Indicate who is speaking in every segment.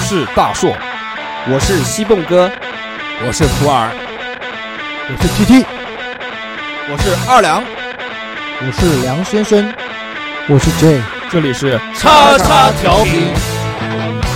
Speaker 1: 是大硕，
Speaker 2: 我是西蹦哥，
Speaker 1: 我是普洱，
Speaker 3: 我是 TT，
Speaker 4: 我是二两，
Speaker 3: 我是梁先生，我是 J，
Speaker 1: 这里是
Speaker 5: 叉叉调频。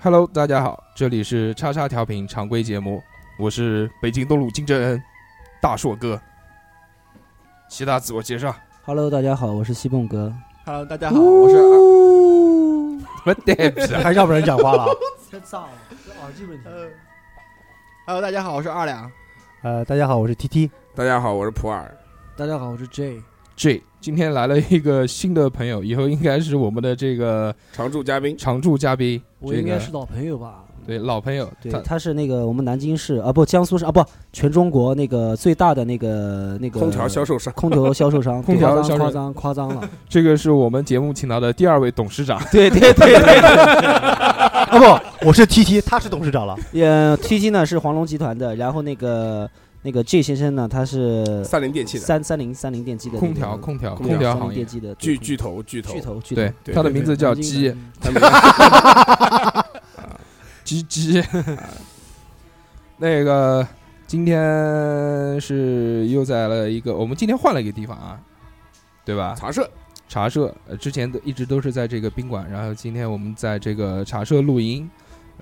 Speaker 1: Hello，大家好，这里是叉叉调频常规节目，我是北京东路金正恩，大硕哥。其他自我介绍，
Speaker 2: Hello，大家好，我是西蹦哥。
Speaker 4: Hello，大家好，我是二。
Speaker 1: 我呆逼了，
Speaker 3: 还让不让人讲话了？
Speaker 6: 太炸了，这耳机问题。
Speaker 4: 呃 Hello，大家好，我是二两。
Speaker 3: 呃，大家好，我是 TT，
Speaker 7: 大家好，我是普洱。
Speaker 6: 大家好，我是 J。
Speaker 1: J，今天来了一个新的朋友，以后应该是我们的这个
Speaker 7: 常驻嘉宾，
Speaker 1: 常驻嘉宾，
Speaker 6: 我应该是老朋友吧？
Speaker 1: 对老朋友，
Speaker 2: 对
Speaker 1: 他，
Speaker 2: 他是那个我们南京市啊，不，江苏省啊，不，全中国那个最大的那个那个
Speaker 7: 空调销售商，
Speaker 2: 空调销售商，
Speaker 1: 空调
Speaker 2: 对
Speaker 1: 销售
Speaker 2: 夸张夸张夸 张了。
Speaker 1: 这个是我们节目请到的第二位董事长，
Speaker 2: 对对对 对，
Speaker 3: 啊不，我是 TT，他是董事长了。
Speaker 2: 呃，TT 呢是黄龙集团的，然后那个那个 J 先生呢，他是
Speaker 7: 三菱电器的
Speaker 2: 三三零三零电机的那个
Speaker 1: 空调空调
Speaker 7: 空
Speaker 1: 空
Speaker 7: 调
Speaker 1: 调
Speaker 2: 三菱
Speaker 1: 行业
Speaker 2: 电，机的
Speaker 7: 巨
Speaker 2: 巨
Speaker 7: 巨头，巨头
Speaker 2: 巨，头巨头
Speaker 1: 对，
Speaker 7: 对
Speaker 1: 他的
Speaker 7: 对
Speaker 1: 名
Speaker 7: 对
Speaker 1: 字叫鸡
Speaker 7: 他们
Speaker 1: 鸡鸡。那个今天是又在了一个，我们今天换了一个地方啊，对吧？
Speaker 7: 茶社
Speaker 1: 茶社，呃，之前都一直都是在这个宾馆，然后今天我们在这个茶社露营，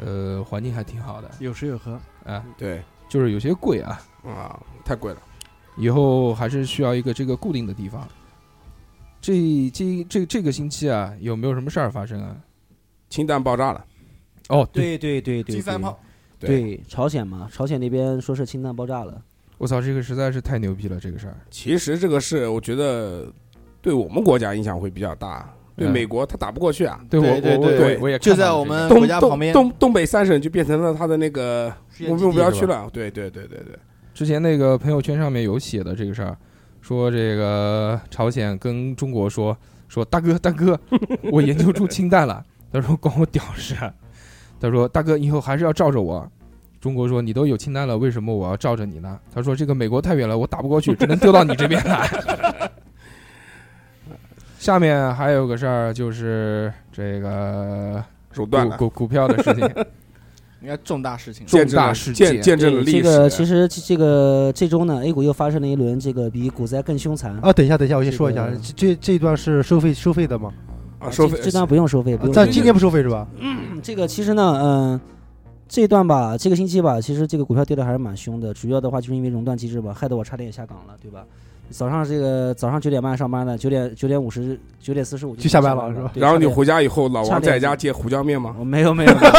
Speaker 1: 呃，环境还挺好的，
Speaker 6: 有吃有喝，
Speaker 1: 啊，
Speaker 7: 对
Speaker 1: 就是有些贵啊，
Speaker 7: 啊，太贵了，
Speaker 1: 以后还是需要一个这个固定的地方。这这这这个星期啊，有没有什么事儿发生啊？
Speaker 7: 氢弹爆炸了，
Speaker 1: 哦，对，
Speaker 2: 对对对对，
Speaker 4: 第三炮，
Speaker 2: 对朝鲜嘛，朝鲜那边说是氢弹爆炸了，
Speaker 1: 我操，这个实在是太牛逼了，这个事儿。
Speaker 7: 其实这个事，我觉得对我们国家影响会比较大，对
Speaker 1: 嗯
Speaker 7: 美国他打不过去啊。
Speaker 1: 对我
Speaker 4: 对
Speaker 1: 我我
Speaker 7: 对
Speaker 1: 我我也
Speaker 4: 就
Speaker 1: 看到
Speaker 4: 在
Speaker 1: 了
Speaker 4: 我
Speaker 1: 这个
Speaker 4: 们国
Speaker 7: 东
Speaker 4: 家旁
Speaker 7: 东
Speaker 4: 边
Speaker 7: 东东北三省就变成了他的那个
Speaker 4: 世界
Speaker 7: 目
Speaker 4: 基地
Speaker 7: 目标
Speaker 1: 是
Speaker 7: 区了。对对对对对，
Speaker 1: 之前那个朋友圈上面有写的这个事儿，说这个朝鲜跟中国说说大哥大 哥，我研究出氢弹了。他说关我屌事啊。他说大哥以后还是要罩着我。中国说你都有氢弹了，为什么我要罩着你呢？他说这个美国太远了，我打不过去，只能丢到你这边来。下面还有个事儿就是这个
Speaker 7: 手段
Speaker 1: 股
Speaker 7: 了，
Speaker 1: 股股票的事情，
Speaker 4: 应该重大事情。
Speaker 1: 重
Speaker 7: 见证
Speaker 1: 大
Speaker 7: 了
Speaker 1: 事
Speaker 7: 见
Speaker 1: 件
Speaker 7: 见证
Speaker 2: 对，
Speaker 7: 了
Speaker 2: 这
Speaker 7: 历
Speaker 2: 个
Speaker 7: 史啊
Speaker 2: 其。实这这个这周呢，A 股又发生了一轮这个比股灾更凶残。
Speaker 3: 啊，等一下，等一下，我先
Speaker 2: 这
Speaker 3: 说一下
Speaker 2: 个，
Speaker 3: 这这这一段是收费收费的吗？
Speaker 7: 啊，收费
Speaker 2: 这这段不用收费，不用收
Speaker 3: 但
Speaker 2: 费。
Speaker 3: 今天不收费是 吧？
Speaker 2: 这个其实呢，嗯、这一段吧，这个星期吧，其实这个股票跌的还是蛮凶的，主要的话就是因为熔断机制吧，害得我差点也下岗了，对吧？早上这个早上九点半上班的，九点九点五十九点四十五
Speaker 3: 就下班了是吧
Speaker 7: 呃然后你
Speaker 2: 回。
Speaker 7: 回家以后，老
Speaker 2: 差
Speaker 7: 王
Speaker 2: 点
Speaker 7: 在家借胡椒面吗？
Speaker 2: 哦我没有没有，没 有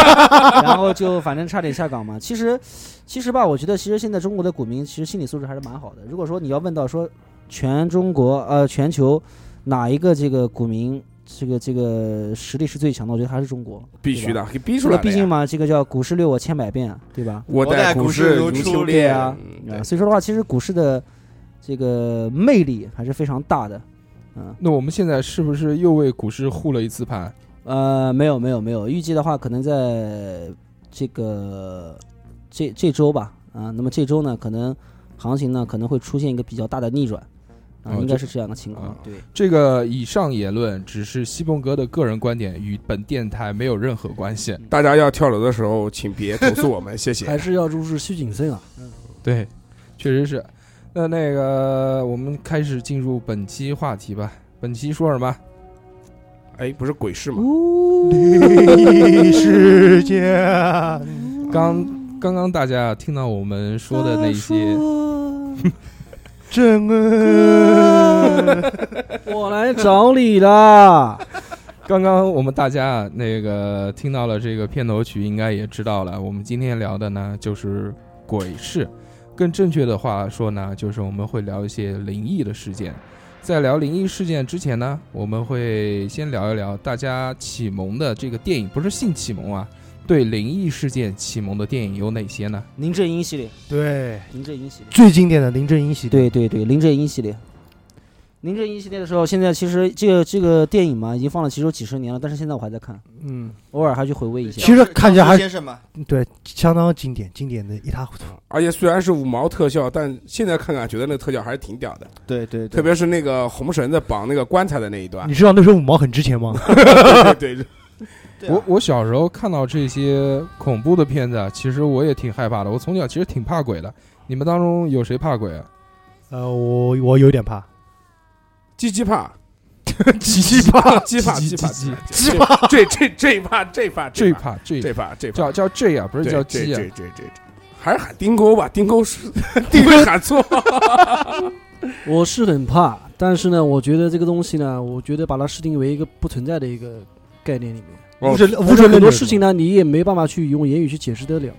Speaker 2: 然后就反正差点下岗嘛。其实，其实吧，我觉得其实现在中国的股民其实心理素质还是蛮好的。如果说你要问到说全中国呃全球哪一个这个股民这个这个实力是最强的，我觉得还是中国，
Speaker 7: 必须
Speaker 2: 对吧。
Speaker 7: 的，给逼出
Speaker 2: 说
Speaker 7: 来
Speaker 2: 了，
Speaker 7: 的
Speaker 2: 毕
Speaker 7: 呀
Speaker 2: 竟嘛，这个叫股市虐我千百遍，对 吧？
Speaker 7: 我
Speaker 4: 我待
Speaker 7: 股
Speaker 4: 股
Speaker 7: 市
Speaker 4: 市如
Speaker 7: 如
Speaker 4: 初
Speaker 7: 初
Speaker 4: 恋
Speaker 2: 啊
Speaker 7: 嗯
Speaker 2: 啊，
Speaker 7: 对
Speaker 2: 所以说的话，其实股市的这个魅力还是非常大的。嗯，
Speaker 1: 那我们现在是不是又为股市护了一次盘？
Speaker 2: 呃，没有没有没有，预计的话可能在这个这这周吧，啊，那么这周呢，可能行情呢可能会出现一个比较大的逆转，啊，
Speaker 1: 哦
Speaker 2: 应
Speaker 1: 这
Speaker 2: 该是这样的情况
Speaker 1: 啊。
Speaker 2: 对，
Speaker 1: 这个以上言论只是西蒙哥的个人观点，与本电台没有任何关系。
Speaker 7: 大家要跳楼的时候，请别投诉我们，谢谢。
Speaker 6: 还是要入市需谨慎啊。
Speaker 1: 对，确实是。那那个，我们开始进入本期话题吧。本期说什么？
Speaker 7: 哎，不是鬼市吗？
Speaker 3: 历史间，
Speaker 1: 刚刚刚大家听到我们说的那些，
Speaker 3: 真爱。
Speaker 6: 我来找你了，
Speaker 1: 刚刚我们大家那个听到了这个片头曲，应该也知道了。我们今天聊的呢就是鬼事，更正确的话说呢，就是我们会聊一些灵异的事件。在聊灵异事件之前呢，我们会先聊一聊大家启蒙的这个电影，不是性启蒙啊，对灵异事件启蒙的电影有哪些呢？
Speaker 2: 林正英系列，
Speaker 3: 对，
Speaker 2: 林正英系列。
Speaker 3: 最经典的林正英系列。
Speaker 2: 对对对，林正英系列。林正英系列的时候，现在其实这个这个电影嘛，已经放了其实有几十年了，但是现在我还在看，
Speaker 3: 嗯，
Speaker 2: 偶尔还去回味一下。
Speaker 3: 其实看起来还
Speaker 4: 先生嘛，
Speaker 3: 对，相当经典，经典的一塌糊涂。
Speaker 7: 而且哎虽然是五毛特效，但现在看看觉得那个特效还是挺屌的，
Speaker 4: 对对
Speaker 7: 特别是那个红绳子绑那个棺材的那一段
Speaker 3: 你。知道那时候五毛很值钱吗？
Speaker 7: 对对，
Speaker 1: 我我小时候看到这些恐怖的片子啊，其实我也挺害怕的。我从小其实挺怕鬼的。你们当中有谁怕鬼啊？
Speaker 3: 呃，我我有点 怕，
Speaker 7: 鸡鸡怕，
Speaker 3: 奇葩，
Speaker 7: 鸡怕，
Speaker 1: 鸡
Speaker 7: 鸡怕，
Speaker 1: 鸡
Speaker 7: 鸡怕，这这这一怕，这一怕，
Speaker 1: 这
Speaker 7: 怕，
Speaker 1: 怕这
Speaker 7: 这怕，这怕，
Speaker 1: 叫叫 J 啊，不是
Speaker 7: 对
Speaker 1: 叫
Speaker 7: 这
Speaker 1: G 啊
Speaker 7: 这。这这这，还是喊丁沟吧，丁沟是 丁沟喊错，
Speaker 6: 我是很怕，但是呢，我觉得这个东西呢，我觉得把它视定为一个不存在的一个概念里面。
Speaker 7: 哦
Speaker 3: 无神无
Speaker 6: 但是
Speaker 3: 神
Speaker 6: 很多事情呢，你也没办法去用言语去解释得了。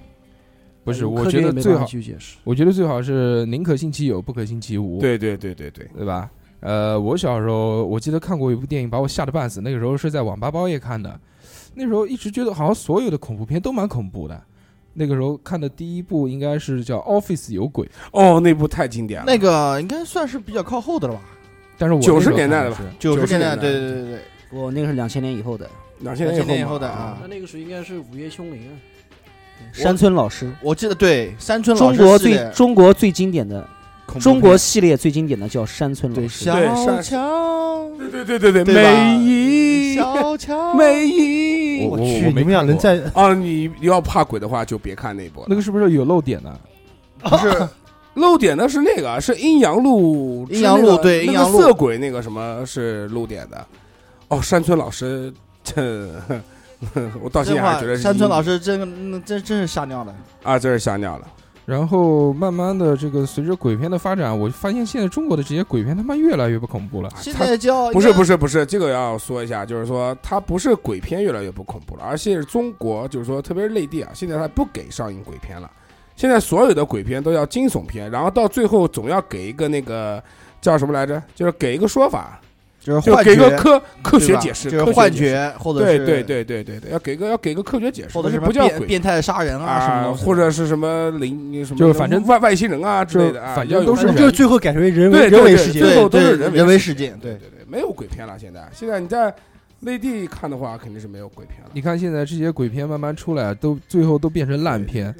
Speaker 1: 不是，
Speaker 6: 用
Speaker 1: 我
Speaker 6: 科
Speaker 1: 觉
Speaker 6: 学也
Speaker 1: 得
Speaker 6: 没
Speaker 1: 最
Speaker 6: 办法
Speaker 1: 好，
Speaker 6: 去解释。
Speaker 1: 我觉得最好是宁可信其有，不可信其无，
Speaker 7: 对对对对对，
Speaker 1: 对吧？呃，我小时候我记得看过一部电影，把我吓得半死。那个时候是在网吧包夜看的，那时候一直觉得好像所有的恐怖片都蛮恐怖的。那个时候看的第一部应该是叫《Office 有鬼》，
Speaker 7: 哦，那部太经典了，
Speaker 4: 那个应该算是比较靠后的了吧？
Speaker 1: 但是我
Speaker 7: 90
Speaker 1: 那时候
Speaker 7: 年代
Speaker 1: 看
Speaker 7: 的吧
Speaker 1: 是
Speaker 4: 九
Speaker 7: 90
Speaker 4: 十年
Speaker 7: 年代
Speaker 4: 代，对对对对对，
Speaker 2: 我那个是两千年以后的
Speaker 7: 两千
Speaker 4: 九十
Speaker 7: 年
Speaker 4: 年
Speaker 7: 以
Speaker 4: 以
Speaker 7: 后
Speaker 4: 后
Speaker 7: 嘛
Speaker 4: 的啊
Speaker 6: 那。那个时候应该是午夜凶铃啊，
Speaker 2: 山村老师，
Speaker 4: 我记得对山村老
Speaker 2: 中
Speaker 4: 师
Speaker 2: 国
Speaker 4: 系列
Speaker 2: 最中国最经典的
Speaker 4: 恐怖片
Speaker 2: 中国系列最经典的叫山村
Speaker 4: 对
Speaker 2: 老师。
Speaker 4: 小
Speaker 7: 对山
Speaker 4: 乔
Speaker 7: 对对对对对，
Speaker 4: 对吧
Speaker 7: 美姨，
Speaker 4: 小 乔
Speaker 7: 美姨，
Speaker 1: 我
Speaker 3: 哎去，你
Speaker 1: 没
Speaker 3: 们俩
Speaker 1: 看
Speaker 3: 能
Speaker 1: 过
Speaker 3: 在
Speaker 7: 啊，你要怕鬼的话就别看那部了。
Speaker 1: 那个是不是有漏点呢？
Speaker 4: 不是
Speaker 7: 露点的是那个，是阴阳路之
Speaker 4: 阴阳路
Speaker 7: 那个
Speaker 4: 对
Speaker 7: 那
Speaker 4: 阴
Speaker 7: 个
Speaker 4: 阳路
Speaker 7: 色鬼那个什么是露点的。哦，山村老师，这 我到现
Speaker 4: 真
Speaker 7: 在还
Speaker 4: 话
Speaker 7: 啊觉得，是
Speaker 4: 山村老
Speaker 7: 师
Speaker 4: 师真嗯真真是吓尿了。
Speaker 7: 啊，真是吓尿了。
Speaker 1: 然后慢慢的，这个随着鬼片的发展，我发现现在中国的这些鬼片他妈越来越不恐怖了。
Speaker 7: 啊
Speaker 4: 现
Speaker 7: 他
Speaker 4: 在叫
Speaker 7: 不是不
Speaker 4: 是
Speaker 7: 是不是，这个要说一下，就是说它不是鬼片越来越不恐怖了，而且是中国，就是说特别是内地啊，现在它不给上映鬼片了，现在所有的鬼片都要惊悚片，然后到最后总要给一个那个叫什么来着，就是给一个说法，
Speaker 4: 就是
Speaker 7: 就
Speaker 4: 幻
Speaker 7: 给一个
Speaker 4: 觉
Speaker 7: 科科
Speaker 4: 对
Speaker 7: 学
Speaker 4: 吧
Speaker 7: 解释，
Speaker 4: 就是
Speaker 7: 科学
Speaker 4: 幻
Speaker 7: 解释
Speaker 4: 觉或者
Speaker 7: 对
Speaker 4: 是
Speaker 7: 对，对对对对，要给个要给个科学解释，
Speaker 4: 或者
Speaker 7: 就是
Speaker 4: 什
Speaker 7: 不
Speaker 4: 么
Speaker 7: 叫
Speaker 4: 变
Speaker 7: 鬼
Speaker 4: 变态杀人啊什么
Speaker 7: 啊，
Speaker 4: 东西
Speaker 7: 或者是什么灵什么，
Speaker 1: 就是反正
Speaker 7: 外外星人啊之类的啊，
Speaker 1: 就反
Speaker 7: 要
Speaker 1: 正
Speaker 7: 有
Speaker 1: 都是
Speaker 3: 就是最后改成人为
Speaker 7: 对
Speaker 3: 人为
Speaker 7: 对
Speaker 3: 事件。
Speaker 7: 最后
Speaker 4: 对
Speaker 7: 都是人
Speaker 4: 对
Speaker 7: 为
Speaker 4: 人为
Speaker 7: 事
Speaker 4: 事件，对
Speaker 7: 对对对，没有鬼片了。现在现在你在内地看的话，肯定是没有鬼片了。
Speaker 1: 你看现在这些鬼片慢慢出来，都最后都变成烂片，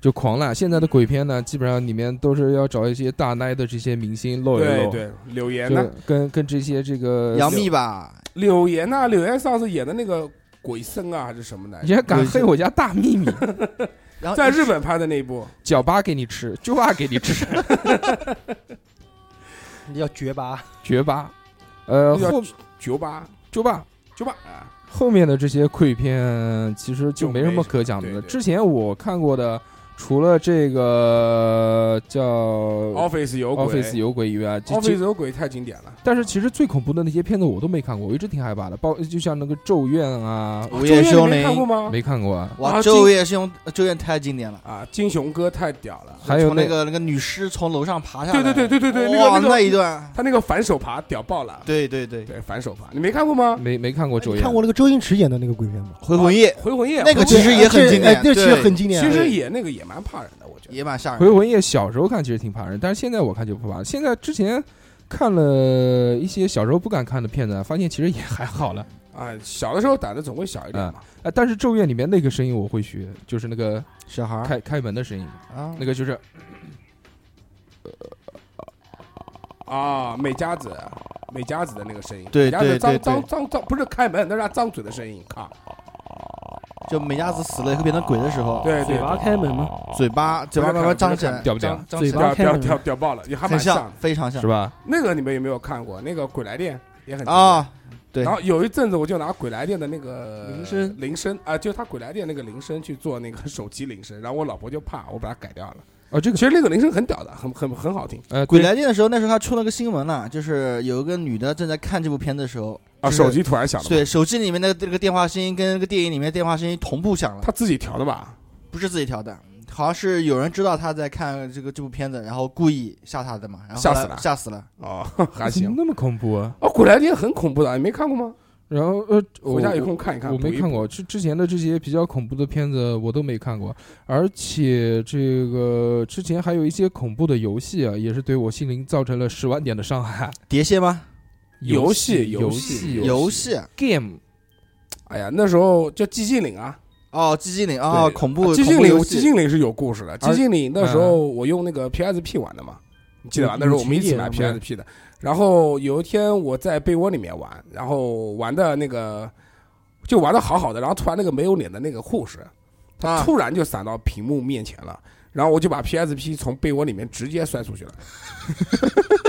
Speaker 1: 就狂烂。现在的鬼片呢，基本上里面都是要找一些大奶的这些明星露一
Speaker 7: 对
Speaker 1: 露，
Speaker 7: 对，柳岩
Speaker 1: 就
Speaker 7: 呢？
Speaker 1: 跟跟这些这个
Speaker 4: 杨幂吧，
Speaker 7: 柳岩呢？柳岩上次演的那个鬼僧啊，还是什么来
Speaker 1: 你
Speaker 7: 着？
Speaker 1: 还敢黑我家大秘密？
Speaker 4: 然后
Speaker 7: 在日本拍的那一部，
Speaker 1: 脚巴给你吃，就巴给你吃，
Speaker 3: 要绝拔，
Speaker 1: 绝巴。呃，
Speaker 7: 要
Speaker 1: 后
Speaker 7: 酒吧
Speaker 1: 就吧。
Speaker 7: 酒吧啊，
Speaker 1: 后面的这些鬼片其实就
Speaker 7: 就
Speaker 1: 没什
Speaker 7: 没
Speaker 1: 么
Speaker 7: 什
Speaker 1: 可
Speaker 7: 么
Speaker 1: 讲的
Speaker 7: 对
Speaker 1: 了。
Speaker 7: 对
Speaker 1: 之前我看过的，除了这个叫《
Speaker 7: ，Office 有鬼
Speaker 1: 呃 Office 有鬼》以外，就就
Speaker 7: Office 有鬼太经典了。
Speaker 1: 但是其实最恐怖的那些片子我都没看过，我一直挺害怕的，包就像那个《咒怨》啊，
Speaker 4: 午夜
Speaker 7: 周
Speaker 4: 凶
Speaker 7: 你没看
Speaker 4: 铃，
Speaker 7: 过吗？
Speaker 1: 没看过啊。
Speaker 7: 啊
Speaker 4: 哇，
Speaker 7: 这
Speaker 4: 咒夜凶咒夜太经典了。
Speaker 7: 啊，金熊哥太屌 了。
Speaker 1: 还有
Speaker 4: 从那个那个女尸从楼上爬下来，
Speaker 7: 对对对对对对，那
Speaker 4: 哇
Speaker 7: 个
Speaker 4: 那
Speaker 7: 那
Speaker 4: 一
Speaker 7: 个
Speaker 4: 段，
Speaker 7: 他那个反手爬屌爆了，
Speaker 4: 对对对，
Speaker 7: 对反手爬，你没看过吗？
Speaker 1: 没没看过《咒
Speaker 3: 你
Speaker 1: 怨
Speaker 3: 看》，过那个周星驰演的那个鬼片吗？
Speaker 4: 回魂夜
Speaker 7: 回魂夜
Speaker 4: 那个
Speaker 7: 回
Speaker 4: 其
Speaker 7: 魂夜
Speaker 4: 实也很经典
Speaker 3: 哎这其实
Speaker 4: 对
Speaker 3: 很经典。
Speaker 7: 其实也那个也蛮怕人的，我觉得。
Speaker 4: 也蛮吓人
Speaker 1: 《回
Speaker 4: 的。
Speaker 1: 魂夜》小时候看其实挺怕人，但是现在我看就不怕了。现在之前看了一些小时候不敢看的片子，发现其实也还好了。
Speaker 7: 啊，小的时候胆子总会小一点嘛。
Speaker 1: 啊，但是《咒怨》里面那个声音我会学，就是那个
Speaker 4: 小孩儿
Speaker 1: 开开门的声音，
Speaker 4: 啊
Speaker 1: 那，个就是
Speaker 7: 啊啊，美嘉子，美嘉子的那个声音，
Speaker 4: 嗯对
Speaker 7: 美嘉子
Speaker 4: 对
Speaker 7: 张
Speaker 4: 对
Speaker 7: 张张张，不是开门，那是他张嘴的声音，咔，
Speaker 4: 就美嘉子死了以后变成鬼的时候，
Speaker 7: 对对
Speaker 6: 嘴巴开门
Speaker 3: 哦
Speaker 6: 吗？
Speaker 4: 嘴巴嘴巴慢慢张起来，
Speaker 1: 屌不屌？
Speaker 6: 嘴
Speaker 7: 屌
Speaker 6: 巴开
Speaker 7: 屌
Speaker 6: 门
Speaker 7: 屌屌爆了，也还
Speaker 4: 很
Speaker 7: 蛮像
Speaker 4: 像
Speaker 7: 的。，
Speaker 4: 非常像
Speaker 1: 是吧？
Speaker 7: 那个你们有没有看过？那个《鬼来电》也很经典。
Speaker 4: 啊！对
Speaker 7: 然后有一阵子我就拿《鬼来电》的那个
Speaker 6: 铃声
Speaker 7: 铃声啊，就是他《鬼来电》那个铃声去做那个手机铃声，然后我老婆就怕，我把它改掉了。
Speaker 1: 哦，这个
Speaker 7: 其实那个铃声很屌的，很很很好听
Speaker 1: 呃，
Speaker 4: 鬼
Speaker 1: 对
Speaker 4: 来电的时候，那时候还出了个新闻呢，就是有一个女的正在看这部片子的时候，
Speaker 7: 啊，
Speaker 4: 就是
Speaker 7: 手机突然响了嘛，
Speaker 4: 对手机里面的这个电话声音跟那个电影里面的电话声音同步响了，
Speaker 7: 他自己调的吧？
Speaker 4: 不是自己调的，好像是有人知道她在看这个这部片子，然后故意吓她的嘛，然后
Speaker 7: 吓
Speaker 4: 后来
Speaker 7: 死了
Speaker 4: 吓死了。
Speaker 7: 哦， 还
Speaker 1: 怎么
Speaker 7: 行。
Speaker 1: 那么恐怖啊。
Speaker 7: 哦，《鬼来电》很恐怖的，你没看过吗？
Speaker 1: 然后呃，我
Speaker 7: 回家有空看一看。
Speaker 1: 我
Speaker 7: 补
Speaker 1: 没
Speaker 7: 一补
Speaker 1: 看过，之之前的这些比较恐怖的片子我都没看过，而且这个之前还有一些恐怖的游戏啊，也是对我心灵造成了十万点的伤害。
Speaker 4: 碟仙吗？
Speaker 7: 游戏
Speaker 1: 戏，游
Speaker 7: 戏
Speaker 4: 游戏
Speaker 1: game，
Speaker 7: 哎呀，那时候叫寂静岭啊，
Speaker 4: 哦，寂静岭哦，
Speaker 7: 对啊
Speaker 4: 恐怖
Speaker 7: 寂
Speaker 4: 恐
Speaker 7: 静
Speaker 4: 怖
Speaker 7: 岭，
Speaker 4: 游
Speaker 7: 寂
Speaker 4: 戏，
Speaker 7: 静岭是有故事的。
Speaker 1: 而嗯
Speaker 7: 寂静岭那时候我用那个 PSP 玩的嘛，你记得吧？那时候我们一起买
Speaker 6: 有记忆啊
Speaker 7: PSP 的。然后有一天我在被窝里面玩，然后玩的那个就玩的好好的，然后突然那个没有脸的那个护士，他
Speaker 4: 啊
Speaker 7: 突然就闪到屏幕面前了。然后我就把 PSP 从被窝里面直接摔 出去了，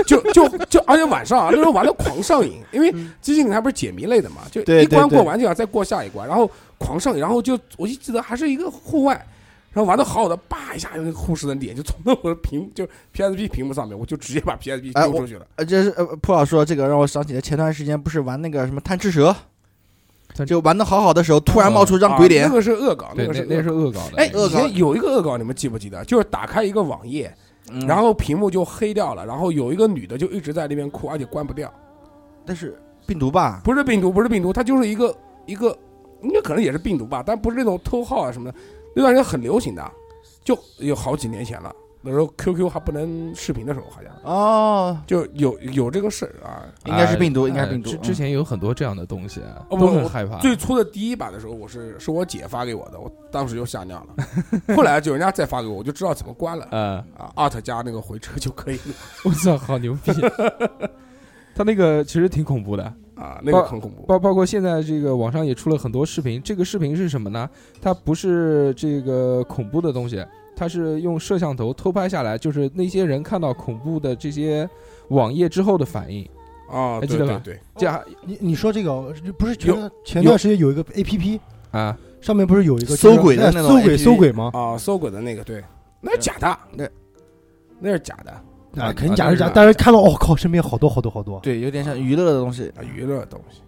Speaker 7: 就就就，而且晚上啊，那时候玩的狂上瘾，因为寂静岭它不是解谜类的嘛，就
Speaker 4: 嗯对
Speaker 7: 一关
Speaker 4: 对对
Speaker 7: 过完就要再过下一关，然后狂上瘾，然后就我就记得还是一个户外，然后玩的好好的，叭一下，那个护士的脸就从那我的屏就 PSP 屏幕上面，我就直接把 PSP
Speaker 4: 哎
Speaker 7: 丢
Speaker 4: 我
Speaker 7: 出去了。
Speaker 4: 呃，这是呃，不好说这个让我想起来，前段时间不是玩那个什么贪吃蛇
Speaker 1: 贪，吃
Speaker 4: 就玩的好好的时候，突然冒出一张
Speaker 7: 啊
Speaker 4: 鬼脸
Speaker 7: 那，个是恶搞，
Speaker 1: 对，
Speaker 7: 个
Speaker 1: 那
Speaker 7: 是
Speaker 1: 那
Speaker 7: 恶
Speaker 1: 是
Speaker 7: 搞。
Speaker 1: 恶搞的。
Speaker 7: 哎，
Speaker 4: 恶
Speaker 7: 以
Speaker 4: 搞
Speaker 7: 前有一个恶搞，你们记不记得？就是打开一个网页，
Speaker 4: 嗯
Speaker 7: 然后屏幕就黑掉了，然后有一个女的就一直在那边哭，而且关不掉。
Speaker 4: 但是病毒吧，
Speaker 7: 不是病毒，不是病毒，它就是一个一个，应该可能也是病毒吧，但不是那种偷号啊什么的。那段时间很流行的，就有好几年前了，那时候 QQ 还不能视频的时候，好像
Speaker 4: 哦，
Speaker 7: 就有有这个事儿啊。
Speaker 4: 应该是病毒，
Speaker 1: 呃
Speaker 4: 应该是病毒。
Speaker 1: 之之
Speaker 4: 嗯
Speaker 1: 前有很多这样的东西，啊都
Speaker 7: 哦不
Speaker 1: 很
Speaker 7: 我
Speaker 1: 害怕。
Speaker 7: 最初的第一版的时候，我是是我姐发给我的，我当时就吓尿了。 后来就人家再发给我，我就知道怎么关了
Speaker 1: 呃，
Speaker 7: 啊，Art 加那个回车就可以了
Speaker 1: 我操，好牛 逼！他那个其实挺恐怖的，
Speaker 7: 啊，那个
Speaker 1: 不
Speaker 7: 很恐怖。
Speaker 1: 包包括现在这个网上也出了很多视频，这个视频是什么呢？它不是这个恐怖的东西，它是用摄像头偷拍下来，就是那些人看到恐怖的这些网页之后的反应。
Speaker 7: 啊，
Speaker 1: 还记
Speaker 7: 对
Speaker 1: 得
Speaker 7: 对
Speaker 1: 吧
Speaker 7: 对，
Speaker 1: 这样
Speaker 3: 你你说这个哦不是前
Speaker 7: 有
Speaker 3: 前段时间有一个 A P P，
Speaker 1: 啊，
Speaker 3: 上面不是有一个
Speaker 4: 搜
Speaker 3: 就是
Speaker 4: 鬼的
Speaker 3: 哎
Speaker 4: 那种
Speaker 3: 搜鬼
Speaker 4: APP
Speaker 3: 搜鬼吗？
Speaker 7: 啊，搜狗的那个对，那是假的，那
Speaker 4: 对
Speaker 7: 那是假的啊
Speaker 1: 啊
Speaker 3: 啊，肯定假是
Speaker 1: 啊
Speaker 3: 假，
Speaker 1: 对
Speaker 3: 但是看到哦我靠，身边好多好多好多。
Speaker 4: 对，有点像娱乐的东西。，
Speaker 7: 娱乐的东西。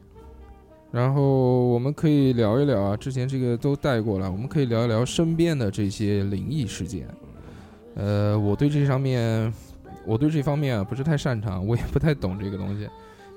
Speaker 1: 然后我们可以聊一聊啊，之前这个都带过了，我们可以聊一聊身边的这些灵异事件。呃，我对这上面，我对这方面啊不是太擅长，我也不太懂这个东西。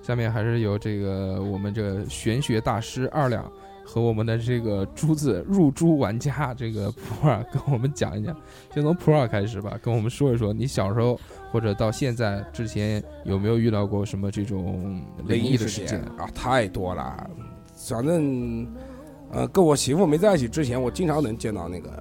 Speaker 1: 下面还是由这个我们这玄学大师二两和我们的这个珠子入珠玩家这个普洱跟我们讲一讲，先从普洱开始吧，跟我们说一说你小时候或者到现在之前有没有遇到过什么这种灵
Speaker 7: 灵
Speaker 1: 异
Speaker 7: 异
Speaker 1: 的
Speaker 7: 事
Speaker 1: 事件？
Speaker 7: 啊，太多了。反正，呃，跟我媳妇没在一起之前，我经常能见到那个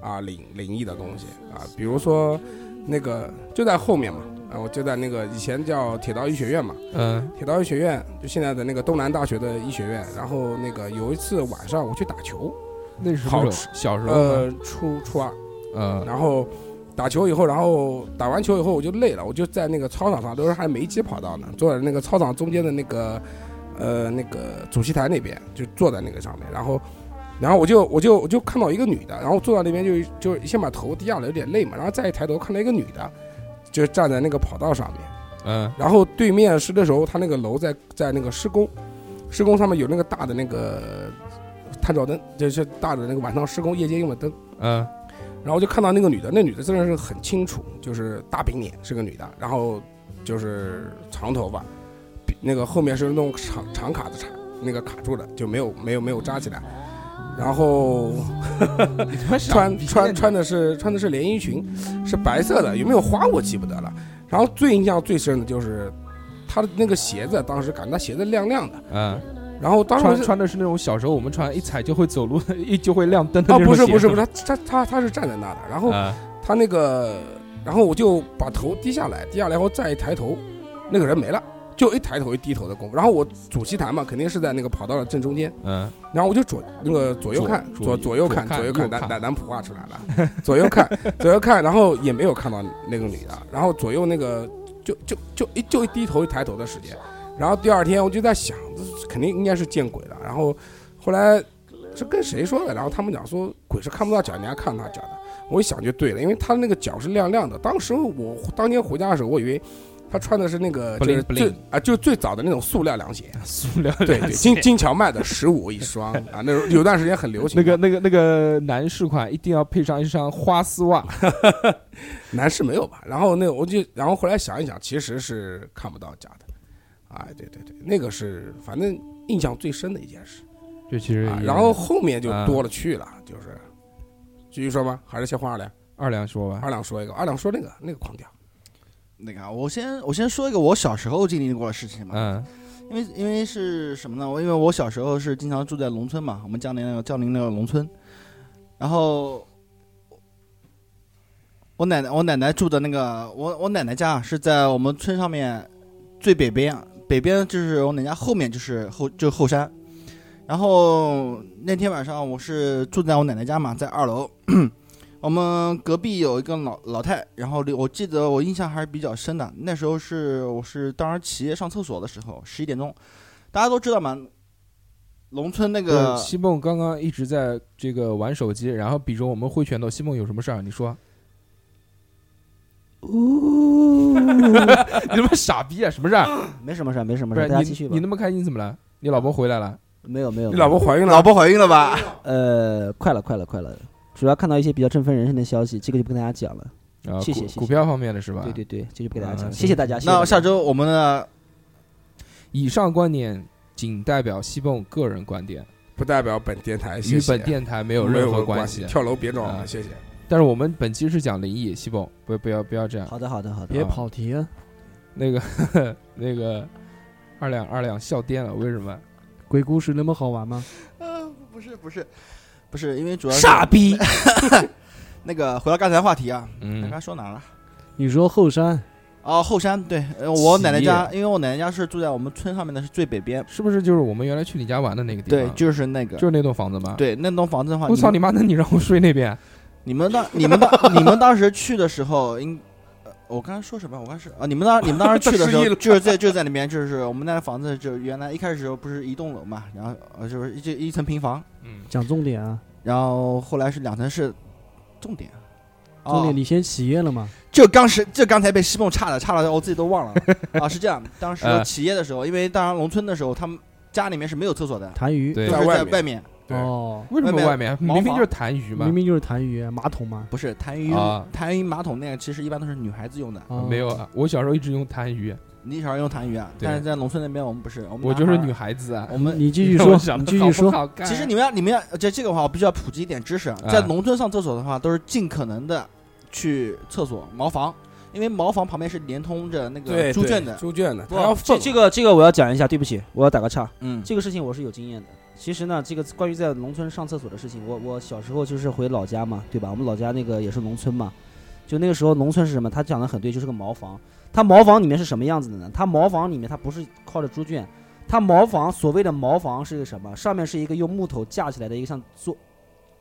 Speaker 7: 啊灵灵异的东西啊，比如说那个就在后面嘛，啊，我就在那个以前叫铁道医学院嘛，
Speaker 1: 嗯、
Speaker 7: 铁道医学院就现在的那个东南大学的医学院。然后那个有一次晚上我去打球，
Speaker 1: 那是什
Speaker 7: 好
Speaker 1: 么时候？小时候吗？
Speaker 7: 呃，初初二，
Speaker 1: 呃，
Speaker 7: 然后打球以后，然后打完球以后我就累了，我就在那个操场上，都是还煤气跑道呢，坐在那个操场中间的那个呃那个主席台那边，就坐在那个上面，然后。然后我就我就我就看到一个女的，然后坐到那边就就先把头低下来，有点累嘛，然后再一抬头看到一个女的，就站在那个跑道上面，
Speaker 1: 嗯
Speaker 7: 然后对面是那时候他那个楼在在那个施工，施工上面有那个大的那个呃探照灯，就是大的那个晚上施工夜间用的灯，
Speaker 1: 嗯
Speaker 7: 然后就看到那个女的，那女的真的是很清楚，就是大饼脸是个女的，然后就是长头发，比那个后面是弄长长卡子卡那个卡住的，就没有没有没有扎起来。然后穿穿穿的是穿的是连衣裙，是白色的，有没有花我记不得了。然后最印象最深的就是她的那个鞋子，当时感觉她鞋子亮亮的。
Speaker 1: 嗯，
Speaker 7: 然后当时我
Speaker 1: 穿
Speaker 7: 就
Speaker 1: 穿的是那种小时候我们穿一踩就会走路的， 一就会亮灯的
Speaker 7: 哦
Speaker 1: 那种
Speaker 7: 不是
Speaker 1: 鞋
Speaker 7: 不是
Speaker 1: 子
Speaker 7: 不是，她她她她是哦站在那的，然后
Speaker 1: 啊
Speaker 7: 他那个，然后我就把头低下来，低下来后再一抬头，那个人没了，就一抬头一低头的功夫。然后我主席台嘛，肯定是在那个跑道的正中间，
Speaker 1: 嗯，
Speaker 7: 然后我就左那个左右看，
Speaker 1: 左
Speaker 7: 左左右看，
Speaker 1: 左
Speaker 7: 左
Speaker 1: 右看
Speaker 7: 右看，
Speaker 1: 右看
Speaker 7: 南南南普话出来了， 左右看，左右看，然后也没有看到那个女的，然后左右那个就就就一就一低头一抬头的时间，然后第二天我就在想，这肯定应该是见鬼了，然后后来是跟谁说的，然后他们讲说鬼是看不到脚，你还看到他脚的，我一想就对了，因为他那个脚是亮亮的，当时我当天回家的时候，我以为。他穿的是那个，就是
Speaker 1: Bling
Speaker 7: 最
Speaker 1: bling
Speaker 7: 啊，就是最早的那种塑料凉鞋，
Speaker 1: 塑料
Speaker 7: 对
Speaker 1: 凉
Speaker 7: 对，
Speaker 1: 鞋
Speaker 7: 金金桥卖的十五一双啊，那时候有段时间很流行
Speaker 1: 那个
Speaker 7: 的。
Speaker 1: 那个那个男士款一定要配上一双花丝袜，
Speaker 7: 啊男士没有吧？然后那个我就然后后来想一想，其实是看不到假的。哎，对对对，那个是反正印象最深的一件事
Speaker 1: 这其实
Speaker 7: 啊。
Speaker 1: 也
Speaker 7: 然后后面就
Speaker 1: 啊
Speaker 7: 多了去了，就是继续说吗？还是先换二两？
Speaker 1: 二两说吧，
Speaker 7: 二两说一个，二两说那个那个狂屌，
Speaker 4: 那个啊，我先我先说一个我小时候经历过的事情嘛，
Speaker 1: 嗯
Speaker 4: 因为因为是什么呢？我因为我小时候是经常住在农村嘛，我们江宁那个江宁那个农村，然后我奶奶我奶奶住的那个我我奶奶家啊是在我们村上面最北边啊，北边就是我奶奶家后面就是后就是后山，然后那天晚上我是住在我奶奶家嘛，在二楼。我们隔壁有一个老老太，然后离我记得我印象还是比较深的。那时候是我是当时起夜上厕所的时候，十一点钟，大家都知道嘛，农村那
Speaker 1: 不
Speaker 4: 个
Speaker 1: 是西梦刚刚一直在这个玩手机，然后比着我们挥拳头。西梦有什么事儿？你 说。你他妈傻逼啊！什么事儿？
Speaker 2: 没什么事儿，没什么
Speaker 1: 不
Speaker 2: 事儿，
Speaker 1: 是
Speaker 2: 大家继续
Speaker 1: 你，
Speaker 2: 吧
Speaker 1: 你。那么开心怎么了？你老婆回来了？
Speaker 2: 没有没
Speaker 1: 嗯
Speaker 2: 有，
Speaker 7: 你老婆怀孕
Speaker 4: 老
Speaker 7: 了？
Speaker 4: 婆怀孕了吧？
Speaker 2: 呃，快了快了快了，主要看到一些比较振奋人心的消息，这个就不跟大家讲了。
Speaker 1: 啊，
Speaker 2: 谢谢
Speaker 1: 股
Speaker 2: 谢谢
Speaker 1: 股票方面的是吧？
Speaker 2: 对对对，这就不给大家
Speaker 1: 嗯
Speaker 2: 讲了，谢谢大家。谢谢大
Speaker 4: 那
Speaker 2: 家
Speaker 4: 下周我们的
Speaker 1: 以上观点仅代表西蹦个人观点，
Speaker 7: 不代表本电台，哎谢
Speaker 1: 与
Speaker 7: 谢
Speaker 1: 本电台没
Speaker 7: 没
Speaker 1: 有任
Speaker 7: 何
Speaker 1: 何关
Speaker 7: 系
Speaker 1: 系。。
Speaker 7: 跳楼别撞我
Speaker 1: 啊
Speaker 7: 们，谢谢。
Speaker 1: 但是我们本期是讲灵异，西蹦不不要不要这样。
Speaker 2: 好的好的好的，
Speaker 6: 别跑题啊！
Speaker 1: 那个 那个二两二两笑颠了，为什么？
Speaker 6: 鬼故事那么好玩吗？
Speaker 4: 呃，不是不是不是，因为主要是
Speaker 6: 傻逼！
Speaker 4: 那个回到刚才话题啊，刚
Speaker 1: 嗯
Speaker 4: 才说哪儿了？
Speaker 6: 你说后山
Speaker 4: 哦，后山对，呃我
Speaker 1: 起
Speaker 4: 奶奶家，
Speaker 1: 夜
Speaker 4: 因为我奶奶家是住在我们村上面的是最北边，
Speaker 1: 是不是就是我们原来去你家玩的那个地
Speaker 4: 对
Speaker 1: 方？，
Speaker 4: 就是那个
Speaker 1: 就，是那栋房子吗？，
Speaker 4: 对那栋房子的话，
Speaker 1: 我
Speaker 4: 你
Speaker 1: 操
Speaker 4: 们
Speaker 1: 你妈！那你让我睡那边？
Speaker 4: 你们当你们当你们当时去的时候，应呃我刚才说什么？我刚才是啊，你们当你们当时去的时
Speaker 7: 失忆
Speaker 4: 候，
Speaker 7: 了
Speaker 4: 就是在就是在里面，就是我们那房子，就是原来一开始时候不是一栋楼嘛，然后呃就是一这一层平房，
Speaker 1: 嗯，
Speaker 6: 讲重点啊，
Speaker 4: 然后后来是两层是重点，
Speaker 6: 重
Speaker 4: 哦
Speaker 6: 点你先起夜了嘛？
Speaker 4: 就刚是就刚才被西梦差的，差到我自己都忘了啊！是这样，当时
Speaker 1: 呃
Speaker 4: 起夜的时候，因为当时农村的时候，他们家里面是没有厕所的，
Speaker 6: 痰盂
Speaker 1: 对
Speaker 4: 都，是
Speaker 7: 在外
Speaker 4: 在
Speaker 7: 面
Speaker 4: 外面，
Speaker 7: 对
Speaker 6: 哦，
Speaker 1: 为什么
Speaker 4: 外面
Speaker 1: 外面
Speaker 4: 茅
Speaker 1: 明明
Speaker 4: 房
Speaker 1: 就是痰盂嘛
Speaker 6: 明？明就是痰盂，啊马桶嘛。
Speaker 4: 不是痰盂
Speaker 1: 啊
Speaker 4: 痰盂马桶那个，其实一般都是女孩子用的。
Speaker 6: 哦
Speaker 1: 没有，啊，我小时候一直用痰盂，
Speaker 4: 你小时候用痰盂啊？
Speaker 1: 对
Speaker 4: 但是在农村那边我们不是，我们
Speaker 1: 我
Speaker 4: 男
Speaker 1: 就是
Speaker 4: 孩儿
Speaker 1: 女孩子啊。
Speaker 4: 我们
Speaker 6: 你继续
Speaker 1: 我
Speaker 6: 说
Speaker 1: 想，
Speaker 6: 你
Speaker 1: 得
Speaker 6: 继
Speaker 1: 好
Speaker 6: 续
Speaker 1: 不
Speaker 6: 说。
Speaker 1: 好干
Speaker 4: 其实你们要你们要这这个的话，我必须要普及一点知识啊，在
Speaker 1: 嗯
Speaker 4: 农村上厕所的话，都是尽可能的去厕所茅房，因为茅房旁边是连通着那
Speaker 7: 对，
Speaker 4: 个猪
Speaker 7: 对
Speaker 4: 圈的，
Speaker 7: 猪圈的，他
Speaker 2: 不
Speaker 7: 要
Speaker 2: 这
Speaker 7: 放
Speaker 2: 这个这个我要讲一下，对不起，我要打个岔。
Speaker 4: 嗯，
Speaker 2: 这个事情我是有经验的。其实呢，这个关于在农村上厕所的事情，我我小时候就是回老家嘛，对吧？我们老家那个也是农村嘛，就那个时候农村是什么？他讲的很对，就是个茅房。它茅房里面是什么样子的呢？它茅房里面它不是靠着猪圈，它茅房所谓的茅房是个什么？上面是一个用木头架起来的一个像坐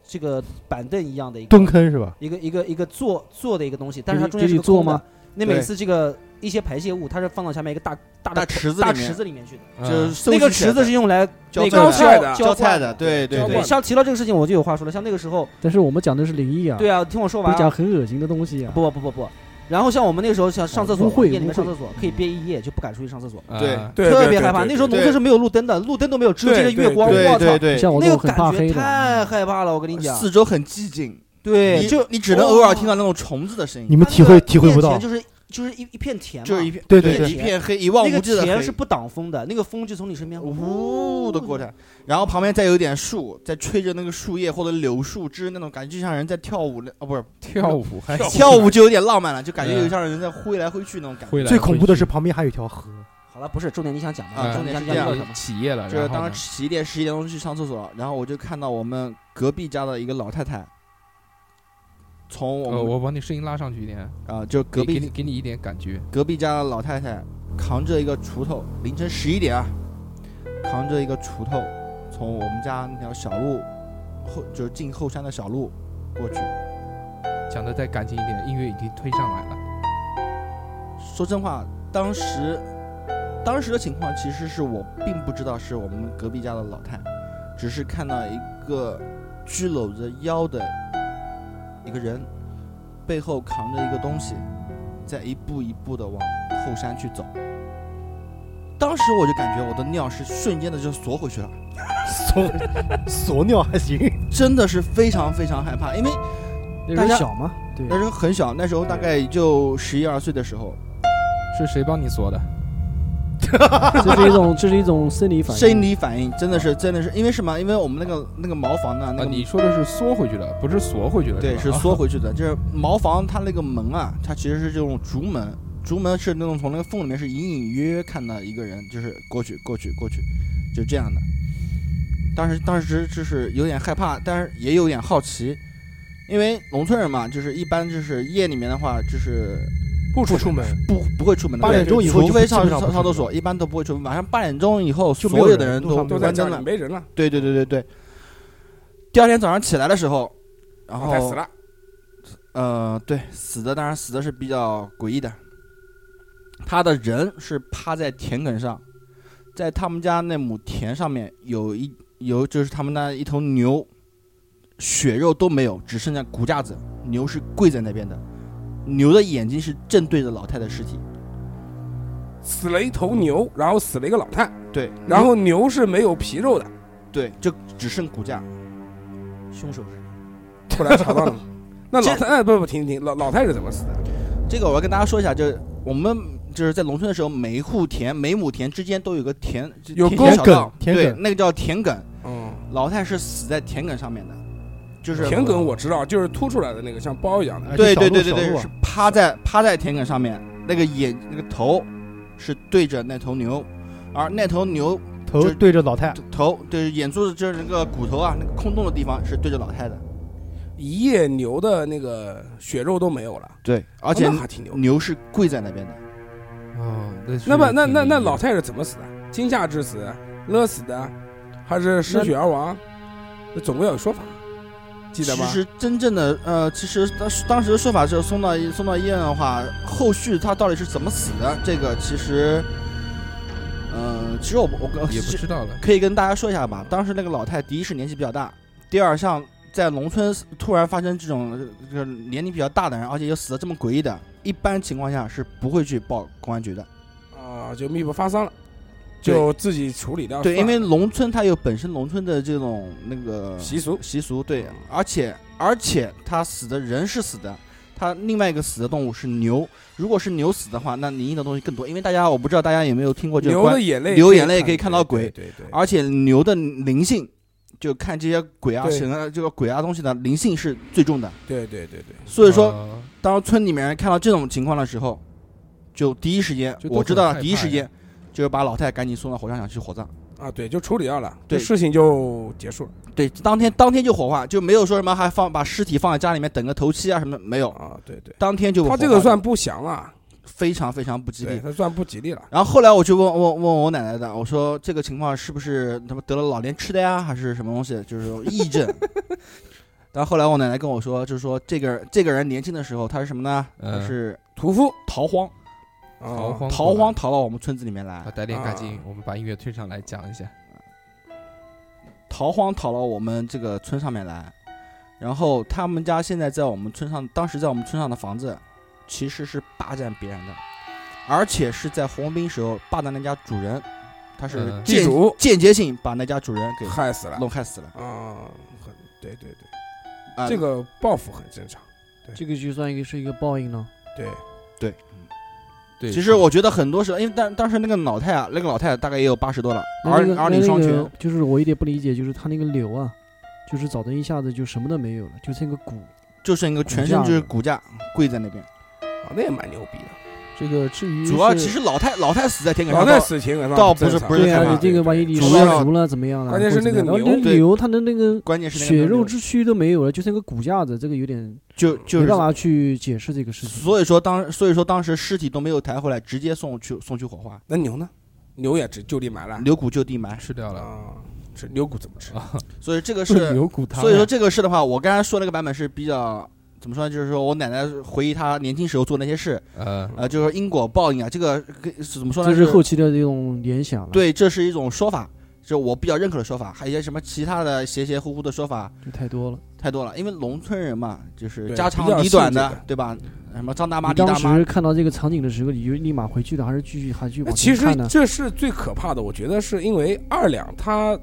Speaker 2: 这个板凳一样的一个
Speaker 3: 蹲坑是吧？
Speaker 2: 一个一个一个坐坐的一个东西，但
Speaker 6: 给
Speaker 2: 是它
Speaker 6: 你
Speaker 2: 中
Speaker 6: 给
Speaker 2: 间是
Speaker 6: 你
Speaker 2: 个
Speaker 6: 坐
Speaker 2: 空的
Speaker 6: 吗？
Speaker 2: 那每次这个一些排泄物，它是放到下面一个大大的
Speaker 4: 大池子
Speaker 2: 大
Speaker 4: 里
Speaker 2: 池
Speaker 4: 面
Speaker 2: 子里面去的。
Speaker 1: 嗯
Speaker 4: 就是
Speaker 2: 那个池子是用来
Speaker 4: 浇
Speaker 2: 那
Speaker 4: 菜
Speaker 2: 个
Speaker 4: 的
Speaker 2: 浇
Speaker 7: 浇
Speaker 4: 浇菜
Speaker 2: 灌
Speaker 4: 的，。对对
Speaker 7: 浇
Speaker 2: 对，
Speaker 4: 对，
Speaker 7: 灌
Speaker 4: 啊
Speaker 2: 像提到这个事情，我就有话说了。像那个时候，
Speaker 6: 但是我们讲的是灵异啊，
Speaker 2: 对啊，听我说
Speaker 6: 不
Speaker 2: 完
Speaker 6: 是讲
Speaker 2: 啊。
Speaker 6: 很恶心的东西啊。
Speaker 2: 不不不不，然后像我们那个时候，像上厕所
Speaker 6: 污秽
Speaker 2: 夜里
Speaker 6: 污
Speaker 2: 面
Speaker 6: 秽
Speaker 2: 上厕所可以憋一夜，就不敢出去上厕所，
Speaker 4: 对
Speaker 1: 啊
Speaker 7: 对，
Speaker 2: 特
Speaker 7: 对
Speaker 2: 别
Speaker 7: 对
Speaker 2: 害怕。
Speaker 7: 对
Speaker 2: 那时候
Speaker 7: 对
Speaker 2: 农村是没有路灯的，路灯都没有，只有
Speaker 7: 对
Speaker 2: 这个月光。
Speaker 4: 对
Speaker 2: 我操
Speaker 4: 对，对，
Speaker 6: 像我这
Speaker 2: 那
Speaker 6: 种
Speaker 2: 个
Speaker 6: 很怕
Speaker 2: 感
Speaker 6: 黑
Speaker 2: 觉
Speaker 6: 的啊，
Speaker 2: 太害怕了，我跟你讲。
Speaker 4: 四周很寂静，
Speaker 2: 对，
Speaker 4: 你
Speaker 2: 就
Speaker 4: 你只能偶尔听到那种虫子的声
Speaker 3: 你
Speaker 4: 音，
Speaker 3: 们
Speaker 2: 它
Speaker 3: 体
Speaker 2: 那个
Speaker 3: 会体会不
Speaker 2: 面
Speaker 3: 到
Speaker 2: 前，就是就是一一片田嘛，
Speaker 4: 就是一片
Speaker 3: 对
Speaker 2: 对
Speaker 3: 对
Speaker 2: 对
Speaker 4: 一片黑一望
Speaker 2: 那个
Speaker 4: 无际的
Speaker 2: 田
Speaker 4: 黑
Speaker 2: 是，不挡风的，那个风就从你身边
Speaker 4: 呜的过来，然后旁边再有点树，再吹着那个树叶或者柳树枝那种感觉，就像人在跳舞那哦不是
Speaker 1: 跳舞还
Speaker 7: 跳
Speaker 4: 跳舞就有点浪漫了，就感觉有像人在挥来挥去那种感觉。
Speaker 1: 回来
Speaker 3: 最恐怖的
Speaker 1: 回去
Speaker 3: 是旁边还有一 条河，
Speaker 2: 好了，不是重点，你想讲
Speaker 4: 啊
Speaker 2: 嘛？重点
Speaker 4: 重
Speaker 2: 你
Speaker 4: 点是
Speaker 2: 想讲
Speaker 4: 这
Speaker 2: 什么？
Speaker 1: 起夜了，
Speaker 4: 就是
Speaker 1: 然后
Speaker 4: 当
Speaker 1: 呢
Speaker 4: 时十一点十一点钟去上厕所，然后我就看到我们隔壁家的一个老太太，从我
Speaker 1: 呃，
Speaker 4: 们
Speaker 1: 哦我把你声音拉上去一点，
Speaker 4: 啊、就隔
Speaker 1: 给给
Speaker 4: 壁
Speaker 1: 你给你一点感觉。
Speaker 4: 隔壁家的老太太扛着一个锄头，凌晨十一点啊，扛着一个锄头，从我们家那条小路后就是进后山的小路过去。
Speaker 1: 讲的再感情一点，音乐已经推上来了。
Speaker 4: 说真话，当时当时的情况其实是我并不知道是我们隔壁家的老太，只是看到一个佝偻着腰的一个人，背后扛着一个东西，在一步一步的往后山去走。当时我就感觉我的尿是瞬间的就缩回去了，
Speaker 5: 锁锁尿还行，
Speaker 4: 真的是非常非常害怕，因为
Speaker 6: 那
Speaker 4: 大
Speaker 6: 人
Speaker 4: 家
Speaker 6: 小 嘛，对，
Speaker 4: 那时候很小，那时候大概也就十一二岁的时候，
Speaker 1: 是谁帮你锁的？
Speaker 6: 这是一种这是一种生理反应，
Speaker 4: 生理反应真的是真的是因为什么？因为我们那个那个茅房呢，那
Speaker 1: 啊，
Speaker 4: 个
Speaker 1: 你说的是缩回去的，不是缩回去的。
Speaker 4: 对，
Speaker 1: 吧
Speaker 4: 是缩回去的。就是茅房它那个门啊，它其实是这种竹门，竹门是那种从那个缝里面是隐隐约约看到一个人，就是过去过去过去，就这样的。当时当时就是有点害怕，但是也有点好奇，因为农村人嘛，就是一般就是夜里面的话，就是
Speaker 5: 不出出门，
Speaker 4: 不不会出门的，
Speaker 5: 八点钟以后就
Speaker 4: 除非
Speaker 5: 基
Speaker 4: 上
Speaker 5: 本上不
Speaker 4: 上
Speaker 5: 出门
Speaker 4: 上厕
Speaker 5: 了
Speaker 4: 所，一般都不会出门。晚上八点钟以后，
Speaker 5: 就没
Speaker 4: 所
Speaker 5: 有
Speaker 4: 有的
Speaker 5: 人
Speaker 4: 人
Speaker 5: 路
Speaker 4: 都
Speaker 5: 上没
Speaker 7: 都
Speaker 5: 有
Speaker 7: 在
Speaker 4: 关
Speaker 7: 家
Speaker 4: 灯
Speaker 7: 里
Speaker 4: 了。
Speaker 7: 没人了，
Speaker 4: 对对对对对。第二天早上起来的时候，然
Speaker 7: 老太
Speaker 4: 后
Speaker 7: 哦死了，
Speaker 4: 呃，对，死的当然死的是比较诡异的，他的人是趴在田埂上，在他们家那亩田上面有一有就是他们那一头牛，血肉都没有，只剩下骨架子，牛是跪在那边的，牛的眼睛是正对着老太太的尸体，
Speaker 7: 死了一头牛，然后死了一个老太，
Speaker 4: 对，
Speaker 7: 然后牛是没有皮 肉的，
Speaker 4: 对，就只剩骨架，
Speaker 2: 凶手是
Speaker 7: 后来查 到了吗。那老
Speaker 4: 这
Speaker 7: 太哎不不停停，老老太是怎么死的？
Speaker 4: 这个我要跟大家说一下，就是我们就是在农村的时候，每一户田每亩田之间都有个田，就
Speaker 7: 有
Speaker 4: 田
Speaker 7: 沟
Speaker 4: 小道
Speaker 5: 田埂
Speaker 4: 对
Speaker 5: 田，埂
Speaker 4: 那个叫田埂。
Speaker 7: 嗯，
Speaker 4: 老太是死在田埂上面的，就是
Speaker 7: 田埂嗯我知道，就是凸出来的那个像包一样的。
Speaker 5: 哎
Speaker 4: 对
Speaker 5: 就小
Speaker 4: 对
Speaker 5: 鹿
Speaker 4: 对对
Speaker 5: 小鹿
Speaker 4: 对，
Speaker 5: 啊
Speaker 4: 是趴在趴在田埂上面，那个眼那个头是对着那头牛，而那头牛
Speaker 5: 头
Speaker 4: 就
Speaker 5: 对着老太，
Speaker 4: 头就是眼珠子就是那个骨头啊，那个空洞的地方是对着老太的。
Speaker 7: 一夜牛的那个血肉都没有了，
Speaker 4: 对，而且
Speaker 7: 哦那还挺牛。
Speaker 4: 牛是跪在那边的，
Speaker 1: 哦，那是
Speaker 7: 那么那那
Speaker 1: 挺
Speaker 7: 那老太是怎么死的？惊吓致死，勒死的，还是失血而亡？那总归有说法，记得吗？
Speaker 4: 其实真正的呃，其实当时当时的说法是送到医送到医院的话，后续他到底是怎么死的，这个其实，嗯、其实我不我跟
Speaker 1: 也不知道了。
Speaker 4: 可以跟大家说一下吧。当时那个老太，第一是年纪比较大，第二像在农村突然发生这种呃这个年龄比较大的人，而且又死的这么诡异的，一般情况下是不会去报公安局的。
Speaker 7: 啊，就密不发丧了，就自己处理掉算
Speaker 4: 对，
Speaker 7: 了。
Speaker 4: 因为农村它有本身农村的这种那个
Speaker 7: 习俗
Speaker 4: 啊哦习俗，对，而且而且他死的人是死的。他另外一个死的动物是牛，如果是牛死的话，那灵异的东西更多。因为大家我不知道大家有没有听过这个
Speaker 7: 流
Speaker 4: 关
Speaker 7: 的，眼泪，
Speaker 4: 流眼泪可以看到鬼
Speaker 7: 对对对
Speaker 4: 而且牛的灵性，就看这些鬼啊
Speaker 7: 对
Speaker 4: 神啊这个鬼啊东西的灵性是最重的。
Speaker 7: 对对对对，
Speaker 4: 所以说，
Speaker 1: 呃
Speaker 4: 当村里面人看到这种情况的时候，就第一时间
Speaker 1: 就都
Speaker 4: 我知道
Speaker 1: 很
Speaker 4: 了，
Speaker 1: 害
Speaker 4: 第一时
Speaker 1: 怕呀
Speaker 4: 间就是把老太赶紧送到火葬场去火葬。
Speaker 7: 啊对，就处理掉了，
Speaker 4: 对
Speaker 7: 这事情就结束了
Speaker 4: 对，当天当天就火化，就没有说什么还放把尸体放在家里面等个头七啊什么的，没有，
Speaker 7: 啊，对对。
Speaker 4: 当天就火
Speaker 7: 他
Speaker 4: 化
Speaker 7: 这个算不祥啊，
Speaker 4: 非常非常不吉
Speaker 7: 对
Speaker 4: 利。
Speaker 7: 他算不吉利了。
Speaker 4: 然后后来我就问问问我奶奶的，我说这个情况是不是他妈得了老年痴呆啊，还是什么东西，就是有癔 症。然后后来我奶奶跟我说，就是说这个这个人年轻的时候他是什么呢？他
Speaker 1: 嗯
Speaker 4: 是
Speaker 7: 呃屠夫
Speaker 4: 逃荒，
Speaker 1: 哦逃
Speaker 7: 啊，
Speaker 1: 荒
Speaker 4: 逃荒
Speaker 1: 过
Speaker 4: 逃到我们村子里面来
Speaker 1: 来，啊，带点感情
Speaker 7: 啊，
Speaker 1: 我们把音乐推上来讲一下。
Speaker 4: 逃荒逃到我们这个村上面来，然后他们家现在在我们村上，当时在我们村上的房子，其实是霸占别人的，而且是在红卫兵时候霸占那家主人，他是
Speaker 1: 嗯
Speaker 7: 地
Speaker 4: 间、
Speaker 7: 主
Speaker 4: 间接性把那家主人 给
Speaker 7: 害死了
Speaker 4: 弄害死了
Speaker 7: 啊，很对对对，
Speaker 4: 啊！
Speaker 7: 这个报复很正常。
Speaker 6: 这个就算一个是一个报 应了。
Speaker 7: 对，嗯
Speaker 1: 对，
Speaker 4: 其实我觉得很多时候，因为当当时那个老太啊，那个老太大概也有八十多了，
Speaker 6: 那
Speaker 4: 儿
Speaker 6: 那个
Speaker 4: 儿
Speaker 6: 那
Speaker 4: 女双
Speaker 6: 那
Speaker 4: 全，
Speaker 6: 个就是我有点不理解，就是他那个瘤啊，就是早晨一下子就什么都没有了，就剩一个骨。
Speaker 4: 就剩一个全身就是骨架跪在那边。
Speaker 7: 啊，那也蛮牛逼的。
Speaker 1: 这个至
Speaker 2: 嗯
Speaker 1: 于
Speaker 4: 主要
Speaker 1: 是
Speaker 4: 其实老太老太死在天岗
Speaker 7: 老
Speaker 4: 上，
Speaker 7: 太死情感上
Speaker 4: 倒
Speaker 7: 不正
Speaker 4: 不是
Speaker 7: 常
Speaker 4: 不是
Speaker 6: 对
Speaker 4: 害
Speaker 6: 呀、
Speaker 4: 怕
Speaker 6: 你这个万一你
Speaker 4: 主
Speaker 6: 烧
Speaker 4: 要
Speaker 6: 熟了怎么样了？
Speaker 7: 关键是那个
Speaker 6: 或
Speaker 7: 牛
Speaker 6: 者怎么样然后那
Speaker 4: 对
Speaker 6: 牛它的那个
Speaker 4: 关键是那个
Speaker 6: 血
Speaker 4: 牛
Speaker 6: 肉
Speaker 4: 牛
Speaker 6: 之躯都没有了，就剩个骨架子，这个有点
Speaker 4: 就就
Speaker 6: 没
Speaker 4: 是
Speaker 6: 办法去解释这个事情。
Speaker 4: 所以说当所以说当时尸体都没有抬回来，直接送去送去火化，
Speaker 7: 那牛呢？牛也只就地埋了
Speaker 4: 牛骨就地埋。
Speaker 1: 吃掉了，
Speaker 7: 啊，吃牛骨怎么吃？
Speaker 4: 所以这
Speaker 1: 不
Speaker 4: 个
Speaker 1: 是
Speaker 4: 是，
Speaker 1: 牛
Speaker 3: 啊
Speaker 1: 骨汤呀。
Speaker 4: 所以说这个事的话，我刚才说那个版本是比较怎么说呢？就是说我奶奶回忆她年轻时候做那些事，
Speaker 1: 呃，
Speaker 4: 呃，就是说因果报应啊，这个跟是怎么说呢？
Speaker 6: 这是后期的这种联想了，，
Speaker 4: 对，这是一种说法，这我比较认可的说法，还有一些什么其他的邪邪乎乎的说法
Speaker 6: 太多了。
Speaker 4: 太多了。因为农村人嘛，就是
Speaker 7: 对
Speaker 4: 家
Speaker 7: 比较
Speaker 4: 长里
Speaker 7: 信
Speaker 4: 短
Speaker 7: 这
Speaker 4: 的，
Speaker 7: 个
Speaker 4: 对吧？什么张大妈、
Speaker 6: 你
Speaker 4: 李
Speaker 6: 当
Speaker 4: 大妈，
Speaker 6: 时看到这个场景的时候，你就立马回去了，还是继续还继续
Speaker 7: 那
Speaker 6: 往
Speaker 7: 其
Speaker 6: 前
Speaker 7: 实
Speaker 6: 看呢？
Speaker 7: 这是最可怕的，我觉得是因为二两他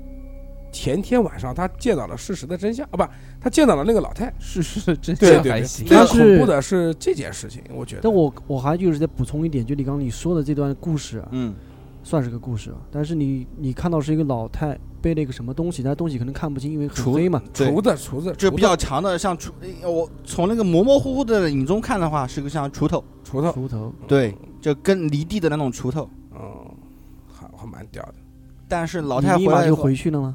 Speaker 7: 前天晚上他见到了事实的真相啊，不，他见到了那个老太。
Speaker 1: 是是真
Speaker 7: 对
Speaker 1: 相
Speaker 7: 对
Speaker 1: 还
Speaker 7: 对
Speaker 1: 行，
Speaker 7: 最
Speaker 6: 但
Speaker 7: 恐怖
Speaker 6: 是
Speaker 7: 的是这件事情，我觉得
Speaker 6: 但。我我还就是再补充一点，就你刚刚你说的这段故事啊，
Speaker 4: 嗯，
Speaker 6: 算是个故事啊，但是你你看到是一个老太背了一个什么东西，但东西可能看不清，因为很
Speaker 4: 除
Speaker 6: 黑嘛。
Speaker 4: 对
Speaker 7: 厨子，厨子，
Speaker 4: 就
Speaker 7: 锄
Speaker 4: 比
Speaker 7: 头
Speaker 4: 较强的，像锄，呃我从那个模模糊糊的影中看的话，是个像锄头，
Speaker 7: 锄头，
Speaker 6: 锄头，
Speaker 4: 对，就跟离地的那种锄头。
Speaker 7: 嗯，还还蛮屌的。
Speaker 4: 但是老
Speaker 6: 老
Speaker 4: 太
Speaker 6: 立
Speaker 4: 回
Speaker 6: 马
Speaker 4: 来以
Speaker 6: 就
Speaker 4: 后，
Speaker 6: 回去了吗？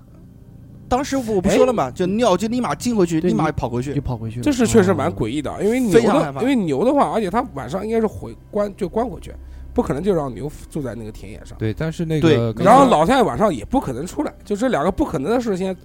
Speaker 4: 当时我 不说了嘛，就尿就立马进回去，
Speaker 6: 对
Speaker 4: 立马
Speaker 6: 你
Speaker 4: 跑回
Speaker 6: 就
Speaker 4: 去。
Speaker 6: 跑回去了。
Speaker 7: 这是确实蛮
Speaker 6: 哦
Speaker 7: 诡异的，因为牛
Speaker 4: 非常害
Speaker 7: 的，
Speaker 4: 怕
Speaker 7: 因为牛的话，而且它晚上应该是回关就关回去，不可能就让牛住在那个田野上。
Speaker 1: 对，但是那
Speaker 4: 对
Speaker 1: 个刚
Speaker 7: 然后
Speaker 1: 才
Speaker 7: 老太晚上也不可能出来，就这两个不可能的事情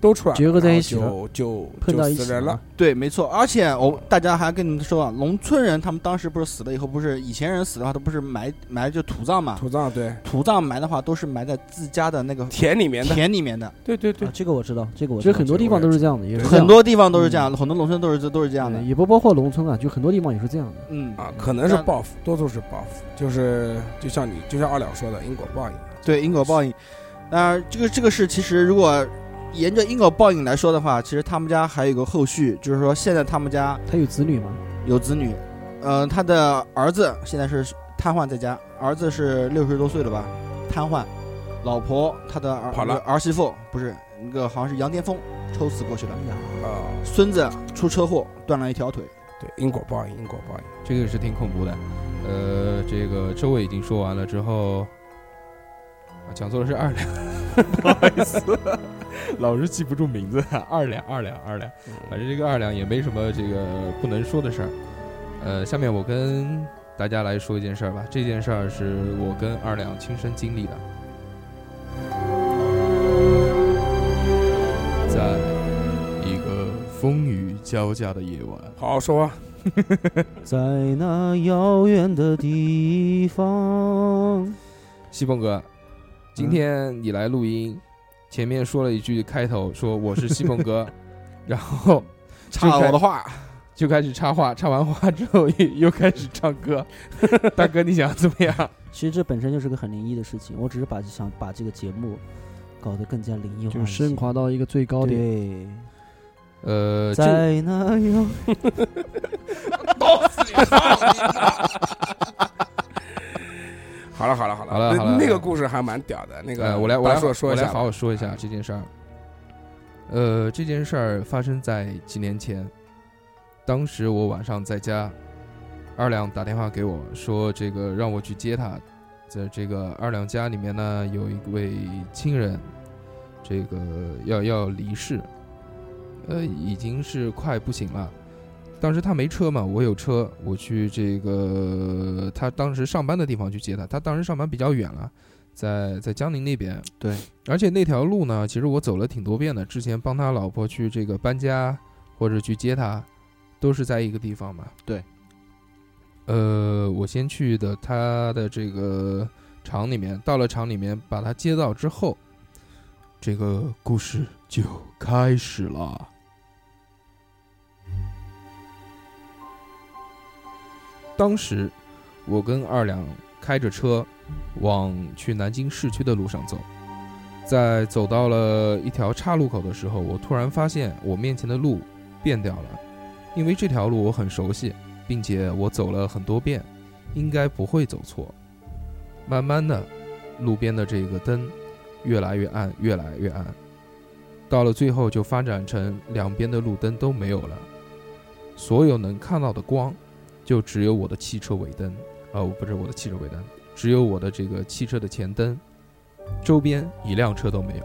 Speaker 7: 都出来了
Speaker 6: 结合在一起
Speaker 7: 然
Speaker 6: 了
Speaker 7: 后就就
Speaker 6: 碰到一
Speaker 7: 就死
Speaker 6: 起
Speaker 7: 人了
Speaker 6: 了。
Speaker 4: 对，没错。而且我大家还跟你们说啊，农村人他们当时不是死了以后，不是以前人死的话，都不是埋埋就土葬嘛，
Speaker 7: 土葬对
Speaker 4: 土葬埋的话都是埋在自家的那个
Speaker 7: 田里面的，
Speaker 4: 田里面的，
Speaker 7: 对对对
Speaker 2: 啊，这个我知道，这个我
Speaker 6: 其
Speaker 2: 知
Speaker 6: 实
Speaker 2: 道
Speaker 6: 很多地方都是这样的，也是这样
Speaker 4: 很多地方都是这样
Speaker 6: 嗯
Speaker 4: 的，很多农村都是都是这
Speaker 6: 这
Speaker 4: 样的。
Speaker 6: 也不包括农村啊，就很多地方也是这样的。
Speaker 4: 嗯，
Speaker 7: 啊，可能是
Speaker 4: 但
Speaker 7: 报复，多数是报复，就是就像你就像二两说的因果报应。啊
Speaker 4: 对，因果报应。那这个这个事其实如果沿着因果报应来说的话，其实他们家还有一个后续，就是说现在他们家
Speaker 6: 他有子女吗？
Speaker 4: 有子女，呃，他的儿子现在是瘫痪在家，儿子是六十多岁了吧，瘫痪，老婆他的儿
Speaker 7: 跑了
Speaker 4: 儿媳妇不是那个好像是羊癫疯抽死过去了，
Speaker 6: 哎
Speaker 7: 啊，
Speaker 4: 孙子出车祸断了一条腿，
Speaker 7: 对，因果报应，因果报应。
Speaker 1: 这个是挺恐怖的。呃，这个周伟已经说完了之后，啊讲错了是二两，不好意思，老是记不住名字，二两二两二两，反正这个二两也没什么这个不能说的事儿。呃，下面我跟大家来说一件事儿吧，这件事儿是我跟二两亲身经历的，在一个风雨交加的夜晚。
Speaker 7: 好好说啊，
Speaker 2: 在那遥远的地方，
Speaker 1: 西风哥，今天你来录音，前面说了一句开头，说我是西风哥，然后
Speaker 4: 插了我的话，
Speaker 1: 就开始插话，插完话之后又又开始唱歌。 大哥，你想怎么样？
Speaker 2: 其实这本身就是个很灵异的事情，我只是把想把这个节目搞得更加灵异化
Speaker 6: 就
Speaker 2: 一
Speaker 6: 是升
Speaker 2: 些。
Speaker 6: 华到一个最高点。
Speaker 2: 对，
Speaker 1: 呃，这
Speaker 2: 在那遥
Speaker 7: 好了好了好了
Speaker 1: 好了
Speaker 7: 那
Speaker 1: 好了
Speaker 7: 那
Speaker 1: 好
Speaker 7: 个
Speaker 1: 了
Speaker 7: 故事还蛮屌的。那个
Speaker 1: 呃，我来我来
Speaker 7: 大硕说
Speaker 1: 我
Speaker 7: 一
Speaker 1: 来
Speaker 7: 下
Speaker 1: 好
Speaker 7: 吧，
Speaker 1: 好说一下这件事儿。呃，这件事儿发生在几年前，当时我晚上在家，二两打电话给我说，这个让我去接他，在这个二两家里面呢，有一位亲人，这个要要离世，呃，已经是快不行了。当时他没车嘛，我有车，我去这个他当时上班的地方去接他。他当时上班比较远了，在在江宁那边。
Speaker 4: 对，
Speaker 1: 而且那条路呢，其实我走了挺多遍的。之前帮他老婆去这个搬家，或者去接他，都是在一个地方嘛。
Speaker 4: 对。
Speaker 1: 呃，我先去的他的这个厂里面，到了厂里面把他接到之后，这个故事就开始了。当时我跟二两开着车往去南京市区的路上走，在走到了一条岔路口的时候，我突然发现我面前的路变掉了，因为这条路我很熟悉，并且我走了很多遍，应该不会走错。慢慢的，路边的这个灯越来越暗，越来越暗，到了最后就发展成两边的路灯都没有了，所有能看到的光就只有我的汽车尾灯呃，不是我的汽车尾灯，只有我的这个汽车的前灯，周边一辆车都没有，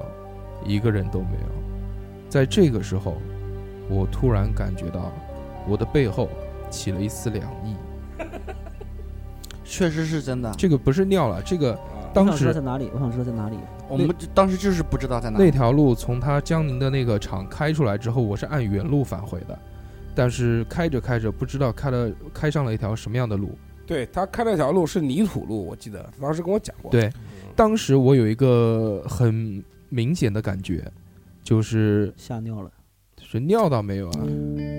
Speaker 1: 一个人都没有。在这个时候，我突然感觉到我的背后起了一丝凉意，
Speaker 4: 确实是真的。
Speaker 1: 这个不是尿了，这个
Speaker 7: 啊
Speaker 2: 我
Speaker 1: 当
Speaker 2: 想知道
Speaker 1: 时
Speaker 2: 在哪里，我想知道在哪里。
Speaker 4: 我们就当时就是不知道在哪
Speaker 1: 那
Speaker 4: 里。
Speaker 1: 条路从他江宁的那个厂开出来之后，我是按原路返回的，但是开着开着不知道开了开上了一条什么样的路。
Speaker 7: 对他开那条路是泥土路，我记得他当时跟我讲过。
Speaker 1: 对，当时我有一个很明显的感觉，就是
Speaker 2: 吓尿了，
Speaker 1: 是尿到没有啊？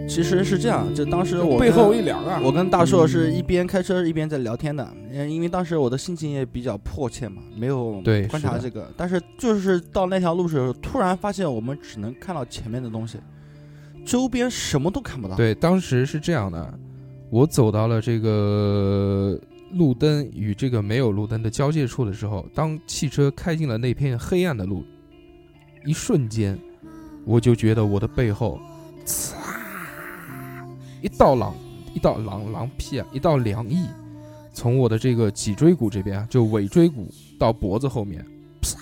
Speaker 4: 其实是这样，就当时我
Speaker 7: 背
Speaker 4: 跟
Speaker 7: 后一凉
Speaker 1: 嗯
Speaker 7: 啊！
Speaker 4: 我跟大硕是一边开车一边在聊天的，嗯因为当时我的心情也比较迫切嘛，没有
Speaker 1: 对
Speaker 4: 观
Speaker 1: 是
Speaker 4: 察
Speaker 1: 的
Speaker 4: 这个。但是就是到那条路时候，突然发现我们只能看到前面的东西，周边什么都看不到。，
Speaker 1: 对，当时是这样的，我走到了这个路灯与这个没有路灯的交界处的时候，当汽车开进了那片黑暗的路，一瞬间，我就觉得我的背后，呲一道狼，一道狼狼屁啊，一道凉意，从我的这个脊椎骨这边啊，就尾椎骨到脖子后面，啪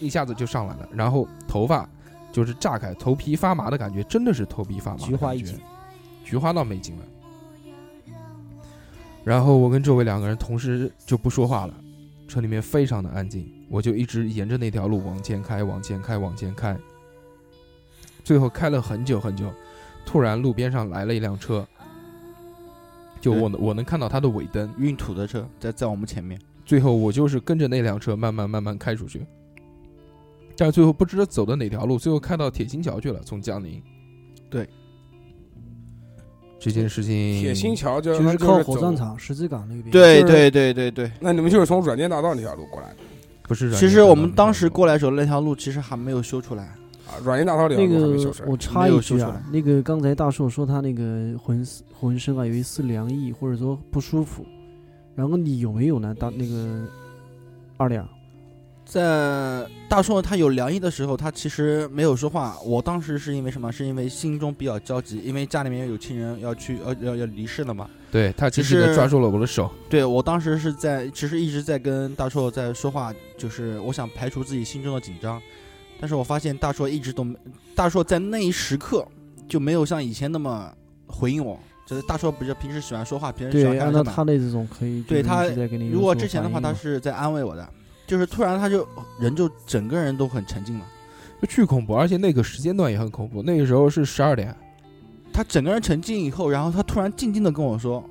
Speaker 1: 一下子就上来了，然后头发。就是炸开，头皮发麻的感觉，真的是头皮发麻的感觉。
Speaker 2: 菊花一紧，
Speaker 1: 菊花倒没进来。然后我跟周围两个人同时就不说话了，车里面非常的安静，我就一直沿着那条路往前开，往前开，往前开。最后开了很久很久，突然路边上来了一辆车，就我能我能看到它的尾灯。
Speaker 4: 运土的车在在我们前面，
Speaker 1: 最后我就是跟着那辆车慢慢慢慢开出去，但是最后不知道走的哪条路，最后开到铁心桥去了，从江宁。
Speaker 4: 对，
Speaker 1: 这件事情
Speaker 7: 铁心桥就
Speaker 6: 就是是
Speaker 7: 走
Speaker 6: 靠火葬。场、十字港那边。
Speaker 4: 对
Speaker 7: 就是
Speaker 4: 对对对对。
Speaker 7: 那你们就是从软件大道那条路过来的
Speaker 1: 不是软件
Speaker 4: 其实
Speaker 1: 大道
Speaker 4: 我
Speaker 1: 那
Speaker 4: 们
Speaker 1: 条
Speaker 4: 当时
Speaker 1: 路
Speaker 4: 过来的时候，那条路其实还没有修出来。
Speaker 7: 啊？软件大道那条
Speaker 6: 那
Speaker 7: 路还没修
Speaker 6: 个
Speaker 7: 成。
Speaker 6: 我插
Speaker 4: 没
Speaker 6: 一
Speaker 4: 有
Speaker 6: 句
Speaker 4: 修出
Speaker 6: 啊
Speaker 4: 来，
Speaker 6: 那个刚才大硕说他那个浑浑身啊有一丝凉意，或者说不舒服，然后你有没有呢？大那个二两，
Speaker 4: 在大硕他有凉意的时候，他其实没有说话。我当时是因为什么？是因为心中比较焦急，因为家里面有亲人要去要要要离世了嘛。
Speaker 1: 对他
Speaker 4: 只
Speaker 1: 及时的
Speaker 4: 是
Speaker 1: 抓住了我的手，
Speaker 4: 对我当时是在，其实一直在跟大硕在说话，就是我想排除自己心中的紧张，但是我发现大硕一直都没，大硕在那一时刻就没有像以前那么回应我。就是大硕不是平时喜欢说话，平时喜欢
Speaker 6: 对，
Speaker 4: 干嘛
Speaker 6: 按照
Speaker 4: 干嘛
Speaker 6: 他的这种可以，
Speaker 4: 对
Speaker 6: 就是
Speaker 4: 他
Speaker 6: 一直在给你有
Speaker 4: 如果
Speaker 6: 所
Speaker 4: 之前的
Speaker 6: 反
Speaker 4: 话，
Speaker 6: 应
Speaker 4: 他
Speaker 6: 嘛
Speaker 4: 是在安慰我的，就是突然他就人就整个人都很沉静了，
Speaker 1: 就巨恐怖，而且那个时间段也很恐怖。那个时候是十二点，
Speaker 4: 他整个人沉静以后，然后他突然静静的跟我说：“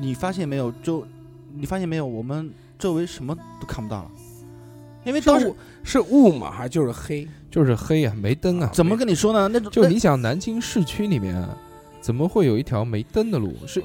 Speaker 4: 你发现没有，周，你发现没有，我们周围什么都看不到了。”因为当
Speaker 7: 是
Speaker 4: 时
Speaker 7: 雾是雾嘛，还就是黑？
Speaker 1: 就是黑啊，没灯啊。
Speaker 4: 怎么跟你说呢？那种
Speaker 1: 就
Speaker 4: 那
Speaker 1: 你想南京市区里面啊，怎么会有一条没灯的路？是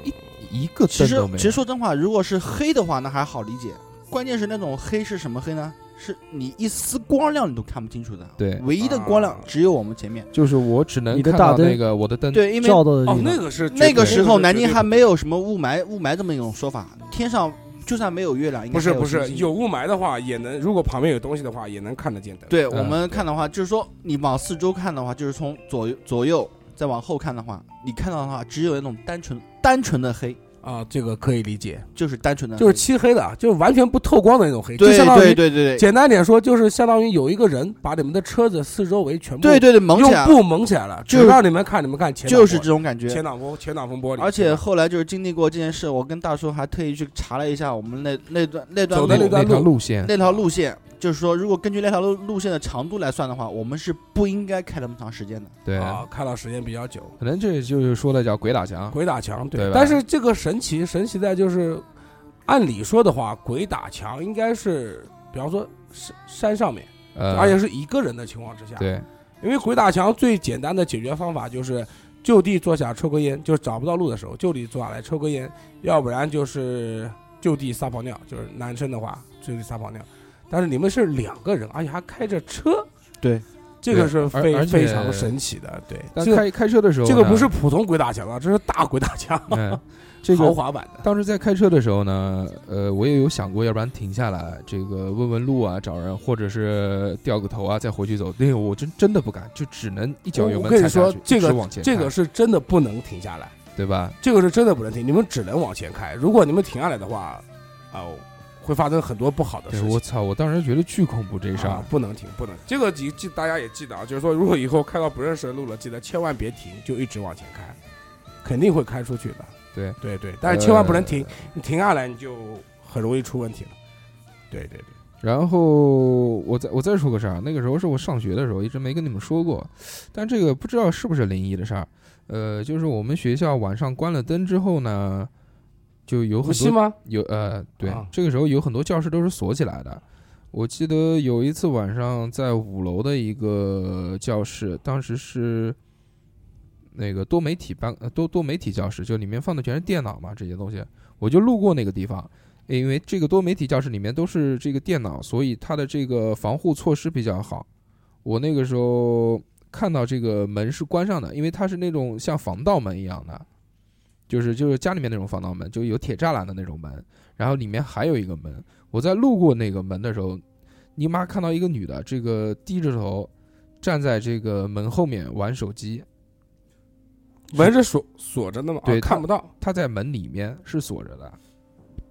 Speaker 1: 一一个
Speaker 4: 其
Speaker 1: 灯
Speaker 4: 实
Speaker 1: 都没
Speaker 4: 其
Speaker 1: 有。
Speaker 4: 实说真话，如果是黑的话，那还好理解。关键是那种黑是什么黑呢？是你一丝光亮你都看不清楚的。
Speaker 1: 对
Speaker 4: 唯一的光亮
Speaker 7: 啊
Speaker 4: 只有我们前面。
Speaker 1: 就是我只能
Speaker 6: 你的
Speaker 1: 看
Speaker 6: 大
Speaker 1: 到
Speaker 6: 灯
Speaker 1: 那个我的灯，
Speaker 4: 对，因为
Speaker 6: 照到的
Speaker 7: 哦，
Speaker 6: 地
Speaker 7: 那
Speaker 6: 方，
Speaker 7: 个是绝对
Speaker 4: 那个时候南京还
Speaker 7: 那个是绝对
Speaker 4: 没有什么雾霾雾霾这么一种说法，天上就算没有月亮，应该
Speaker 7: 不是
Speaker 4: 还
Speaker 7: 不
Speaker 4: 星
Speaker 7: 是
Speaker 4: 星
Speaker 7: 有雾霾的话也能，如果旁边有东西的话也能看得见灯。
Speaker 4: 对
Speaker 1: 嗯
Speaker 4: 我们看的话，就是说你往四周看的话，就是从左右左右再往后看的话，你看到的话只有那种单纯单纯的黑，
Speaker 7: 啊，这个可以理解，
Speaker 4: 就是单纯的黑，
Speaker 7: 就是漆黑的，就是完全不透光的那种黑，就
Speaker 4: 嗯对
Speaker 7: 相当于
Speaker 4: 对对对对
Speaker 7: 简单点说，就是相当于有一个人把你们的车子四周围全部
Speaker 4: 对对对，蒙起
Speaker 7: 用
Speaker 4: 来
Speaker 7: 布蒙起来了，
Speaker 4: 就
Speaker 7: 只
Speaker 4: 是
Speaker 7: 让你们看，你们看前挡
Speaker 4: 就是
Speaker 7: 玻
Speaker 4: 这种感
Speaker 7: 前
Speaker 4: 觉。
Speaker 7: 挡风前挡风玻璃，
Speaker 4: 而且后来就是经历过这件事，我跟大叔还特意去查了一下我们那那段那段
Speaker 7: 走
Speaker 4: 路
Speaker 7: 的
Speaker 1: 那
Speaker 7: 那段
Speaker 1: 那条
Speaker 7: 路
Speaker 1: 路线，
Speaker 4: 那条路线，就是说如果根据那条路路线的长度来算的话，我们是不应该开那么长时间的。
Speaker 1: 对，
Speaker 7: 啊，看到时间比较久，
Speaker 1: 可能这就是说的叫鬼打墙。
Speaker 7: 鬼打墙
Speaker 1: 对吧
Speaker 7: 啊但是这个神奇神奇在就是，按理说的话，鬼打墙应该是，比方说山山上面，
Speaker 4: 嗯
Speaker 1: 呃，
Speaker 7: 而且是一个人的情况之下，，
Speaker 1: 对
Speaker 7: 因为鬼打墙最简单的解决方法就是就地坐下抽根烟，就是找不到路的时候就地坐下来抽根烟，要不然就是就地撒泡尿，就是男生的话就地撒泡尿。但是你们是两个人，而且还开着车，
Speaker 4: 对，
Speaker 7: 这个是
Speaker 1: 对而
Speaker 7: 非
Speaker 1: 而且
Speaker 7: 非常神奇的，对，
Speaker 1: 但
Speaker 7: 这个
Speaker 1: 开开车的时候呢，
Speaker 7: 这个不是普通鬼打墙啊，这是大鬼打墙，
Speaker 1: 嗯，这
Speaker 7: 豪
Speaker 1: 个
Speaker 7: 华版的。
Speaker 1: 当时在开车的时候呢，呃，我也有想过，要不然停下来，这个问问路啊，找人，或者是掉个头啊，再回去走。那个我真真的不敢，就只能一脚油
Speaker 7: 我
Speaker 1: 门
Speaker 7: 跟你
Speaker 1: 踩下
Speaker 7: 说
Speaker 1: 去，，
Speaker 7: 这
Speaker 1: 一直
Speaker 7: 个
Speaker 1: 往前
Speaker 7: 这个
Speaker 1: 开
Speaker 7: 是真的不能停下来，
Speaker 1: 对吧？
Speaker 7: 这个是真的不能停，你们只能往前开。如果你们停下来的话，哦，会发生很多不好的事
Speaker 1: 对，
Speaker 7: 情。
Speaker 1: 我操！我当时觉得巨恐怖这事儿
Speaker 7: 啊，，不能停，不能停。这个记记大家也记得啊，就是说，如果以后开到不认识的路了，记得千万别停，就一直往前开，肯定会开出去的。
Speaker 1: 对呃
Speaker 7: 对对，但是千万不能停，你停下来你就很容易出问题了。对对对，
Speaker 1: 然后我再我再说个事儿，那个时候是我上学的时候，一直没跟你们说过，但这个不知道是不是灵异的事儿。呃，就是我们学校晚上关了灯之后呢，就有
Speaker 7: 无
Speaker 1: 很
Speaker 7: 锡
Speaker 1: 多
Speaker 7: 吗？
Speaker 1: 有呃，对，
Speaker 7: 啊
Speaker 1: 这个时候有很多教室都是锁起来的。我记得有一次晚上在五楼的一个教室，当时是那个多媒体班呃多多媒体教室，就里面放的全是电脑嘛这些东西，我就路过那个地方。因为这个多媒体教室里面都是这个电脑，所以它的这个防护措施比较好。我那个时候看到这个门是关上的，因为它是那种像防盗门一样的，就是就是家里面那种防盗门，就有铁栅栏的那种门，然后里面还有一个门。我在路过那个门的时候，你妈看到一个女的，这个低着头站在这个门后面玩手机，
Speaker 7: 门是锁锁着的嘛，啊
Speaker 1: 对它
Speaker 7: 看不到。
Speaker 1: 她在门里面是锁着的。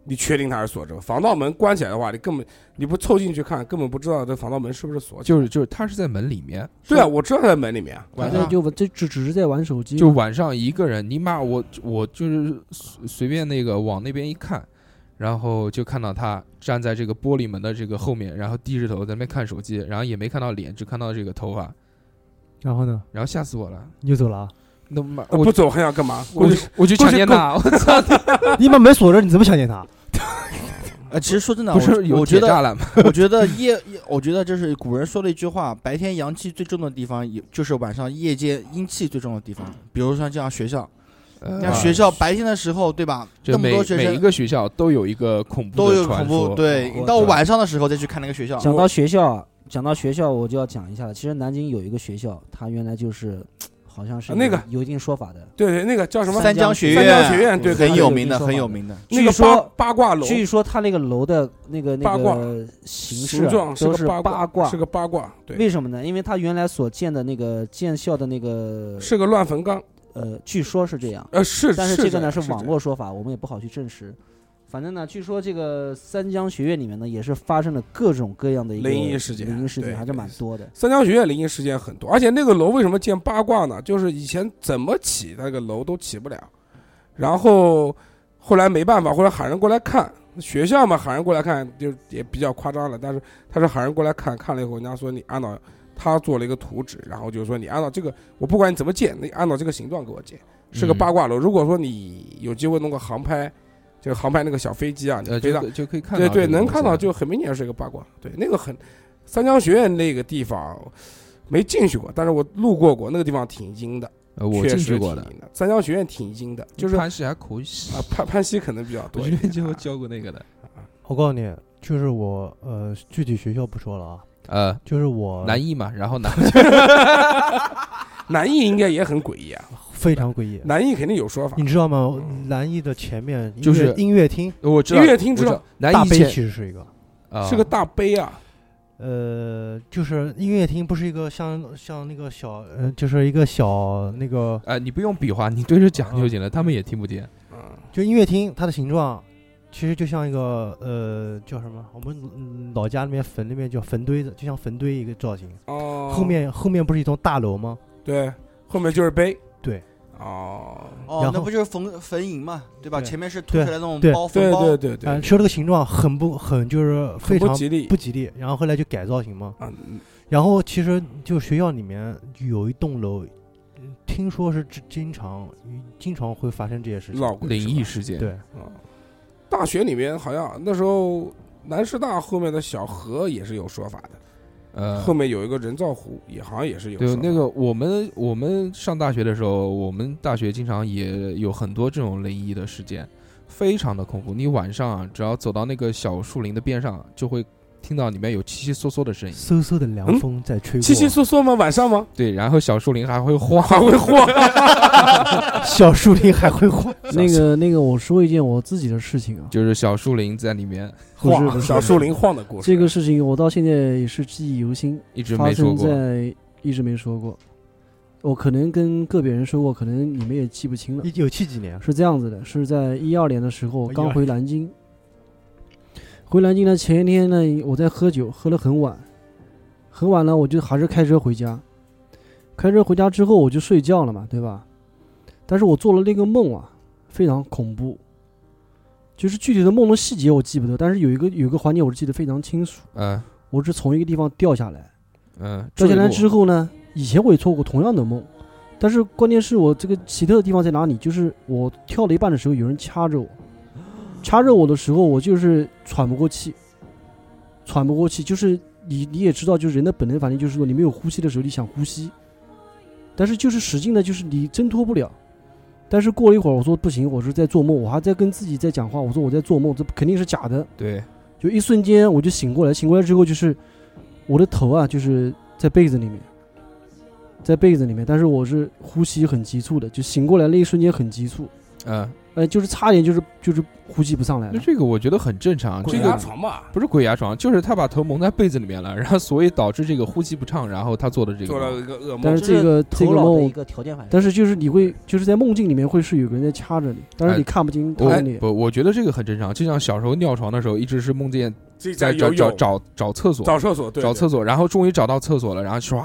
Speaker 7: 你确定它是锁着吗？防盗门关起来的话，你根本你不凑进去看，根本不知道这防盗门是不是锁起来。
Speaker 1: 就是就是他是在门里面，
Speaker 7: 对啊，我知道它在门里面啊。
Speaker 4: 晚
Speaker 6: 对，
Speaker 4: 上
Speaker 6: 就这只只是在玩手机嘛，
Speaker 1: 就晚上一个人，你妈我我就是随随便那个往那边一看，然后就看到他站在这个玻璃门的这个后面，然后低着头在那边看手机，然后也没看到脸，只看到这个头发，
Speaker 3: 然后呢，
Speaker 1: 然后吓死我了。
Speaker 3: 你就走了啊？
Speaker 1: 那妈
Speaker 7: 呃
Speaker 1: 我
Speaker 7: 不走还想干嘛？
Speaker 1: 我
Speaker 7: 就
Speaker 1: 就我去强奸他，我操！
Speaker 3: 你把门锁着，你怎么想见他？
Speaker 4: 呃，其实说真的，
Speaker 1: 不是
Speaker 4: 我
Speaker 1: 有
Speaker 4: 我
Speaker 1: 铁
Speaker 4: 觉
Speaker 1: 栅
Speaker 4: 得，
Speaker 1: 栏吗？
Speaker 4: 我觉得夜，夜我觉得这是古人说了一句话：白天阳气最重的地方，也就是晚上夜间阴气最重的地
Speaker 1: 嗯
Speaker 4: 方。比如像这样学校，你
Speaker 1: 呃
Speaker 4: 看学校白天的时候，对吧？
Speaker 1: 就
Speaker 4: 那么
Speaker 1: 每
Speaker 4: 多学
Speaker 1: 每一
Speaker 4: 生
Speaker 1: 个学校都有一个恐怖
Speaker 4: 都
Speaker 1: 的
Speaker 4: 有恐
Speaker 1: 传
Speaker 4: 怖，
Speaker 1: 说，嗯
Speaker 4: 对你到晚上的时候再去看那个学
Speaker 7: 啊
Speaker 4: 校，
Speaker 2: 讲到学校，讲到学校，我就要讲一下了。其实南京有一个学校，它原来就是，好像是
Speaker 7: 啊那
Speaker 2: 有
Speaker 7: 个
Speaker 2: 有一定说法的。
Speaker 7: 对对，那个叫什么？
Speaker 4: 三江学
Speaker 7: 三江学院对
Speaker 4: 对，
Speaker 7: 对
Speaker 4: 很
Speaker 2: 对
Speaker 4: 有
Speaker 2: 对
Speaker 4: 名的，
Speaker 2: 对
Speaker 4: 很
Speaker 2: 对
Speaker 4: 有名的。
Speaker 7: 那个
Speaker 2: 据
Speaker 7: 八
Speaker 2: 说
Speaker 7: 八卦楼，
Speaker 2: 据说它那个楼的那个那
Speaker 7: 八卦
Speaker 2: 个形式啊
Speaker 7: 形状是
Speaker 2: 都
Speaker 7: 个八
Speaker 2: 八卦
Speaker 7: 是，个八卦，对，
Speaker 2: 为什么呢？因为它原来所建的那个建校的那个
Speaker 7: 是个乱坟岗，
Speaker 2: 呃，据说是这样，
Speaker 7: 呃是，
Speaker 2: 但是这个呢
Speaker 7: 是
Speaker 2: 是
Speaker 7: 样
Speaker 2: 网，络说法，我们也不好去证实。反正呢，据说这个三江学院里面呢，也是发生了各种各样的一个
Speaker 7: 灵异事件
Speaker 2: 灵异事
Speaker 7: 对
Speaker 2: 件还是
Speaker 7: 对
Speaker 2: 蛮多的。
Speaker 7: 三江学院灵异事件很多，而且那个楼为什么建八卦呢？就是以前怎么起那个楼都起不了，然后后来没办法，后来喊人过来看。学校嘛，喊人过来看就也比较夸张了，但是他是喊人过来看，看了以后，人家说你按照他做了一个图纸，然后就说你按照这个，我不管你怎么建，你按照这个形状给我建，是个
Speaker 1: 嗯
Speaker 7: 八卦楼。如果说你有机会弄个航拍，就是航拍那个小飞机啊，你
Speaker 1: 呃，
Speaker 7: 飞
Speaker 1: 就
Speaker 7: 到
Speaker 1: 可就可以看
Speaker 7: 对
Speaker 1: 到
Speaker 7: 对，
Speaker 1: 这个
Speaker 7: 能
Speaker 1: 东西
Speaker 7: 看到
Speaker 1: 了
Speaker 7: 就很明显是一个八卦。对，那个很三江学院那个地方没进去过，但是我路过过，那个地方挺阴的，
Speaker 1: 呃我
Speaker 7: 确
Speaker 1: 进
Speaker 7: 实
Speaker 1: 去过
Speaker 7: 挺
Speaker 1: 的，
Speaker 7: 阴的。三江学院挺阴的，就是啊，
Speaker 1: 潘石还可以，
Speaker 7: 潘潘西可能比较
Speaker 1: 我
Speaker 7: 多一
Speaker 1: 这
Speaker 7: 点啊。
Speaker 1: 边就教过那个的，
Speaker 3: 我告诉你，就是我呃，具体学校不说了啊，
Speaker 1: 呃，
Speaker 3: 就是
Speaker 4: 哦
Speaker 3: 我
Speaker 1: 南艺嘛，然后南
Speaker 7: 南艺应该也很诡异啊，
Speaker 3: 非常诡异，
Speaker 7: 南艺肯定有说法
Speaker 3: 你。知道吗？南艺的前面音
Speaker 1: 就是
Speaker 3: 乐音乐厅，
Speaker 1: 我知
Speaker 7: 音
Speaker 1: 道
Speaker 7: 乐厅
Speaker 1: 我
Speaker 7: 知
Speaker 1: 知
Speaker 7: 道
Speaker 1: 道，南
Speaker 3: 大
Speaker 1: 艺
Speaker 3: 悲
Speaker 1: 前
Speaker 3: 其实是一个。
Speaker 1: 啊
Speaker 7: 是个大碑啊，
Speaker 3: 呃，就是音乐厅不是一个像像那个小，呃，就是一个小那个，
Speaker 1: 哎，你不用比划，你对着讲就行了，他们也听不见。
Speaker 7: 嗯，
Speaker 3: 就音乐厅它的形状，其实就像一个呃叫什么？我们嗯老家那边坟那边叫坟堆子，就像坟堆一个造型。
Speaker 7: 哦，
Speaker 3: 后面后面不是一栋大楼吗？
Speaker 7: 对，后面就是碑，
Speaker 3: 对，
Speaker 7: 哦，
Speaker 4: 哦
Speaker 3: 然，
Speaker 4: 那
Speaker 3: 后
Speaker 4: 不就是坟坟茔嘛，对吧？
Speaker 3: 对
Speaker 4: 前面是凸出来那种
Speaker 3: 对
Speaker 4: 包
Speaker 7: 对
Speaker 4: 坟包
Speaker 7: 对，对对，
Speaker 3: 啊，说这个形状很不很就是非
Speaker 7: 很不
Speaker 3: 常
Speaker 7: 吉利
Speaker 3: 不吉利，然后后来就改造型嘛。
Speaker 7: 啊，
Speaker 3: 然后其实就学校里面有一栋楼，嗯听说是经经常经常会发生这些事情。
Speaker 7: 老鬼
Speaker 1: 灵
Speaker 7: 是吧
Speaker 1: 异事件，
Speaker 3: 对，
Speaker 7: 啊，大学里面好像那时候南师大后面的小河也是有说法的，
Speaker 1: 呃，
Speaker 7: 后面有一个人造湖，也好像也是有
Speaker 1: 对
Speaker 7: 说法
Speaker 1: 那个我们我们上大学的时候，我们大学经常也有很多这种灵异的事件，非常的恐怖。你晚上啊，只要走到那个小树林的边上，就会听到里面有悉悉嗦嗦的
Speaker 7: 嗯
Speaker 1: 声音，
Speaker 3: 嗖嗖的凉风在吹过，
Speaker 7: 稀稀嗦嗦吗？晚上吗？
Speaker 1: 对，然后小树林还会 晃，
Speaker 7: 还会晃，
Speaker 3: 小树林还会晃。
Speaker 7: 小
Speaker 6: 那个那个，我说一件我自己的事情啊，
Speaker 1: 就是小树林在里面
Speaker 6: 不是
Speaker 7: 晃
Speaker 6: 不是
Speaker 7: 小树林晃的故事。
Speaker 6: 这个事情我到现在也是记忆犹新，
Speaker 1: 一直
Speaker 6: 发
Speaker 1: 没说
Speaker 6: 生
Speaker 1: 过。
Speaker 6: 在一直没说过。我可能跟个别人说过，可能 你们也记不清了。
Speaker 3: 一九七几年，
Speaker 6: 是这样子的，是在一二年的时候
Speaker 3: 12
Speaker 6: 刚回南京，回南京呢前一天呢我在喝酒，喝了很晚，很晚呢我就还是开车回家，开车回家之后我就睡觉了嘛，对吧？但是我做了那个梦啊，非常恐怖，就是具体的梦的细节我记不得，但是有一个有一个环节我是记得非常清楚，
Speaker 1: 嗯
Speaker 6: 我是从一个地方掉下来。
Speaker 1: 嗯，
Speaker 6: 掉下来之
Speaker 1: 后，
Speaker 6: 后呢，以前我也做过同样的梦，但是关键是我这个奇特的地方在哪里？就是我跳了一半的时候，有人掐着我，掐着我的时候，我就是喘不过气，喘不过气。就是你你也知道，就是人的本能反应就是说，你没有呼吸的时候，你想呼吸，但是就是使劲的，就是你挣脱不了。但是过了一会儿，我说不行，我是在做梦，我还在跟自己在讲话。我说我在做梦，这肯定是假的。
Speaker 1: 对，
Speaker 6: 就一瞬间我就醒过来，醒过来之后就是我的头啊，就是在被子里面，在被子里面，但是我是呼吸很急促的，就醒过来那一瞬间很急促，
Speaker 1: 嗯，
Speaker 6: 呃，就是差点就是就是呼吸不上来
Speaker 1: 那
Speaker 6: 了。
Speaker 1: 这个我觉得很正常，
Speaker 7: 鬼
Speaker 1: 这
Speaker 7: 压
Speaker 1: 个
Speaker 7: 床吧，
Speaker 1: 不是鬼压床，就是他把头蒙在被子里面了，然后所以导致这个呼吸不畅，然后他做的这个
Speaker 7: 做
Speaker 1: 梦。
Speaker 7: 了一个噩梦
Speaker 6: 但是这个这
Speaker 2: 头
Speaker 6: 个
Speaker 2: 脑的一
Speaker 6: 梦，
Speaker 2: 个条件反射。
Speaker 6: 但是就是你会就是在梦境里面会是有个人在掐着你，但
Speaker 7: 哎
Speaker 6: 是你看不清他
Speaker 1: 我
Speaker 6: 的脸。
Speaker 1: 不，我觉得这个很正常。就像小时候尿床的时候，一直是梦见
Speaker 7: 自己在
Speaker 1: 在
Speaker 7: 游
Speaker 1: 找找
Speaker 7: 泳，
Speaker 1: 找找厕所，
Speaker 7: 找厕所，对
Speaker 1: 找
Speaker 7: 所，
Speaker 1: 厕所，然后终于找到厕所了，然后唰，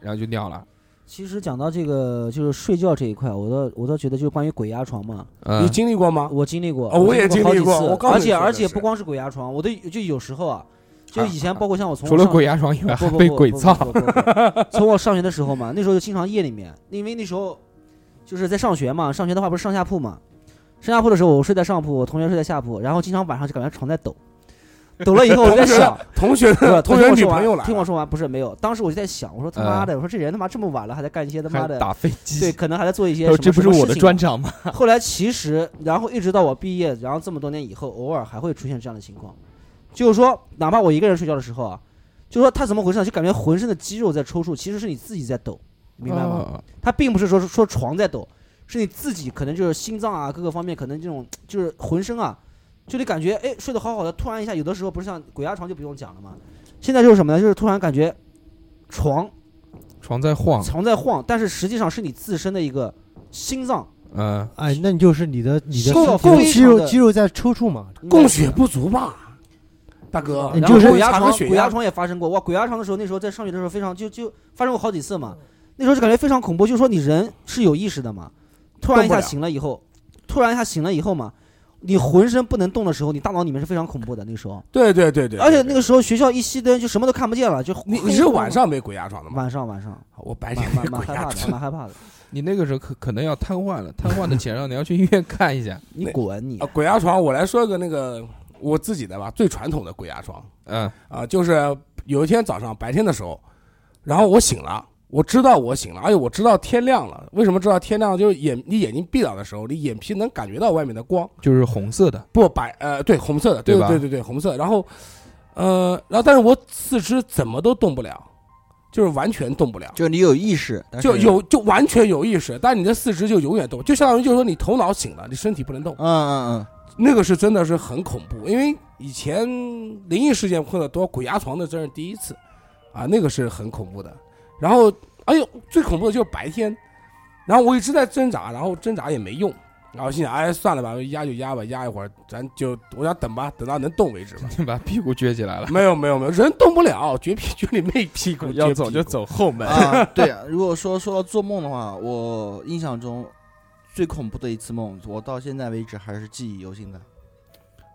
Speaker 1: 然后就尿了。
Speaker 2: 其实讲到这个就是睡觉这一块，我倒我倒觉得就是关于鬼压床嘛，
Speaker 1: 嗯
Speaker 7: 你，经历过吗？
Speaker 2: 我经历过，
Speaker 7: 哦我也
Speaker 2: 经好
Speaker 7: 经
Speaker 2: 几
Speaker 7: 历过
Speaker 2: 次，
Speaker 7: 我刚才
Speaker 2: 而且
Speaker 7: 说的
Speaker 2: 而且
Speaker 7: 是
Speaker 2: 不光是鬼压床，我的就有时候啊，就以前包括像我从
Speaker 1: 除了
Speaker 2: 上
Speaker 1: 鬼压床以外，
Speaker 2: 不
Speaker 1: 还
Speaker 2: 不
Speaker 1: 被
Speaker 2: 不
Speaker 1: 鬼
Speaker 2: 不
Speaker 1: 造。
Speaker 2: 不不不不从我上学的时候嘛，那时候就经常夜里面，因为那时候就是在上学嘛，上学的话不是上下铺嘛，上下铺的时候我睡在上铺，我同学睡在下铺，然后经常晚上就感觉床在抖，抖了以后我就在想，
Speaker 7: 同学
Speaker 2: 不是，
Speaker 7: 的，
Speaker 2: 同学
Speaker 7: 同学
Speaker 2: 我
Speaker 7: 女
Speaker 2: 说
Speaker 7: 朋友
Speaker 2: 完，
Speaker 7: 来
Speaker 2: 听
Speaker 7: 了，
Speaker 2: 我说完，不是没有，当时我就在想，我说他妈的，我说这人他妈这么晚了还在干一些他
Speaker 1: 嗯
Speaker 2: 妈
Speaker 1: 还
Speaker 2: 的，
Speaker 1: 打飞机，
Speaker 2: 对，可能还在做一些
Speaker 1: 他
Speaker 2: 什
Speaker 1: 说这
Speaker 2: 么
Speaker 1: 不是我的专。长吗？
Speaker 2: 什么事情后来其实，然后一直到我毕业，然后这么多年以后，偶尔还会出现这样的情况，就是说，哪怕我一个人睡觉的时候啊，就是说他怎么回事呢？就感觉浑身的肌肉在抽搐，其实是你自己在抖，明白吗？
Speaker 1: 哦？
Speaker 2: 他并不是说说床在抖，是你自己可能就是心脏啊各个方面可能这种就是浑身啊，就你感觉哎睡得好好的，突然一下有的时候不是像鬼压床就不用讲了嘛，现在就是什么呢？就是突然感觉床
Speaker 1: 床在
Speaker 7: 啊
Speaker 1: 晃，
Speaker 2: 床在晃，但是实际上是你自身的一个心脏
Speaker 1: 嗯，
Speaker 3: 哎，那你就是你的你的身
Speaker 2: 供
Speaker 3: 体
Speaker 2: 供
Speaker 3: 肌
Speaker 2: 非常的
Speaker 3: 肉肌肉在抽搐嘛，
Speaker 7: 供血不足吧，大哥，
Speaker 3: 你
Speaker 2: 啊然
Speaker 3: 就
Speaker 2: 后
Speaker 3: 是
Speaker 2: 嗯鬼压
Speaker 7: 查个
Speaker 2: 床，
Speaker 7: 血
Speaker 2: 鬼
Speaker 7: 压
Speaker 2: 压床也发生过。哇，鬼压床的时候，那时候在上学的时候，非常就就发生过好几次嘛。那时候就感觉非常恐怖，就是说你人是有意识的嘛，突然一
Speaker 7: 动不
Speaker 2: 下
Speaker 7: 了
Speaker 2: 醒了以后，突然一下醒了以后嘛，你浑身不能动的时候，你大脑里面是非常恐怖的。那时候，
Speaker 7: 对对对对，
Speaker 2: 而且那
Speaker 7: 个
Speaker 2: 个时候学校一熄灯就什么都看不见了，就
Speaker 7: 你你是晚上没鬼压床的吗？
Speaker 2: 晚上晚上
Speaker 7: 我白天
Speaker 2: 蛮
Speaker 7: 没
Speaker 2: 蛮蛮
Speaker 7: 哎
Speaker 2: 害
Speaker 7: 鬼压
Speaker 2: 怕的，
Speaker 7: 床，
Speaker 2: 蛮害怕的。
Speaker 1: 你那个时候可可能要瘫痪了，瘫痪的前让你要去医院看一下。
Speaker 2: 你
Speaker 7: 那
Speaker 2: 滚你
Speaker 7: 啊，！鬼压床，我来说个那个我自己的吧，最传统的鬼压床
Speaker 1: 嗯
Speaker 7: 啊，就是有一天早上白天的时候，然后我醒了，我知道我醒了，而哎且我知道天亮了。为什么知道天亮？就是眼你眼睛闭上的时候，你眼皮能感觉到外面的光，
Speaker 1: 就是红色的，
Speaker 7: 不白呃对红色的，
Speaker 1: 对
Speaker 7: 对
Speaker 1: 吧
Speaker 7: 对对对红色。然后呃，然后但是我四肢怎么都动不了，就是完全动不了。
Speaker 4: 就你有意识，但是
Speaker 7: 就有就完全有意识，但你的四肢就永远动，就相当于就是说你头脑醒了，你身体不能动
Speaker 4: 嗯，嗯
Speaker 7: 那个是真的是很恐怖。因为以前灵异事件碰的多，鬼压床的真是第一次，啊，那个是很恐怖的。然后，哎呦，最恐怖的就是白天，然后我一直在挣扎，然后挣扎也没用，然后心想，哎，算了吧，压就压吧，压一会儿，咱就我想等吧，等到能动为 止吧。
Speaker 1: 你把屁股撅起 来了，
Speaker 7: 没有没有没有，人动不了，撅屁撅你妹屁股，撅
Speaker 1: 要走
Speaker 7: 屁
Speaker 1: 就
Speaker 7: 股。
Speaker 1: 走后门
Speaker 4: 嗯。啊，对。如果 说说到做梦的话，我印象中最恐怖的一次梦，我到现在为止还是记忆犹新的。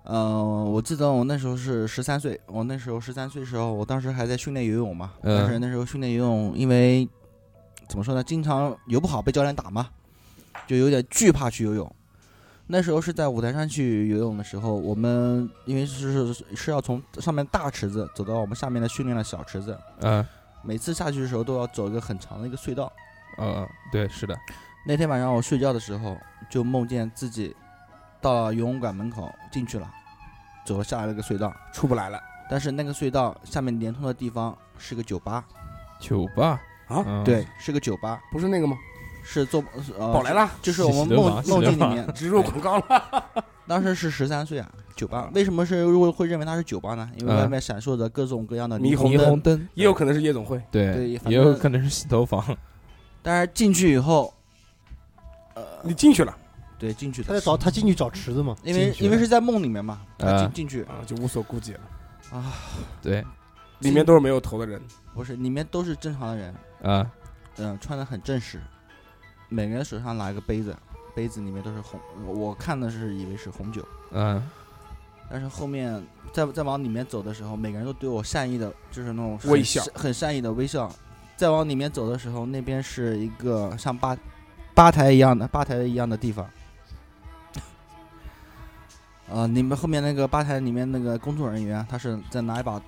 Speaker 4: 嗯，我记得我那时候是十三岁，我那时候十三岁时候，我当时还在训练游泳嘛，
Speaker 1: 嗯
Speaker 4: 但是那时候训练游泳，因为怎么说呢，经常游不好被教练打嘛，就有点惧怕去游泳。那时候是在五台山去游泳的时候，我们因为是是是要从上面大池子走到我们下面的训练的小池子，
Speaker 1: 嗯
Speaker 4: 每次下去的时候都要走一个很长的一个隧道。
Speaker 1: 呃，对，是的，
Speaker 4: 那天晚上我睡觉的时候，就梦见自己到了游泳馆门口进去了，走了下来了个隧道，
Speaker 7: 出不来了，
Speaker 4: 但是那个隧道下面连通的地方是个酒吧，
Speaker 1: 酒吧
Speaker 7: 啊
Speaker 1: 嗯
Speaker 4: 对，是个酒吧，
Speaker 7: 不是那个吗？
Speaker 4: 是做呃
Speaker 7: 宝来，了，
Speaker 4: 就是 我们
Speaker 1: 喜德
Speaker 4: 梦
Speaker 1: 玛喜德
Speaker 4: 梦境
Speaker 1: 玛
Speaker 4: 里面，
Speaker 7: 植入广告了。
Speaker 4: 当时是十三岁啊，酒吧为什么是如果会认为它是酒吧呢？因为
Speaker 1: 嗯
Speaker 4: 外面闪烁着各种各样的
Speaker 7: 霓
Speaker 4: 霓
Speaker 7: 虹
Speaker 1: 霓
Speaker 4: 灯
Speaker 1: 虹灯，
Speaker 7: 也有可能是夜总会。
Speaker 1: 对
Speaker 4: 对反，正
Speaker 1: 也有可能是洗头房，
Speaker 4: 但是进去以后，呃，
Speaker 7: 你进去了
Speaker 4: 对，进去的
Speaker 3: 他在找他进去找池子嘛，
Speaker 4: 因为
Speaker 3: 进去
Speaker 4: 因为是在梦里面嘛，他
Speaker 1: 啊
Speaker 4: 进进去
Speaker 7: 啊，就无所顾忌了。
Speaker 4: 啊，
Speaker 1: 对
Speaker 7: 里面都是没有头的人，
Speaker 4: 不是里面都是正常的人，
Speaker 1: 啊，
Speaker 4: 嗯，穿的很正式，每个人手上拿一个杯子，杯子里面都是红，我我看的是以为是红酒，
Speaker 1: 嗯
Speaker 4: 但是后面再再往里面走的时候，每个人都对我善意的，就是那种很
Speaker 7: 微笑
Speaker 4: 善很善意的微笑。再往里面走的时候，那边是一个像吧吧台一样的吧台一样的地方。啊，你们后面那个吧台里面那个工作人员，他是在拿一把，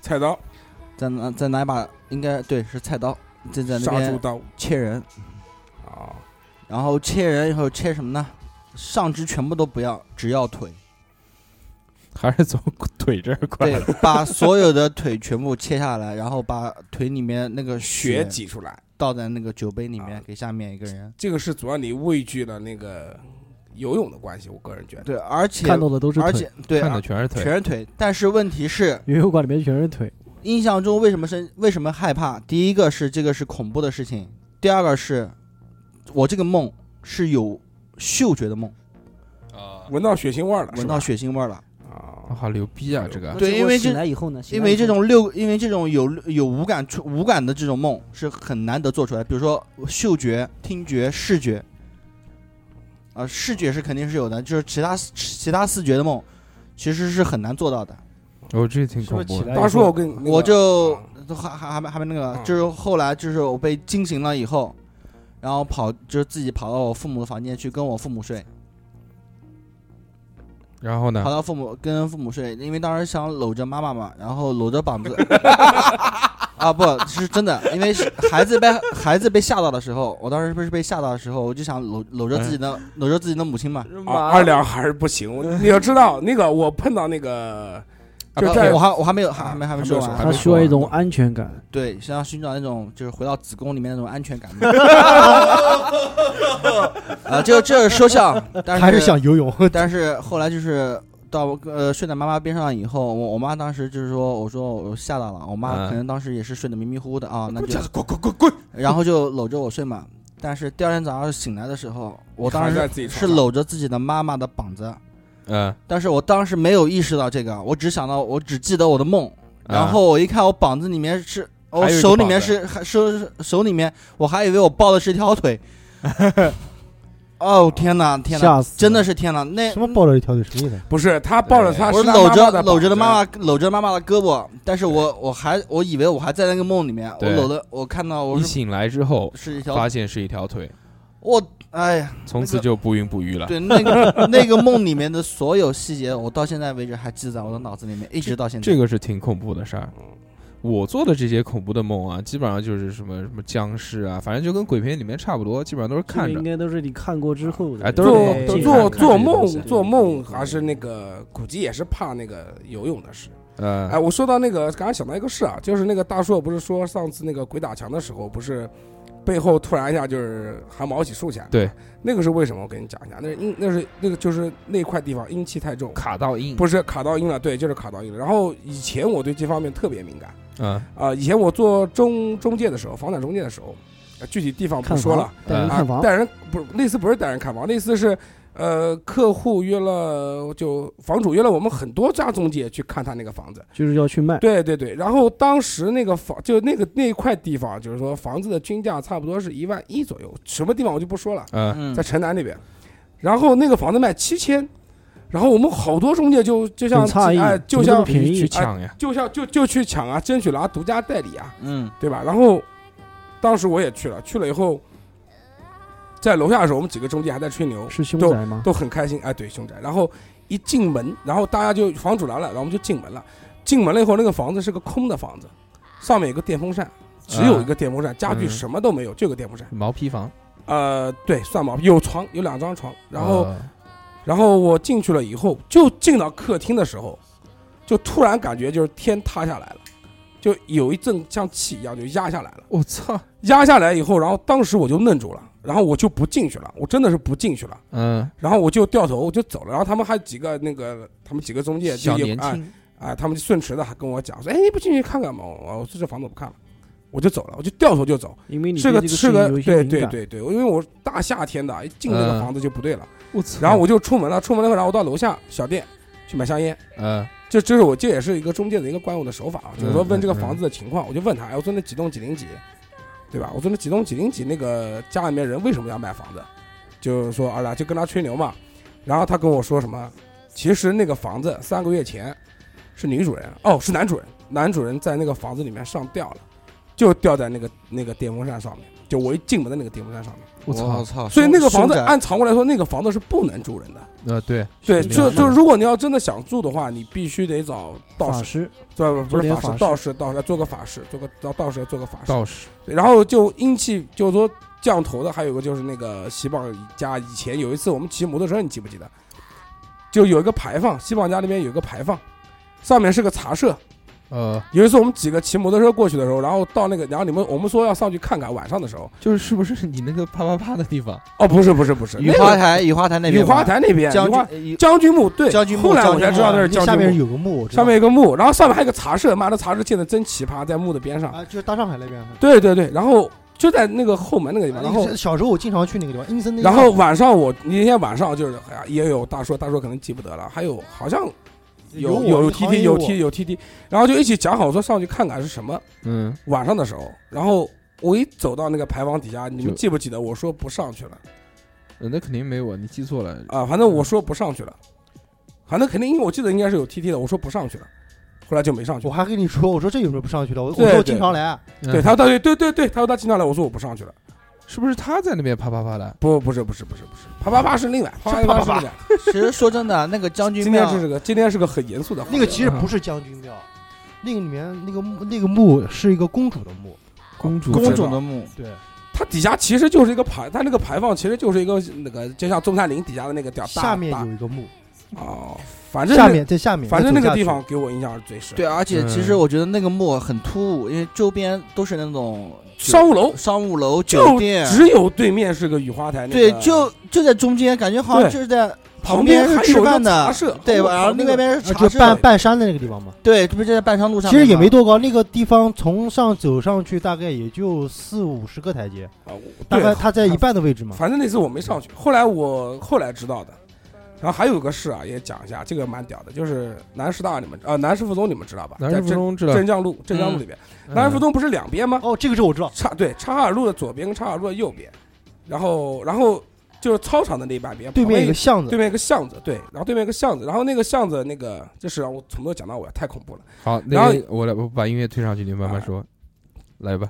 Speaker 7: 菜刀、
Speaker 4: 在拿在拿一把，应该对是菜刀，正在那
Speaker 7: 杀猪
Speaker 4: 边
Speaker 7: 刀
Speaker 4: 切人。
Speaker 7: 啊，
Speaker 4: 然后切人以后切什么呢？上肢全部都不要，只要腿。
Speaker 1: 还是从腿这儿快
Speaker 4: 对，把所有的腿全部切下来，然后把腿里面那个
Speaker 7: 血挤出来。
Speaker 4: 倒在那个酒杯里面
Speaker 7: 啊，
Speaker 4: 给下面一个人。
Speaker 7: 这个是主要你畏惧了那个游泳的关系，我个人觉得。
Speaker 4: 对，而且
Speaker 6: 看到的都是
Speaker 4: 而
Speaker 6: 腿，
Speaker 4: 且对，
Speaker 1: 看
Speaker 4: 啊
Speaker 1: 的全是腿，
Speaker 4: 全是腿。但是问题是，
Speaker 6: 游泳馆里面全是腿，
Speaker 4: 印象中为什么生为什么害怕？第一个是这个是恐怖的事情，第二个是我这个梦是有嗅觉的梦，
Speaker 1: 啊，
Speaker 7: 闻到血腥味儿了，
Speaker 4: 闻到
Speaker 7: 是
Speaker 4: 血腥味儿了。
Speaker 7: 吧啊，
Speaker 1: 好牛逼啊！这个
Speaker 2: 那
Speaker 4: 对
Speaker 2: 结
Speaker 4: 因
Speaker 2: 果
Speaker 4: 为这
Speaker 2: 醒来以后呢，醒
Speaker 4: 因
Speaker 2: 来
Speaker 4: 为
Speaker 2: 以
Speaker 4: 这
Speaker 2: 后
Speaker 4: 种六，因为这种有有五感触五感的这种梦是很难得做出来，比如说嗅觉、听觉、视觉，啊、视觉是肯定是有的，就是其他四其他视觉的梦其实是很难做到的。
Speaker 1: 我哦这挺
Speaker 3: 是不
Speaker 1: 恐
Speaker 3: 是
Speaker 1: 怖
Speaker 3: 起
Speaker 1: 的，
Speaker 3: 来以后？
Speaker 7: 大叔，我跟你那个
Speaker 4: 我就
Speaker 7: 啊
Speaker 4: 都还还还没还没那个，
Speaker 7: 嗯
Speaker 4: 就是后来就是我被惊醒了以后，然后跑就是自己跑到我父母的房间去跟我父母睡，
Speaker 1: 然后呢
Speaker 4: 跑？到父母跟父母睡，因为当时想搂着妈妈嘛，然后搂着膀子。 啊，不是真的，因为是孩子被孩子被吓到的时候，我当时不是被吓到的时候，我就想搂搂着自己的、
Speaker 7: 哎
Speaker 4: 搂着自己的母亲嘛。
Speaker 7: 啊二两还是不行。我你要知道，那个我碰到那个
Speaker 4: 啊
Speaker 7: 就
Speaker 4: 不
Speaker 7: 在
Speaker 4: 我还我还没有还还没还
Speaker 7: 还没
Speaker 4: 没说
Speaker 7: 说
Speaker 4: 完，啊
Speaker 7: 还
Speaker 6: 他
Speaker 7: 没
Speaker 6: 需要一种安全感。
Speaker 4: 对，想要寻找那种就是回到子宫里面那种安 全感。啊，就这是说笑，但是
Speaker 3: 还是想游 泳，
Speaker 4: 但是后来就是到呃睡在妈妈边上以后，我我妈当时就是说，我说我吓到了，我妈
Speaker 1: 嗯
Speaker 4: 可能当时也是睡得迷迷糊糊的啊，那就
Speaker 7: 滚滚滚滚，
Speaker 4: 然后就搂着我睡嘛。但是第二天早上醒来的时候，我当
Speaker 7: 还在
Speaker 4: 时
Speaker 7: 自己床
Speaker 4: 是
Speaker 7: 上
Speaker 4: 搂着自己的妈妈的膀子，
Speaker 1: 嗯，
Speaker 4: 但是我当时没有意识到这个，我只想到我只记得我的梦，然
Speaker 1: 啊
Speaker 4: 后我一看我膀子里面是。我
Speaker 1: 还有一个
Speaker 4: 手里面
Speaker 1: 膀子
Speaker 4: 是还手手里面，我还以为我抱的是一条 腿。哦天哪，天哪，
Speaker 6: 吓死！
Speaker 4: 真的是天哪！那
Speaker 3: 什么抱着一条腿什么意思？
Speaker 7: 不是他抱着他，
Speaker 4: 我
Speaker 7: 是他
Speaker 4: 搂
Speaker 7: 妈妈
Speaker 4: 着
Speaker 7: 的
Speaker 4: 搂着的
Speaker 7: 膀子
Speaker 4: 妈妈，搂着妈妈的胳膊，但是我我还我以为我还在那个梦里面，我
Speaker 1: 对
Speaker 4: 搂的我看到我
Speaker 1: 一
Speaker 4: 是
Speaker 1: 醒来之后
Speaker 4: 是一条
Speaker 1: 发现是一条腿，
Speaker 4: 我哎呀，
Speaker 1: 从此就不孕不育了。
Speaker 4: 对那 个那个梦里面的所有细节，我到现在为止还记在我的脑子里面，一直到现在。
Speaker 1: 这个是挺恐怖的事儿。我做的这些恐怖的梦啊，基本上就是什么什么僵尸啊，反正就跟鬼片里面差不多，基本上都是看
Speaker 6: 这个
Speaker 1: 着
Speaker 6: 应。该都是你看过之后的，
Speaker 1: 哎都是
Speaker 7: 做
Speaker 1: 对
Speaker 7: 做
Speaker 1: 对
Speaker 7: 做
Speaker 1: 对
Speaker 7: 做
Speaker 1: 对
Speaker 7: 梦
Speaker 1: 对对
Speaker 7: 做梦还是那个，估计也是怕那个游泳的事。
Speaker 1: 呃，
Speaker 7: 哎，我说到那个，刚刚想到一个事啊，就是那个大硕不是说上次那个鬼打墙的时候，不是背后突然一下就是汗毛起竖起来吗？
Speaker 1: 对，
Speaker 7: 那个是为什么？我跟你讲一下，那是阴，那是那个就是那块地方阴气太重，
Speaker 1: 卡到硬，
Speaker 7: 不是卡到阴了，对，就是卡到阴了。然后以前我对这方面特别敏感
Speaker 1: 嗯，
Speaker 7: 啊、以前我做中中介的时候，房产中介的时候，呃具体地方不
Speaker 6: 看
Speaker 7: 说
Speaker 6: 房
Speaker 7: 了。
Speaker 6: 带人
Speaker 1: 呃
Speaker 6: 看
Speaker 7: 啊，
Speaker 6: 房，
Speaker 7: 带人不是那次不是带人看房，那次是呃客户约了，就房主约了我们很多家中介去看他那个房子。
Speaker 6: 就是要去卖。
Speaker 7: 对对对，然后当时那个房就那个那一块地方，就是说房子的均价差不多是一万一左右，什么地方我就不说了，
Speaker 1: 嗯，
Speaker 4: 嗯
Speaker 7: 在，城南那边。然后那个房子卖七千，然后我们好多中介就就像
Speaker 6: 很诧异
Speaker 7: 哎，就
Speaker 6: 怎么这么
Speaker 7: 像
Speaker 6: 便宜
Speaker 1: 去抢呀，
Speaker 7: 就像就就去抢啊，争取拿独家代理啊，
Speaker 4: 嗯
Speaker 7: 对吧？然后当时我也去了，去了以后，在楼下的时候，我们几个中介还在吹牛，
Speaker 6: 是凶
Speaker 7: 都
Speaker 6: 宅吗？
Speaker 7: 都很开心。哎，对，凶宅。然后一进门，然后大家就房主来了，然后我们就进门了。进门了以后，那个房子是个空的房子，上面有个电风扇，只有一个电风扇，家具
Speaker 1: 嗯
Speaker 7: 什么都没有，就有个电风扇。
Speaker 1: 毛坯房，
Speaker 7: 呃，对，算吧，有床，有两张床。然后，
Speaker 1: 呃
Speaker 7: 然后我进去了以后，就进到客厅的时候，就突然感觉就是天塌下来了，就有一阵像气一样就压下来了。
Speaker 1: 我操，
Speaker 7: 压下来以后，然后当时我就愣住了，然后我就不进去了，我真的是不进去了，
Speaker 1: 嗯，
Speaker 7: 然后我就掉头我就走了，然后他们还有几个那个他们几个中介就
Speaker 1: 小
Speaker 7: 也
Speaker 1: 年
Speaker 7: 啊
Speaker 1: 轻，
Speaker 7: 哎啊，他们就顺驰的还跟我讲说，哎，你不进去看看吗？我我说这房子我不看了，我就走了，我就掉头就走。
Speaker 6: 因为你
Speaker 7: 是个
Speaker 6: 对这
Speaker 7: 是个
Speaker 6: 个事情有一些
Speaker 7: 对
Speaker 6: 敏
Speaker 7: 对
Speaker 6: 感
Speaker 7: 对对，因为我大夏天的，一进那个房子就不对了。
Speaker 1: 我操
Speaker 7: 然后我就出门了，出门了，然后我到楼下小店去买香烟。
Speaker 1: 呃
Speaker 7: 这这是我这也是一个中介的一个管我的手法啊，就是说
Speaker 1: 嗯
Speaker 7: 问这个
Speaker 1: 嗯
Speaker 7: 房子的情况，我就问他，哎，我说那几栋几零几，对吧？我说那几栋几零几，那个家里面人为什么要买房子？就是说啊，然后就跟他吹牛嘛。然后他跟我说什么？其实那个房子三个月前是女主人，哦，是男主人，男主人在那个房子里面上吊了，就吊在那个那个电风扇上面，就我一进门的那个电风扇上面。
Speaker 1: 我操
Speaker 4: 操！
Speaker 7: 所以那个房子
Speaker 4: 凶宅
Speaker 7: 按常规来说，那个房子是不能住人的。
Speaker 1: 呃对
Speaker 7: 对，
Speaker 1: 是
Speaker 7: 就
Speaker 1: 这样的
Speaker 7: 就如果你要真的想住的话，你必须得找道
Speaker 6: 法
Speaker 7: 士。
Speaker 6: 师，
Speaker 7: 做不
Speaker 6: 做
Speaker 7: 是
Speaker 6: 点
Speaker 7: 法
Speaker 6: 法
Speaker 7: 师，
Speaker 6: 事
Speaker 7: 道士，道士做个法事，做个道道士做个法事，
Speaker 1: 道士
Speaker 7: 对然后就阴气，就是说降头的，还有一个就是那个西棒家，以前有一次我们骑摩托车，你记不记得？就有一个牌坊，西棒家那边有一个牌坊，上面是个茶社。
Speaker 1: 呃
Speaker 7: 有一次我们几个骑摩托车过去的时候，然后到那个，然后你们我们说要上去看看，晚上的时候，
Speaker 1: 就是是不是你那个啪啪啪的地方？
Speaker 7: 哦，不是不是不是，
Speaker 4: 雨
Speaker 7: 那个
Speaker 4: 花台，雨花台那
Speaker 7: 雨
Speaker 4: 边吧，
Speaker 7: 花台那边，
Speaker 4: 将
Speaker 7: 雨花
Speaker 4: 军雨
Speaker 7: 将军墓对，
Speaker 4: 将军墓
Speaker 7: 后来我
Speaker 4: 将军墓
Speaker 7: 才
Speaker 4: 啊
Speaker 7: 知道那是
Speaker 3: 那
Speaker 7: 将
Speaker 3: 下面
Speaker 7: 军
Speaker 3: 是
Speaker 7: 墓，
Speaker 3: 有个墓，我知道
Speaker 7: 上面有个墓，然后上面还有个茶社，妈的茶社建的真奇葩，在墓的边上。
Speaker 3: 啊，就是大上海那边。啊
Speaker 7: 对对对，然后就在那个后门那个地方，
Speaker 3: 然
Speaker 7: 然后
Speaker 3: 后小时候我经常去那个地方，阴森那个
Speaker 7: 然后晚上我那天晚上就是哎呀也有大叔，大叔可能记不得了，还有好像
Speaker 3: 有
Speaker 7: 有
Speaker 3: 我好
Speaker 7: 有
Speaker 3: 像
Speaker 7: TT 有
Speaker 3: 我
Speaker 7: T 有 TT，然后就一起讲好说上去看看是什么。
Speaker 1: 嗯，
Speaker 7: 晚上的时候，然后我一走到那个牌坊底下，你
Speaker 1: 就
Speaker 7: 们记不记得我说不上去了
Speaker 1: 呃那肯定没有，啊，你记错了。
Speaker 7: 啊？反正我说不上去了，反正肯定因为我记得应该是有 TT 的，我说不上去了，后来就没上去
Speaker 3: 我。还跟你说，我说这有什么不上去的？我
Speaker 7: 对
Speaker 3: 我说我
Speaker 7: 对
Speaker 3: 经常来，啊
Speaker 7: 对，他，啊对对对对，他说他经常来，我说我不上去了。
Speaker 1: 嗯是不是他在那边啪啪啪的？
Speaker 7: 不不是不是不是不是，啪啪啪是另外，啪啪啪是另外。
Speaker 4: 其实说真的，啊那个将军
Speaker 7: 今天
Speaker 4: 庙
Speaker 7: 这是个今天是个很严肃的话题，
Speaker 3: 那个其实不是将军庙，那个里面那个墓那个墓是一个公主的墓，
Speaker 1: 公主
Speaker 4: 公
Speaker 7: 知
Speaker 4: 主
Speaker 7: 道
Speaker 4: 的墓，
Speaker 3: 对，
Speaker 7: 它底下其实就是一个牌，它那个牌坊其实就是一个那个，就像中山陵底下的那个屌大
Speaker 3: 下面
Speaker 7: 大
Speaker 3: 有一个墓，
Speaker 7: 哦，反正那
Speaker 3: 下面在下面，
Speaker 7: 反正那
Speaker 3: 再
Speaker 7: 个
Speaker 3: 走下
Speaker 7: 地
Speaker 3: 去
Speaker 7: 方给我印象是最深。
Speaker 4: 对，，啊而且其实
Speaker 1: 嗯
Speaker 4: 我觉得那个墓很突兀，因为周边都是那种酒
Speaker 7: 商务楼
Speaker 4: 商务楼、酒
Speaker 7: 就
Speaker 4: 店，啊
Speaker 7: 只有对面是个雨花台，那
Speaker 4: 对，
Speaker 7: 个
Speaker 4: 就就在中间，感觉好像
Speaker 7: 对
Speaker 4: 就是在
Speaker 7: 旁
Speaker 4: 边
Speaker 7: 还
Speaker 4: 是吃
Speaker 7: 有一个
Speaker 4: 饭
Speaker 7: 茶
Speaker 4: 的
Speaker 7: 社，哦
Speaker 4: 对吧？
Speaker 7: 旁
Speaker 4: 然后另外
Speaker 7: 边呃
Speaker 4: 边是
Speaker 3: 啊
Speaker 4: 茶
Speaker 3: 就
Speaker 4: 社，
Speaker 3: 半半山的那个地方嘛。
Speaker 4: 对，这不是在半山路上
Speaker 3: 其
Speaker 4: 面吗，
Speaker 3: 实也没多高，那个地方从上走上去大概也就四五十个台阶，
Speaker 7: 啊我
Speaker 3: 大概
Speaker 7: 对，
Speaker 3: 它在一半的位置嘛。
Speaker 7: 反正那次我没上去，后来我后来知道的。然后还有个事啊，也讲一下，这个蛮屌的，就是南师大你们啊、南师附中你们知道吧？
Speaker 1: 南师
Speaker 7: 在
Speaker 1: 附
Speaker 7: 镇
Speaker 1: 中嗯知道，
Speaker 7: 镇江路，镇江路里边，南师附中不是两边吗？
Speaker 3: 哦，这个是我知道，
Speaker 7: 叉对叉二路的左边跟叉二路的右边，然后然后就是操场的那一半边，
Speaker 3: 对
Speaker 7: 旁边
Speaker 3: 面有个巷
Speaker 7: 对
Speaker 3: 子，
Speaker 7: 面有个巷子，对，然后对面有个巷子，然后那个巷子那个就是让我从头讲到尾，太恐怖了。
Speaker 1: 好，
Speaker 7: 然
Speaker 1: 那
Speaker 7: 后
Speaker 1: 个我来，我把音乐推上去，你慢慢
Speaker 7: 啊
Speaker 1: 说，来吧。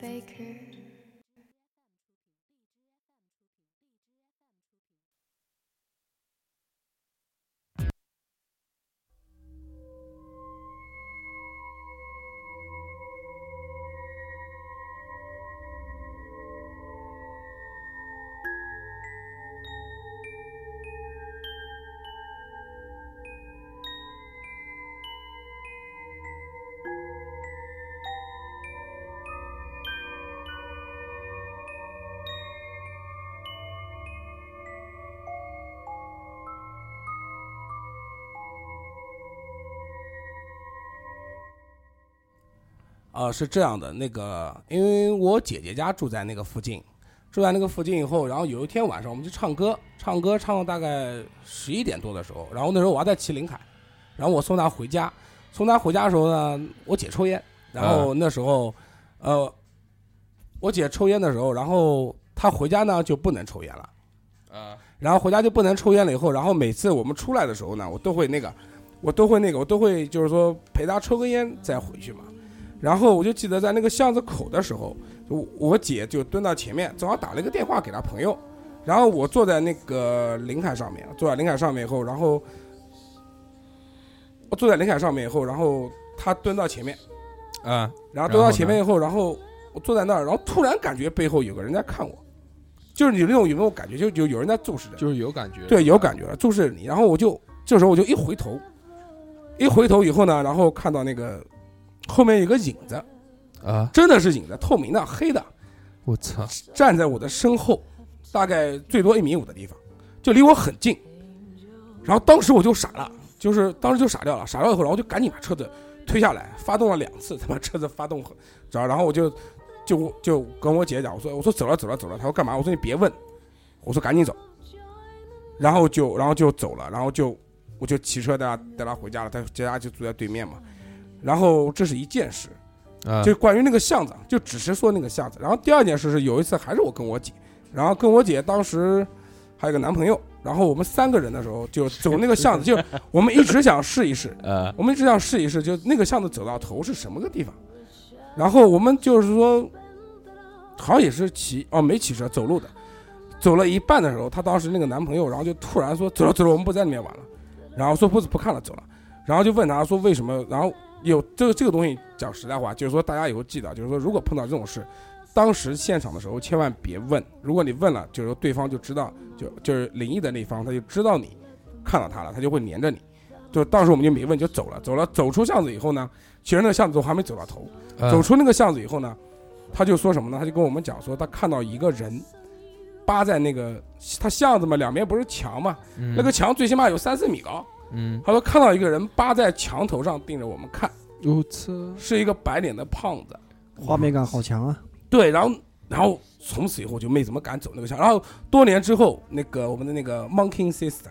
Speaker 8: Faker.
Speaker 7: 呃，是这样的，那个因为我姐姐家住在那个附近，住在那个附近以后，然后有一天晚上我们去唱歌，唱歌唱到大概十一点多的时候，然后那时候我还在骑林凯，然后我送她回家，送她回家的时候呢，我姐抽烟，然后那时候，呃，我姐抽烟的时候，然后她回家呢就不能抽烟了。
Speaker 1: 啊，
Speaker 7: 然后回家就不能抽烟了。以后，然后每次我们出来的时候呢，我都会那个，我都会那个，我都会就是说陪他抽根烟再回去嘛。然后我就记得在那个巷子口的时候，我我姐就蹲到前面，正好打了一个电话给她朋友。然后我坐在那个林海呃上面，坐在林海上面以后，然后我坐在林海上面以后，然后他蹲到前面，
Speaker 1: 啊，
Speaker 7: 然后蹲到前面以后，然后我坐在那儿，然后突然感觉背后有个人在看我，就是你那种有没有感觉，就就有人在注视着，
Speaker 1: 就是有感觉，
Speaker 7: 对，有感觉了，啊注视着你。然后我就这时候我就一回头，一回头以后呢，然后看到那个后面有个影子，
Speaker 1: 啊，
Speaker 7: 真的是影子，透明的、黑的，
Speaker 1: 我操，
Speaker 7: 站在我的身后，大概最多一米五的地方，就离我很近。然后当时我就傻了，就是当时就傻掉了，傻掉以后，然后就赶紧把车子推下来，发动了两次，他妈车子发动，然后然后我就就就跟我姐讲，我说我说走了走了走了，她说干嘛？我说你别问，我说赶紧走，然后就然后就走了，然后就我就骑车带她带她回家了，她家就住在对面嘛。然后这是一件事，
Speaker 1: 啊，
Speaker 7: 就关于那个巷子，就只是说那个巷子。然后第二件事是有一次还是我跟我姐，然后跟我姐当时还有个男朋友，然后我们三个人的时候就走那个巷子，就我们一直想试一试，
Speaker 1: 呃，
Speaker 7: 我们一直想试一试，就那个巷子走到头是什么个地方。然后我们就是说，好像也是骑哦没骑车走路的，走了一半的时候，她当时那个男朋友，然后就突然说走了走了，我们不在里面玩了，然后说不不看了走了，然后就问他说为什么，然后有这个这个东西讲实在话，就是说大家以后记得，啊就是说如果碰到这种事，当时现场的时候千万别问，如果你问了，就是说对方就知道，就就是灵异的那一方他就知道你看到他了，他就会黏着你。就当时我们就没问，就走了，走了，走出巷子以后呢，其实那个巷子都还没走到头，
Speaker 1: 嗯
Speaker 7: 走出那个巷子以后呢，他就说什么呢？他就跟我们讲说，他看到一个人扒在那个他巷子嘛，两边不是墙嘛，
Speaker 1: 嗯
Speaker 7: 那个，墙最起码有三四米高。
Speaker 1: 嗯，
Speaker 7: 他说看到一个人扒在墙头上盯着我们看，
Speaker 1: 我操，
Speaker 7: 是一个白脸的胖子。
Speaker 6: 画面感好强 啊！
Speaker 7: 对，然后然后从此以后我就没怎么敢走那个巷。然后多年之后，那个我们的那个 Monkey Sister。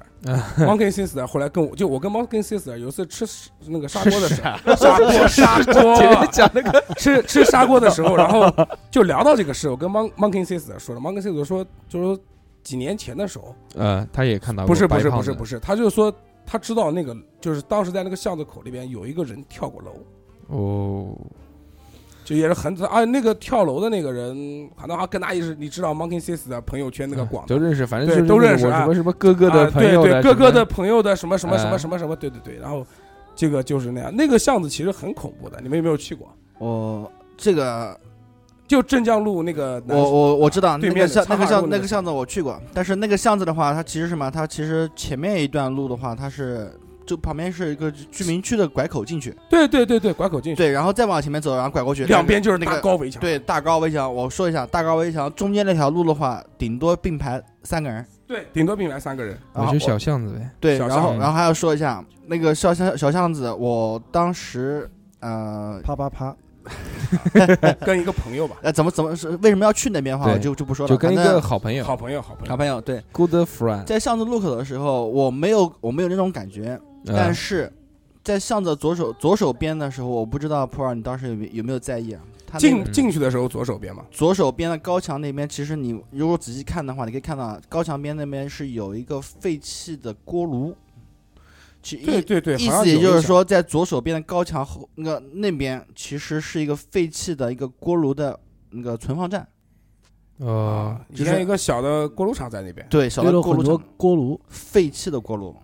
Speaker 7: Monkey Sister 后来跟我就我跟 Monkey Sister 有一次吃那 个砂锅的
Speaker 1: 啊
Speaker 7: 时候，砂锅砂锅
Speaker 1: 讲那个，
Speaker 7: 吃吃砂锅的时候，然后就聊到这个事，我跟 Mon Monkey Sister 说了，Monkey Sister 说就是说几年前的时候，
Speaker 1: 呃，他也看到
Speaker 7: 不是不是不是不
Speaker 1: 是，
Speaker 7: 是，他就说他知道那个就是当时在那个巷子口那边有一个人跳过楼，
Speaker 1: 哦，
Speaker 7: 就也是很早啊，那个跳楼的那个人，好像还跟他也是，你知道 Monkey Sister 的朋友圈那
Speaker 4: 哎
Speaker 7: 个广
Speaker 1: 嗯都认识，反正
Speaker 7: 对
Speaker 1: 就是
Speaker 7: 都
Speaker 1: 那个
Speaker 7: 认识
Speaker 1: 我
Speaker 7: 啊
Speaker 1: 什么什么哥哥
Speaker 7: 啊
Speaker 1: 的朋友
Speaker 7: 对
Speaker 1: 的
Speaker 7: 对，哥
Speaker 1: 什
Speaker 7: 哥
Speaker 1: 么
Speaker 7: 的朋友的什么什么什
Speaker 1: 哎
Speaker 7: 么什么什么，对对对，然后这个就是那样，那个巷子其实很恐怖的，你们有没有去过？
Speaker 4: 我这个
Speaker 7: 就镇江路那个
Speaker 4: 我
Speaker 7: 南，
Speaker 4: 我我知道
Speaker 7: 对
Speaker 4: 那
Speaker 7: 面
Speaker 4: 个
Speaker 7: 的
Speaker 4: 巷那
Speaker 7: 茶
Speaker 4: 个
Speaker 7: 马路
Speaker 4: 巷
Speaker 7: 那
Speaker 4: 那
Speaker 7: 个
Speaker 4: 个巷子我去过，但是那个巷子的话，它其实什么？它其实前面一段路的话，它是就旁边是一个居民区的拐口进去，
Speaker 7: 对对对对，拐口进去，
Speaker 4: 对，然后再往前面走，然后拐过去，
Speaker 7: 两边就是
Speaker 4: 那
Speaker 7: 大
Speaker 4: 个
Speaker 7: 高围墙，
Speaker 4: 对大高围墙。我说一下，大高围墙中间那条路的话，顶多并排三个人。
Speaker 7: 对，顶多并排三 个人，
Speaker 4: 然
Speaker 1: 我
Speaker 4: 后
Speaker 1: 去
Speaker 4: 我
Speaker 1: 小巷子呗，
Speaker 4: 对，
Speaker 7: 小嗯
Speaker 4: 然后
Speaker 1: 巷
Speaker 4: 然后还要说一下那个小巷小巷子，我当时呃
Speaker 6: 啪啪啪！
Speaker 7: 跟一个朋友吧，
Speaker 4: 呃怎么怎么是为什么要去那边的话，
Speaker 1: 对
Speaker 4: 我就就不说了，
Speaker 1: 就跟一
Speaker 4: 反正
Speaker 1: 个好朋友
Speaker 7: 好朋友，好朋
Speaker 4: 好
Speaker 7: 友，
Speaker 4: 朋友对，
Speaker 1: ，good friend，
Speaker 4: 在巷子路口的时候，我没有我没有那种感觉，但
Speaker 1: 呃
Speaker 4: 是在巷子左手左手边的时候，我不知道普洱你当时有没有没有在意啊？他那
Speaker 7: 进
Speaker 4: 个
Speaker 7: 进去的时候左手边嘛，
Speaker 4: 左手边的高墙那边，其实你如果仔细看的话，你可以看到高墙边那边是有一个废弃的锅炉。其
Speaker 7: 对
Speaker 4: 意
Speaker 7: 对对，
Speaker 4: 意
Speaker 7: 好像
Speaker 4: 思也
Speaker 7: 有
Speaker 4: 就
Speaker 7: 印
Speaker 4: 是
Speaker 7: 象，
Speaker 4: 说，在左手边的高墙后那个那边其实是一个废弃的一个锅炉的那个存放站。
Speaker 1: 呃，
Speaker 7: 以
Speaker 4: 就是
Speaker 7: 前一个小的锅炉厂在那边，
Speaker 4: 对，小
Speaker 6: 堆
Speaker 4: 的
Speaker 6: 了
Speaker 4: 锅
Speaker 6: 很
Speaker 4: 炉
Speaker 6: 多
Speaker 4: 厂，
Speaker 6: 锅炉，
Speaker 4: 废弃的锅炉。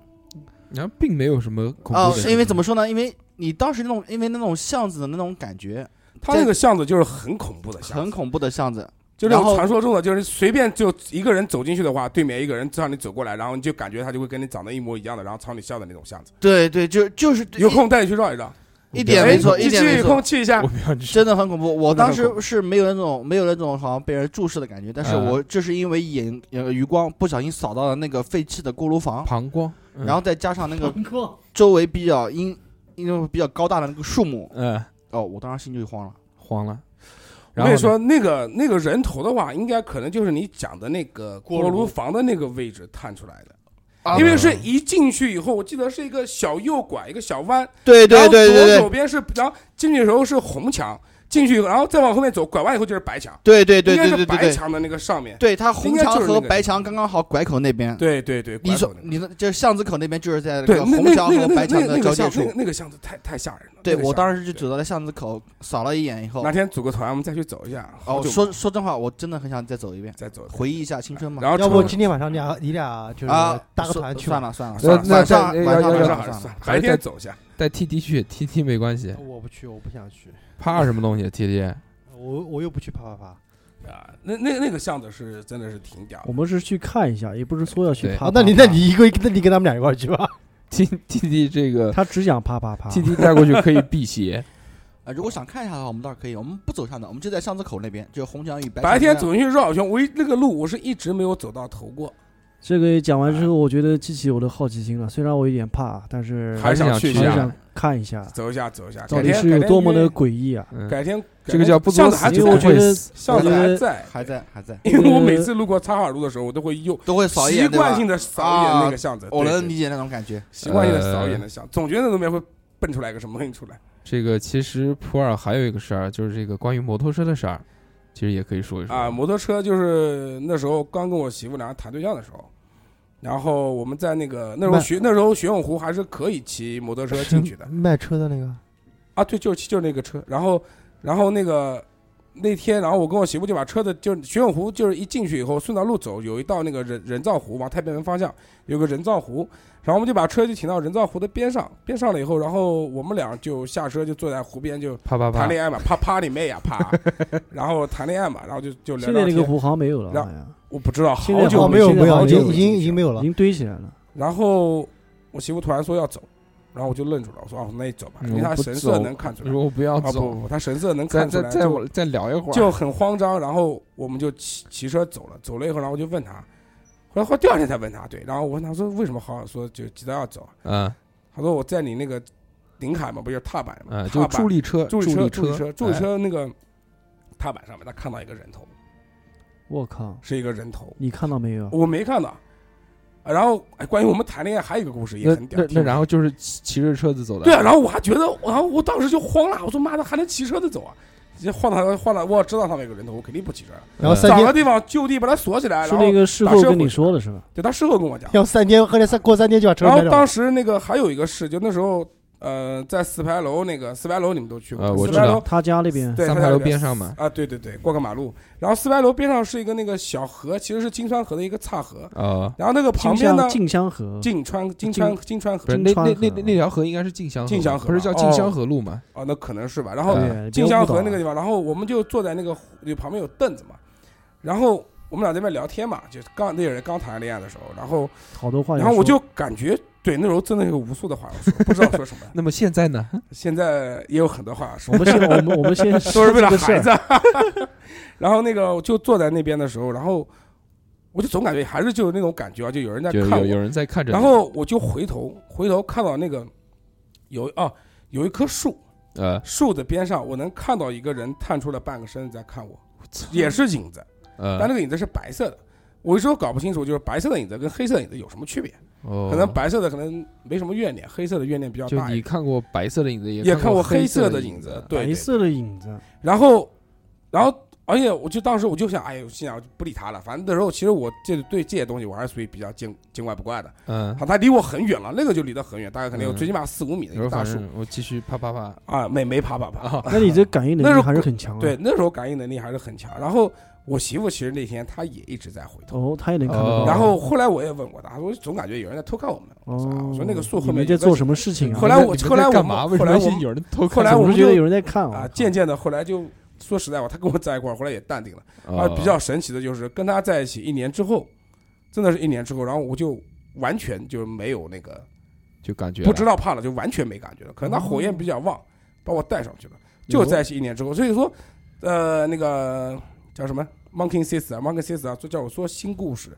Speaker 1: 然后并没有什么恐
Speaker 4: 哦，
Speaker 1: 怖的，
Speaker 4: 是因为怎么？说呢？因为你当时那种因为那种巷子的那种感觉，
Speaker 7: 他那个巷子就是很恐怖的巷子，
Speaker 4: 很恐怖的巷子。
Speaker 7: 就那
Speaker 4: 然
Speaker 7: 种
Speaker 4: 后
Speaker 7: 传说中的，就是随便就一个人走进去的话，对面一个人让你走过来，然后你就感觉他就会跟你长得一模一样的，然后朝你笑的那种巷子。
Speaker 4: 对对，就就是
Speaker 7: 有空带你去绕一绕，
Speaker 4: 一点没错，
Speaker 7: 哎
Speaker 4: 一
Speaker 7: 去
Speaker 4: 点没
Speaker 7: 有空
Speaker 4: 错，
Speaker 7: 去一下
Speaker 1: 我。不要去，
Speaker 4: 真的很恐怖。我
Speaker 7: 真
Speaker 4: 当
Speaker 7: 的很恐
Speaker 4: 时
Speaker 7: 怖
Speaker 4: 是没有那种没有那种好像被人注视的感觉，但是
Speaker 1: 嗯
Speaker 4: 我这是因为眼呃余光不小心扫到了那个废弃的锅炉房，
Speaker 1: 膀胱，嗯
Speaker 4: 然后再加上那个周围比较阴。因为比较高大的那个树木，
Speaker 1: 呃，
Speaker 4: 哦，我当时心就慌了。
Speaker 1: 慌了，
Speaker 7: 我
Speaker 1: 然
Speaker 7: 跟
Speaker 1: 后
Speaker 7: 你说，那个那个人头的话，应该可能就是你讲的那个锅炉房的那个位置探出来的，
Speaker 4: 啊
Speaker 7: 因为是一进去以后，我记得是一个小右拐，一个小弯，
Speaker 4: 对
Speaker 7: 然
Speaker 4: 对
Speaker 7: 后
Speaker 4: 对
Speaker 7: 左
Speaker 4: 对
Speaker 7: 手边是，然后进去的时候是红墙，进去然后再往后面走，拐弯以后就是白墙，
Speaker 4: 对对对对
Speaker 7: 应该
Speaker 4: 对对
Speaker 7: 是白
Speaker 4: 对，
Speaker 7: 墙的那个上面，
Speaker 4: 对它
Speaker 7: 应
Speaker 4: 红
Speaker 7: 该就
Speaker 4: 墙
Speaker 7: 是那
Speaker 4: 和
Speaker 7: 个
Speaker 4: 白墙刚刚好拐口那边。
Speaker 7: 对对对，拐
Speaker 4: 你
Speaker 7: 口
Speaker 4: 说
Speaker 7: 那个
Speaker 4: 你的就是巷子口那边就是在那
Speaker 7: 对
Speaker 4: 个
Speaker 7: 那
Speaker 4: 红
Speaker 7: 那
Speaker 4: 墙
Speaker 7: 那
Speaker 4: 和
Speaker 7: 个
Speaker 4: 白
Speaker 7: 那
Speaker 4: 墙
Speaker 7: 个
Speaker 4: 的
Speaker 7: 那
Speaker 4: 交
Speaker 7: 个
Speaker 4: 界
Speaker 7: 巷子，那
Speaker 4: 处
Speaker 7: 个。那个巷子太太吓人了。
Speaker 4: 对
Speaker 7: 那个
Speaker 4: 我
Speaker 7: 巷子
Speaker 4: 当时就
Speaker 7: 对
Speaker 4: 走到了巷子口，扫了一眼以后
Speaker 7: 哪，天组个团，我们再去走一下。好
Speaker 4: 哦，
Speaker 7: 久
Speaker 4: 说说真话，我真的很想再走一遍，
Speaker 7: 再走一遍，
Speaker 4: 回忆一下青春嘛。
Speaker 7: 然后
Speaker 3: 要不
Speaker 7: 车
Speaker 3: 今天晚上你俩你俩就是
Speaker 4: 啊，
Speaker 3: 搭个
Speaker 4: 算
Speaker 3: 团去吧
Speaker 4: 算了算了
Speaker 1: 那
Speaker 4: 算了
Speaker 1: 那再
Speaker 4: 算了晚上
Speaker 1: 要
Speaker 4: 晚
Speaker 1: 要
Speaker 4: 上
Speaker 1: 要
Speaker 4: 晚上
Speaker 7: 白天走一下，
Speaker 1: 带 TT 去，TT 没关系。
Speaker 3: 我不去，我不想去，
Speaker 1: 怕什么东西？TT 啊
Speaker 3: 我我又不去啪啪啪。
Speaker 7: 啊，那那那个巷子是真的是挺屌的
Speaker 6: 我。们是去看一下，也不是说要去
Speaker 1: 对
Speaker 6: 啪
Speaker 3: 啊
Speaker 7: 哦
Speaker 6: 啪，啪。
Speaker 3: 那你那你一个，那你跟他们俩一块儿去吧。
Speaker 1: T TT 这个
Speaker 6: 他只想啪
Speaker 7: 啊
Speaker 6: 啪啪。
Speaker 1: TT 带过去可以辟 邪，
Speaker 4: 啊，如果想看一下的话，我们倒是可以，我们不走巷子，我们就在巷子口那边，就是红墙与白啊
Speaker 7: 白
Speaker 4: 白
Speaker 7: 天走进去绕一圈，我一那个路我是一直没有走到头过，
Speaker 6: 这个讲完之后，我觉得激起我的好奇心了。虽然我有点怕，但是
Speaker 1: 还
Speaker 7: 还
Speaker 1: 是想
Speaker 7: 去
Speaker 1: 去
Speaker 6: 还
Speaker 1: 一
Speaker 6: 是
Speaker 1: 下
Speaker 6: 想看一下，
Speaker 7: 走一下走一下，
Speaker 6: 到
Speaker 7: 改
Speaker 6: 底
Speaker 7: 天
Speaker 6: 是有多么的诡异啊！
Speaker 1: 嗯，
Speaker 7: 改天
Speaker 1: 这个叫不
Speaker 7: 巷
Speaker 1: 作
Speaker 7: 子还
Speaker 1: 死
Speaker 6: 因
Speaker 7: 在
Speaker 6: 为我觉得
Speaker 7: 巷子还
Speaker 6: 我觉
Speaker 7: 在，
Speaker 4: 还在还在，
Speaker 7: 因为我
Speaker 6: 呃
Speaker 7: 每次路过擦海路的时候，我都会用
Speaker 4: 都会扫一
Speaker 7: 习
Speaker 4: 眼，对吧啊
Speaker 7: 惯性的扫一眼那个巷子，
Speaker 4: 我
Speaker 7: 对
Speaker 4: 能
Speaker 7: 对
Speaker 4: 理解那种感觉。
Speaker 7: 习惯性的扫一眼的巷，总觉得那边会蹦出来个什么东西出来
Speaker 1: 这个其实普洱还有一个事儿，就是这个关于摩托车的事儿，其实也可以说一说
Speaker 7: 啊。。摩托车就是那时候刚跟我媳妇俩谈对象的时候。然后我们在那个那时候
Speaker 3: 慢
Speaker 7: 学那时候学永湖还是可以骑摩托车进去的，
Speaker 3: 卖车的那个，
Speaker 7: 啊，对，就是就是那个车，然后然后那个那天，然后我跟我媳妇就把车子就是玄武湖，就是一进去以后顺着路走，有一道那个人人造湖，往太平门方向有个人造湖，然后我们就把车就停到人造湖的边上，边上了以后，然后我们俩就下车就坐在湖边就
Speaker 1: 啪啪啪
Speaker 7: 谈！恋爱嘛，啪啪你妹呀啪，然后谈恋爱嘛，然后就就聊
Speaker 6: 现在
Speaker 7: 聊
Speaker 6: 那个
Speaker 7: 天，
Speaker 6: 湖好像没有了，
Speaker 7: 然
Speaker 6: 好像
Speaker 7: 我不知道
Speaker 6: 现在
Speaker 7: 好
Speaker 6: 就
Speaker 7: 久
Speaker 3: 哦，
Speaker 6: 好
Speaker 7: 没
Speaker 3: 没
Speaker 7: 有，
Speaker 3: 有
Speaker 6: 现在
Speaker 3: 没
Speaker 6: 好
Speaker 3: 有，已
Speaker 6: 久
Speaker 3: 经
Speaker 6: 没
Speaker 3: 已经已经没有
Speaker 6: 已
Speaker 3: 了。
Speaker 6: 经堆起来了。
Speaker 7: 然后我媳妇突然说要走，然后我就愣住了，我说哦那你走吧，因为
Speaker 1: 嗯
Speaker 7: 她
Speaker 1: 我不
Speaker 7: 神
Speaker 1: 走
Speaker 7: 色能看出来，
Speaker 1: 如果不要
Speaker 7: 啊不
Speaker 1: 走，
Speaker 7: 不，她神色能
Speaker 1: 再
Speaker 7: 看出
Speaker 1: 再
Speaker 7: 来，
Speaker 1: 再
Speaker 7: 就
Speaker 1: 我再聊一会儿，
Speaker 7: 就很慌张，然后我们就骑骑车走了，走了以后，然后我就问他，后来后来第二天才问他，对，然后我问他说为什么好好说就急着要走，
Speaker 1: 嗯
Speaker 7: 他说我在你那个顶海嘛，不是踏板嘛，
Speaker 1: 嗯，
Speaker 7: 踏
Speaker 1: 就
Speaker 7: 板
Speaker 1: 助力车，
Speaker 7: 呃助力
Speaker 1: 车，
Speaker 7: 助力车助
Speaker 1: 哎
Speaker 7: 力车那个踏板上面，他看到一个人头，
Speaker 6: 我靠，
Speaker 7: 是一个人头，
Speaker 6: 你看到没有？
Speaker 7: 我没看到。啊然后，哎，关于我们谈恋爱还有一个故事也
Speaker 1: 那
Speaker 7: 很屌
Speaker 1: 那，那
Speaker 7: 挺
Speaker 1: 然后就是骑骑着车子走的，
Speaker 7: 对啊，然后我还觉得，然后我当时就慌了，我说妈的还能骑车子走啊？直接晃到晃到，我知道上面有个人头，我肯定不骑车了，
Speaker 3: 然后
Speaker 1: 呃
Speaker 3: 三
Speaker 7: 找
Speaker 3: 天
Speaker 7: 个地方就地把它锁起来，
Speaker 6: 是
Speaker 7: 然后
Speaker 6: 那个事
Speaker 7: 打
Speaker 6: 后
Speaker 7: 车
Speaker 6: 跟
Speaker 7: 回
Speaker 6: 你
Speaker 7: 去
Speaker 6: 说的是吧？
Speaker 7: 对他事后跟我讲。
Speaker 3: 要三天，后来三过三天就把车
Speaker 7: 然
Speaker 3: 卖
Speaker 7: 后
Speaker 3: 掉。
Speaker 7: 哦当时那个还有一个事，就那时候呃，在四牌楼那个四牌楼你们都去过，
Speaker 1: 呃我
Speaker 7: 四
Speaker 1: 知
Speaker 7: 牌
Speaker 1: 道
Speaker 7: 楼
Speaker 6: 他家那边
Speaker 7: 对
Speaker 1: 三
Speaker 7: 它
Speaker 1: 牌
Speaker 7: 在
Speaker 1: 楼
Speaker 7: 那边
Speaker 1: 边上嘛，
Speaker 7: 啊，对对对，过个马路，然后四牌楼边上是一个那个小河，其实是金川河的一个岔河，
Speaker 1: 呃，
Speaker 7: 然后那个
Speaker 6: 金
Speaker 7: 旁边呢
Speaker 6: 乡，金乡河，
Speaker 7: 金川金川金川河
Speaker 1: 不是
Speaker 6: 金
Speaker 1: 那
Speaker 6: 川
Speaker 1: 那那
Speaker 6: 河
Speaker 1: 那那条河应该是静香河吧，
Speaker 7: 静香河
Speaker 1: 不是叫
Speaker 7: 吧
Speaker 1: 静香
Speaker 7: 哦
Speaker 1: 河路嘛？
Speaker 7: 哦，那可能是吧。然后
Speaker 6: 对，
Speaker 7: 金
Speaker 6: 乡
Speaker 7: 香河那个地方，然后我们就坐在那个湖旁边有凳子嘛，然后我们俩在那边聊天嘛，就是刚那个人刚谈恋爱的时候，然后
Speaker 6: 好多话要
Speaker 7: 然
Speaker 6: 说。
Speaker 7: 后我就感觉对那时候真的有无数的话要说，不知道说什 么，
Speaker 1: 那么现在呢？
Speaker 7: 现在也有很多话要说
Speaker 6: 我。们先我们我们先
Speaker 7: 都是为了
Speaker 6: 说这个事
Speaker 7: 孩
Speaker 6: 儿
Speaker 7: 子。 然后那个我就坐在那边的时候，然后我就总感觉还是就有那种感觉啊，就有人在
Speaker 1: 就
Speaker 7: 看
Speaker 1: 有有
Speaker 7: 我。
Speaker 1: 人在看着你，
Speaker 7: 然后我就回头，回头看到那个有啊有一棵树，
Speaker 1: 呃，
Speaker 7: 树的边上我能看到一个人探出了半个身子在看我，也是影子，
Speaker 1: 呃，
Speaker 7: 但那个影子是白色的。我一直都搞不清楚，就是白色的影子跟黑色的影子有什么区别？
Speaker 1: 哦
Speaker 7: 可能白色的可能没什么怨念，黑色的怨念比较
Speaker 1: 就
Speaker 7: 大一
Speaker 1: 你
Speaker 7: 点。
Speaker 1: 看过白色的影子，也
Speaker 7: 也
Speaker 1: 看
Speaker 7: 看过黑
Speaker 1: 色
Speaker 7: 色的影
Speaker 1: 影
Speaker 7: 子，，对，
Speaker 6: 白
Speaker 7: 对
Speaker 6: 色的影子，
Speaker 7: 然后，然后，而且我就当时我就想，哎呦，心想不理他了。反正那时候其实我这对这些东西我还是属于比较见见怪不怪的。
Speaker 1: 嗯，
Speaker 6: 啊
Speaker 7: 好，他离我很远了，那个就离得很远，大概可能有
Speaker 1: 嗯
Speaker 7: 最起码四五米的一
Speaker 1: 然
Speaker 7: 个
Speaker 1: 后
Speaker 7: 大
Speaker 6: 啊
Speaker 1: 反
Speaker 7: 树
Speaker 1: 正我继续啪啪啪
Speaker 7: 啊，没没爬爬爬。
Speaker 1: 啊，
Speaker 6: 那你这感应
Speaker 7: 那
Speaker 6: 能
Speaker 7: 是
Speaker 6: 力还是很强啊。
Speaker 7: 对，，那时候感应能力还是很强。然后我媳妇其实那天她也一直在回头。
Speaker 6: 哦，他也能看得
Speaker 1: 哦
Speaker 6: 到。
Speaker 7: 然后后来我也问过她，她说总感觉有人在偷看我们。我说啊
Speaker 6: 哦
Speaker 7: 我说那个树
Speaker 6: 你
Speaker 7: 后
Speaker 6: 们
Speaker 7: 面
Speaker 6: 在
Speaker 7: 有个
Speaker 6: 做什么事情啊？
Speaker 7: 后来我
Speaker 1: 你们在
Speaker 7: 后来我
Speaker 1: 干嘛？
Speaker 7: 们
Speaker 1: 为什
Speaker 7: 后
Speaker 1: 么
Speaker 7: 来
Speaker 1: 要
Speaker 7: 我们
Speaker 1: 有人偷
Speaker 7: 后
Speaker 1: 看
Speaker 7: 来
Speaker 1: 我
Speaker 7: 我
Speaker 6: 总
Speaker 1: 们？
Speaker 7: 们
Speaker 6: 是觉得
Speaker 7: 就
Speaker 6: 有人在看我
Speaker 7: 啊，渐渐的后来就说实在话，她跟我在一块儿，后来也淡定了。啊，
Speaker 1: 哦
Speaker 7: 比较神奇的就是跟他在一起一年之后，真的是一年之后，然后我就完全就没有那个
Speaker 1: 就感觉
Speaker 7: 不知
Speaker 1: 道
Speaker 7: 道怕了，就完全没感觉了。可能他火焰比较旺，把我带上去了，就在一起一年之
Speaker 1: 嗯
Speaker 7: 后，所以说，呃，那个叫什么 Monkey Sis 啊，Monkey Sis 啊，就叫我说新故事，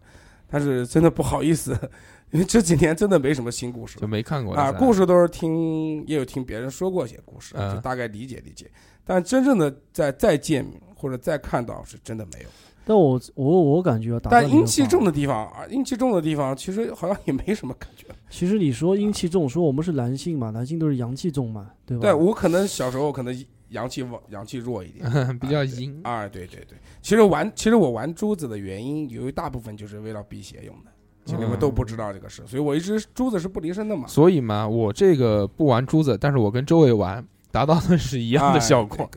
Speaker 7: 但是真的不好意思， 因为这几年真的没什么新故事了
Speaker 1: 就没看过
Speaker 7: 啊，故
Speaker 1: 事
Speaker 7: 事都是听，也有听别人说过一些故事，啊
Speaker 1: 嗯
Speaker 7: 就大概理解理解。但真正的再再见或者再看到，是真的没有。
Speaker 6: 但我我我感觉啊，打断
Speaker 7: 但
Speaker 6: 你
Speaker 7: 阴
Speaker 6: 的
Speaker 7: 气
Speaker 6: 话
Speaker 7: 重的地方啊，阴气重的地方，其实好像也没什么感觉。
Speaker 6: 其实你说阴气重，说我们是男性嘛，男性都是阳气重嘛，对吧？
Speaker 7: 对我可能小时候可能阳气旺，阳气弱一 点
Speaker 1: 比较阴，
Speaker 7: 啊。对对对，其实玩，其实我玩珠子的原因有一大部分就是为了辟邪用的，其实你们
Speaker 1: 嗯
Speaker 7: 都不知道这个事，所以我一直珠子是不离身的嘛。
Speaker 1: 所以嘛，我这个不玩珠子，但是我跟周围玩，达到的是一
Speaker 7: 一
Speaker 1: 样的效果。